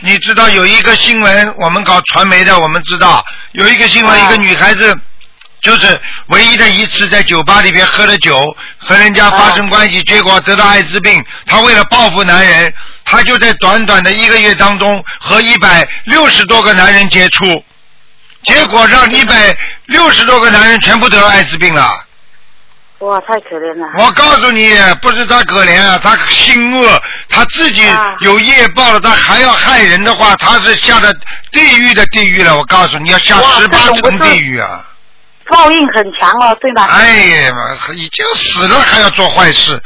[SPEAKER 2] 你知道有一个新闻，我们搞传媒的，我们知道有一个新闻，一个女孩子。就是唯一的一次在酒吧里边喝了酒，和人家发生关系，结果得到艾滋病。她为了报复男人，她就在短短的一个月当中和一百六十多个男人接触，结果让一百六十多个男人全部得艾滋病了。
[SPEAKER 9] 哇，太可怜了。
[SPEAKER 2] 我告诉你，不是他可怜啊，他心恶，他自己
[SPEAKER 9] 啊
[SPEAKER 2] 有业报了，他还要害人的话，他是下了地狱的地狱了。我告诉你要下
[SPEAKER 9] 哇
[SPEAKER 2] 十八
[SPEAKER 9] 这种
[SPEAKER 2] 层
[SPEAKER 9] 不是
[SPEAKER 2] 地狱啊！
[SPEAKER 9] 报应很强哦，对吧？
[SPEAKER 2] 哎呀妈，已经死了还要做坏事，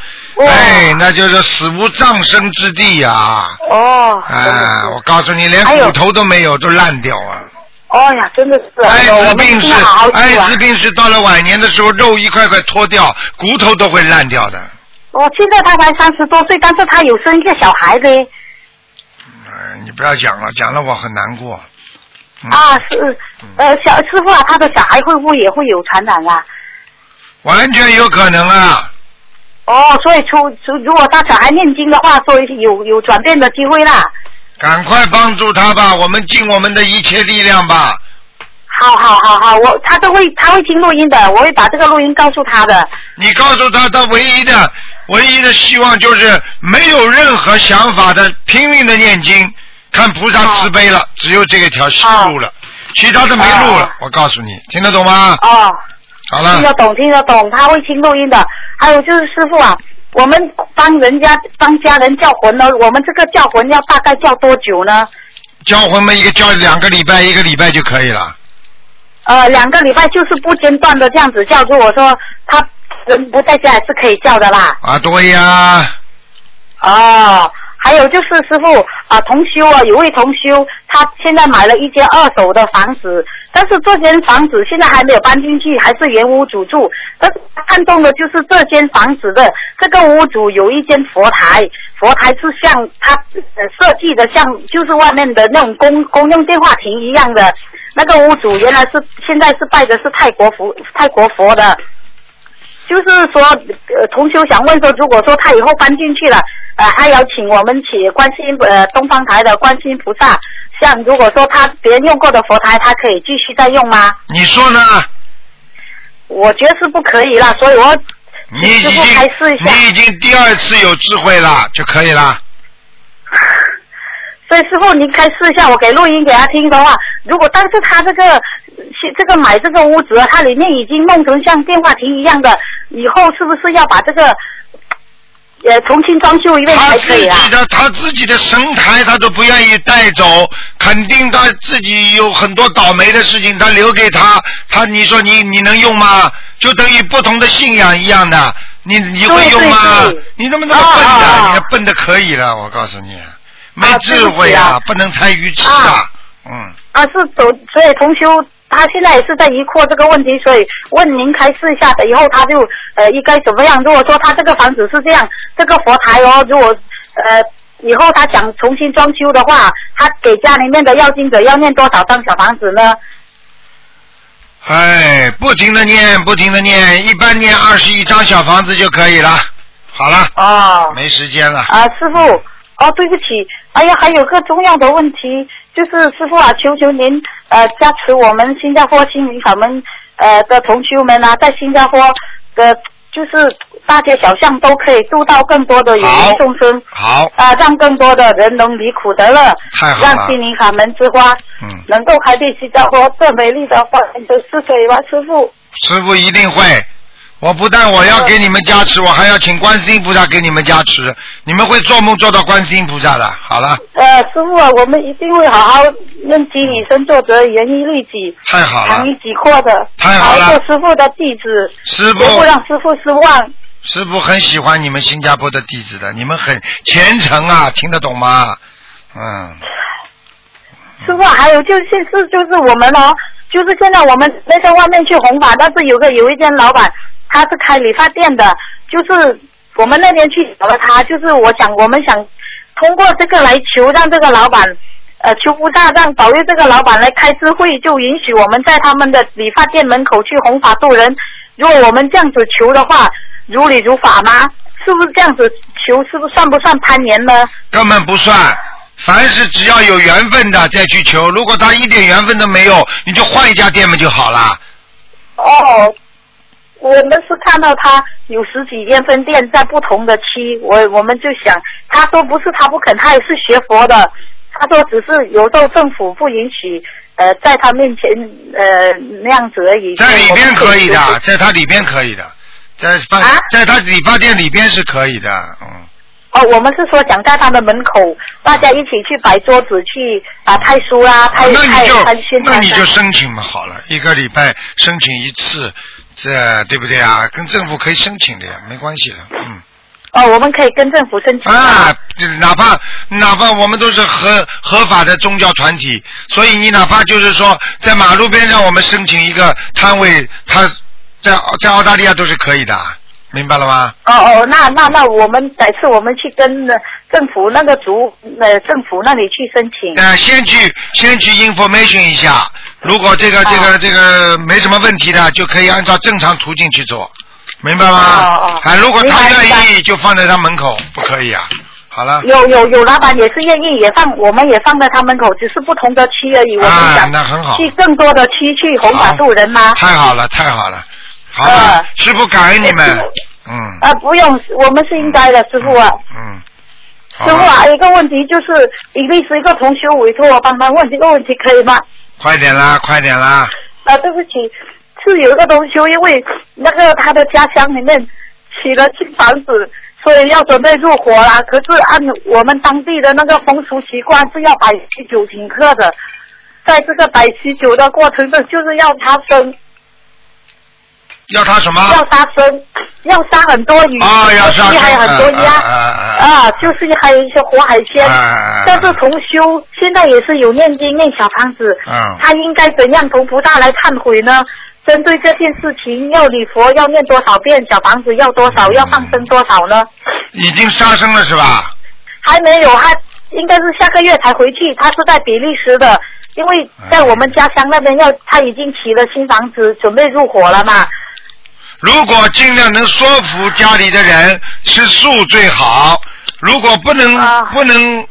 [SPEAKER 2] 哎，那就是死无葬身之地呀、啊！
[SPEAKER 9] 哦，
[SPEAKER 2] 我告诉你，连
[SPEAKER 9] 哎呦
[SPEAKER 2] 骨头都没有，都烂掉啊！
[SPEAKER 9] 哦呀，真的是。
[SPEAKER 2] 艾
[SPEAKER 9] 哎呦
[SPEAKER 2] 滋
[SPEAKER 9] 我们一
[SPEAKER 2] 病
[SPEAKER 9] 定
[SPEAKER 2] 是
[SPEAKER 9] 要好好
[SPEAKER 2] 艾
[SPEAKER 9] 治啊
[SPEAKER 2] 滋。病是到了晚年的时候，肉一块块脱掉，骨头都会烂掉的。
[SPEAKER 9] 哦，现在他才三十多岁，但是他有生一个小孩子。
[SPEAKER 2] 哎你不要讲了，讲了我很难过。
[SPEAKER 9] 啊，是，呃，小师傅啊，他的小孩会不会也会有传染啊？
[SPEAKER 2] 完全有可能啊！
[SPEAKER 9] 哦，所以出出，如果他小孩念经的话，所以有有转变的机会啦。
[SPEAKER 2] 赶快帮助他吧，我们尽我们的一切力量吧。
[SPEAKER 9] 好好好好，我他都会他会听录音的，我会把这个录音告诉他的。
[SPEAKER 2] 你告诉他，他唯一的、唯一的希望就是没有任何想法的拼命的念经，看菩萨慈悲
[SPEAKER 9] 哦
[SPEAKER 2] 了，只有这一条路了，其他的没路了。我告诉你，听得懂吗？
[SPEAKER 9] 哦，
[SPEAKER 2] 好
[SPEAKER 9] 听
[SPEAKER 2] 了
[SPEAKER 9] 得，懂听得懂，他会听录音的。还有就是师傅啊，我们帮人家帮家人叫魂呢，我们这个叫魂要大概叫多久呢？
[SPEAKER 2] 教魂们一个教两个礼拜，一个礼拜就可以了。
[SPEAKER 9] 呃，两个礼拜就是不间断的这样子叫。如果说他人不在家也是可以叫的啦。
[SPEAKER 2] 啊，对呀、
[SPEAKER 9] 哦，还有就是师傅啊，同修啊，有位同修，他现在买了一间二手的房子，但是这间房子现在还没有搬进去，还是原屋主住。但是他看中的就是这间房子的这个屋主有一间佛台，佛台是像它呃设计的像就是外面的那种公公用电话亭一样的。那个屋主原来是现在是拜的是泰国佛泰国佛的，就是说呃同修想问说，如果说他以后搬进去了，呃还要请我们请观世音呃东方台的观世音菩萨，像如果说他别人用过的佛台，他可以继续再用吗？
[SPEAKER 2] 你说呢？
[SPEAKER 9] 我觉得是不可以啦，所以我
[SPEAKER 2] 你已经你已经第二次有智慧了就可以了。
[SPEAKER 9] 所以师傅，您开试一下，我给录音给他听的话，如果但是他这个这个买这个屋子啊，它里面已经弄成像电话亭一样的，以后是不是要把这个呃重新装修一遍
[SPEAKER 2] 他
[SPEAKER 9] 才
[SPEAKER 2] 自
[SPEAKER 9] 可以
[SPEAKER 2] 己
[SPEAKER 9] 啊？
[SPEAKER 2] 的他自己的神台他都不愿意带走，肯定他自己有很多倒霉的事情，他留给他，他你说你你能用吗？就等于不同的信仰一样的，你你会用吗
[SPEAKER 9] 对对对？啊
[SPEAKER 2] 你怎么那么笨的？你笨的可以了，我告诉你，没智慧
[SPEAKER 9] 啊对不起啊
[SPEAKER 2] 不能太愚痴啊，嗯。
[SPEAKER 9] 啊，是走，所以同修他现在也是在疑惑这个问题，所以问您开示一下的，以后他就呃应该怎么样？如果说他这个房子是这样，这个佛台哦，如果呃以后他想重新装修的话，他给家里面的要经者要念多少张小房子呢？
[SPEAKER 2] 哎，不停的念，不停的念，一般念二十一张小房子就可以了。好了，
[SPEAKER 9] 哦，
[SPEAKER 2] 没时间了。
[SPEAKER 9] 啊，师傅，哦，对不起，哎呀，还有个重要的问题，就是师傅啊，求求您呃加持我们新加坡心灵法门呃的同修们啊，在新加坡的，就是大街小巷都可以度到更多的有缘众生
[SPEAKER 2] 好，
[SPEAKER 9] 啊、让更多的人能离苦得乐，
[SPEAKER 2] 太好了
[SPEAKER 9] 让心灵法门之花
[SPEAKER 2] 嗯，
[SPEAKER 9] 能够开遍新加坡这美丽的花园的是水吧，师傅。
[SPEAKER 2] 师傅一定会。我不但我要给你们加持，我还要请观世音菩萨给你们加持。你们会做梦做到观世音菩萨的。好了，
[SPEAKER 9] 呃，师傅啊，我们一定会好好念经，以身作则，严以律己，
[SPEAKER 2] 太好了
[SPEAKER 9] 常以己过的，
[SPEAKER 2] 太好了
[SPEAKER 9] 好做师傅的弟子，
[SPEAKER 2] 师
[SPEAKER 9] 绝不
[SPEAKER 2] 傅，
[SPEAKER 9] 让师傅失望。
[SPEAKER 2] 师傅很喜欢你们新加坡的弟子的，你们很虔诚啊，听得懂吗？嗯，
[SPEAKER 9] 师傅啊，还有就是现是就是我们哦，就是现在我们那在外面去弘法，但是有个有一间老板，他是开理发店的，就是我们那天去找了他，就是我想我们想通过这个来求让这个老板。呃，求菩萨让保佑这个老板来开智慧，就允许我们在他们的理发店门口去弘法度人。如果我们这样子求的话，如理如法吗？是不是这样子求？是不是算不算攀岩呢？
[SPEAKER 2] 根本不算。凡是只要有缘分的再去求，如果他一点缘分都没有，你就换一家店门就好了。
[SPEAKER 9] 哦，我们是看到他有十几间分店在不同的区，我我们就想，他说不是他不肯，他也是学佛的，他说只是有时候政府不允许，呃，在他面前呃那样子而已。
[SPEAKER 2] 在里边可以
[SPEAKER 9] 我们
[SPEAKER 2] 的，
[SPEAKER 9] 就
[SPEAKER 2] 在它里边可以的，在发、在它理发店里边是可以的，嗯，
[SPEAKER 9] 哦，我们是说想在他们门口，大家一起去摆桌子去啊拍书啦、拍
[SPEAKER 2] 哦那
[SPEAKER 9] 拍
[SPEAKER 2] 你就
[SPEAKER 9] 拍宣
[SPEAKER 2] 那
[SPEAKER 9] 传
[SPEAKER 2] 你
[SPEAKER 9] 单
[SPEAKER 2] 就申请嘛，好了，一个礼拜申请一次，这对不对啊？跟政府可以申请的呀，没关系的，嗯。
[SPEAKER 9] 哦，我们可以跟政府申请
[SPEAKER 2] 啊，这哪怕哪怕我们都是合合法的宗教团体，所以你哪怕就是说在马路边上我们申请一个摊位，它在在澳大利亚都是可以的，明白了吗？
[SPEAKER 9] 哦哦，那那那我们改次我们去跟呃政府那个族呃政府那里去申请。
[SPEAKER 2] 呃，先去先去 information 一下，如果这
[SPEAKER 9] 哦
[SPEAKER 2] 个这个这个没什么问题的，就可以按照正常途径去做，明白吗？
[SPEAKER 9] 哦哦
[SPEAKER 2] 啊，如果
[SPEAKER 9] 明
[SPEAKER 2] 他
[SPEAKER 9] 白明白
[SPEAKER 2] 愿意，就放在他门口，不可以啊？好了，
[SPEAKER 9] 有有有老板也是愿意，也放我们也放在他门口，只是不同的区而已。我们
[SPEAKER 2] 啊，
[SPEAKER 9] 想
[SPEAKER 2] 那很好，
[SPEAKER 9] 去更多的区去弘法度人吗？
[SPEAKER 2] 太好了，太好了，好
[SPEAKER 9] 嗯
[SPEAKER 2] 了，师傅感恩你们，嗯
[SPEAKER 9] 啊，不用，我们是应该的，师傅啊。
[SPEAKER 2] 嗯，
[SPEAKER 9] 师
[SPEAKER 2] 好
[SPEAKER 9] 傅啊，
[SPEAKER 2] 了，
[SPEAKER 9] 还有一个问题就是，一律是一个同学委托我帮他问这个问题，可以吗？
[SPEAKER 2] 快点啦，快点啦，
[SPEAKER 9] 啊，对不起，是有一个同修，因为那个他的家乡里面起了新房子，所以要准备入伙啦。可是按我们当地的那个风俗习惯是要摆喜酒请客的，在这个摆喜酒的过程中，就是要杀生，
[SPEAKER 2] 要他什么？
[SPEAKER 9] 要杀生，要杀很多鱼，
[SPEAKER 2] 啊，要上
[SPEAKER 9] 还有很多鸭。
[SPEAKER 2] 啊啊啊
[SPEAKER 9] 啊，就是还有一些活海鲜，
[SPEAKER 2] 啊
[SPEAKER 9] 但是同修现在也是有念经念小房子，
[SPEAKER 2] 啊！
[SPEAKER 9] 他应该怎样从菩萨来忏悔呢？针对这件事情，要礼佛要念多少遍，小房子要多少，要放生多少呢？
[SPEAKER 2] 已经杀生了是吧？
[SPEAKER 9] 还没有，他应该是下个月才回去。他是在比利时的，因为在我们家乡那边要他已经起了新房子，准备入伙了嘛。
[SPEAKER 2] 如果尽量能说服家里的人吃素最好，如果不能、不能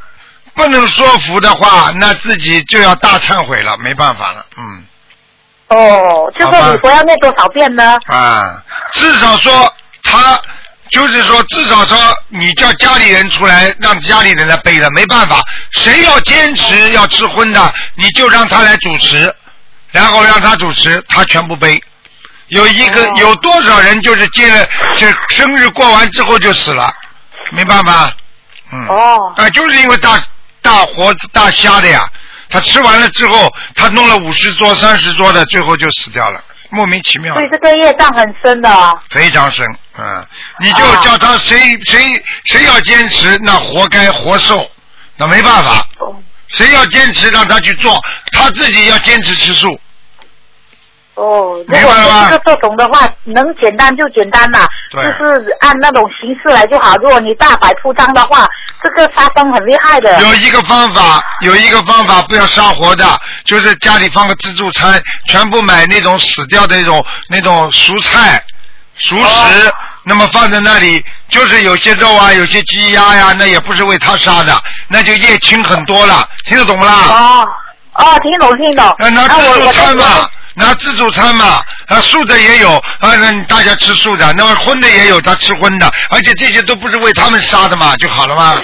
[SPEAKER 2] 不能说服的话，那自己就要大忏悔了，没办法了，嗯
[SPEAKER 9] 哦，就
[SPEAKER 2] 好吧
[SPEAKER 9] 是你说要念多少遍呢？
[SPEAKER 2] 啊，至少说他就是说至少说你叫家里人出来，让家里人来背了，没办法，谁要坚持要吃荤的，你就让他来主持，然后让他主持，他全部背。有一个、有多少人就是接了，这生日过完之后就死了，没办法。嗯。
[SPEAKER 9] 哦。
[SPEAKER 2] 啊，就是因为大大活大虾的呀，他吃完了之后，他弄了五十桌、三十桌的，最后就死掉了，莫名其妙
[SPEAKER 9] 所。以这个业障很深的啊。
[SPEAKER 2] 非常深，嗯，你就叫他谁、谁谁要坚持，那活该活受，那没办法。谁要坚持让他去做，他自己要坚持吃素。
[SPEAKER 9] 哦，如果是这个做懂的话，能简单就简单啦，
[SPEAKER 2] 对
[SPEAKER 9] 就是按那种形式来就好。如果你大摆铺张的话，这个杀生很厉害的。
[SPEAKER 2] 有一个方法，有一个方法，不要杀活的，就是家里放个自助餐，全部买那种死掉的那种那种熟菜、熟食，
[SPEAKER 9] 哦
[SPEAKER 2] 那么放在那里，就是有些肉啊，有些鸡鸭呀、那也不是为他杀的，那就业轻很多了，听得懂不啦？
[SPEAKER 9] 哦哦，听懂听懂。
[SPEAKER 2] 那拿
[SPEAKER 9] 那我
[SPEAKER 2] 自助
[SPEAKER 9] 我
[SPEAKER 2] 餐嘛，拿自助餐嘛，啊，素的也有，啊，那你大家吃素的，那么荤的也有，他吃荤的，而且这些都不是为他们杀的嘛，就好了嘛。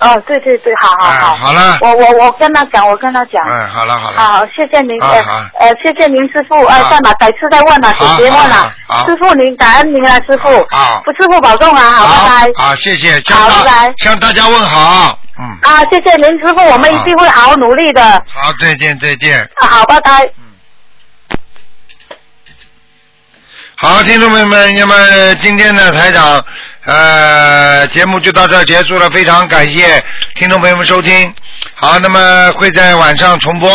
[SPEAKER 9] 哦，对对对，好好好。
[SPEAKER 2] 哎好了
[SPEAKER 9] 我我我跟他讲，我跟他讲。
[SPEAKER 2] 嗯，好了好了。
[SPEAKER 9] 好，谢谢您，
[SPEAKER 2] 啊
[SPEAKER 9] 呃
[SPEAKER 2] 好
[SPEAKER 9] 呃，谢谢您师傅，呃
[SPEAKER 2] 啊，
[SPEAKER 9] 算了，改次再问了，
[SPEAKER 2] 好
[SPEAKER 9] 先别问了
[SPEAKER 2] 好好好，
[SPEAKER 9] 师傅您感恩您了，师傅，
[SPEAKER 2] 好
[SPEAKER 9] 不，师傅保重啊，好，拜拜。
[SPEAKER 2] 好，谢谢，向
[SPEAKER 9] 好拜
[SPEAKER 2] 大
[SPEAKER 9] 拜
[SPEAKER 2] 向大家问好，嗯，
[SPEAKER 9] 啊，谢谢您师傅，我们一定会好好努力的。啊
[SPEAKER 2] 好，再见再见。
[SPEAKER 9] 好，拜拜。
[SPEAKER 2] 好，听众朋友们，那么今天呢，台长呃节目就到这儿结束了，非常感谢听众朋友们收听。好，那么会在晚上重播。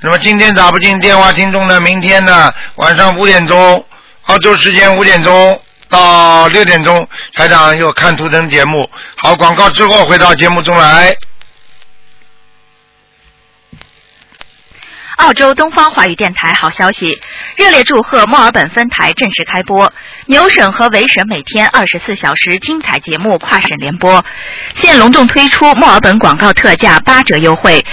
[SPEAKER 2] 那么今天打不进电话听众呢，明天呢晚上五点钟，澳洲时间五点钟到六点钟，台长又看图腾节目。好，广告之后回到节目中来。
[SPEAKER 10] 澳洲东方华语电台好消息，热烈祝贺墨尔本分台正式开播，牛省和维省每天二十四小时精彩节目跨省联播，现隆重推出墨尔本广告特价八折优惠，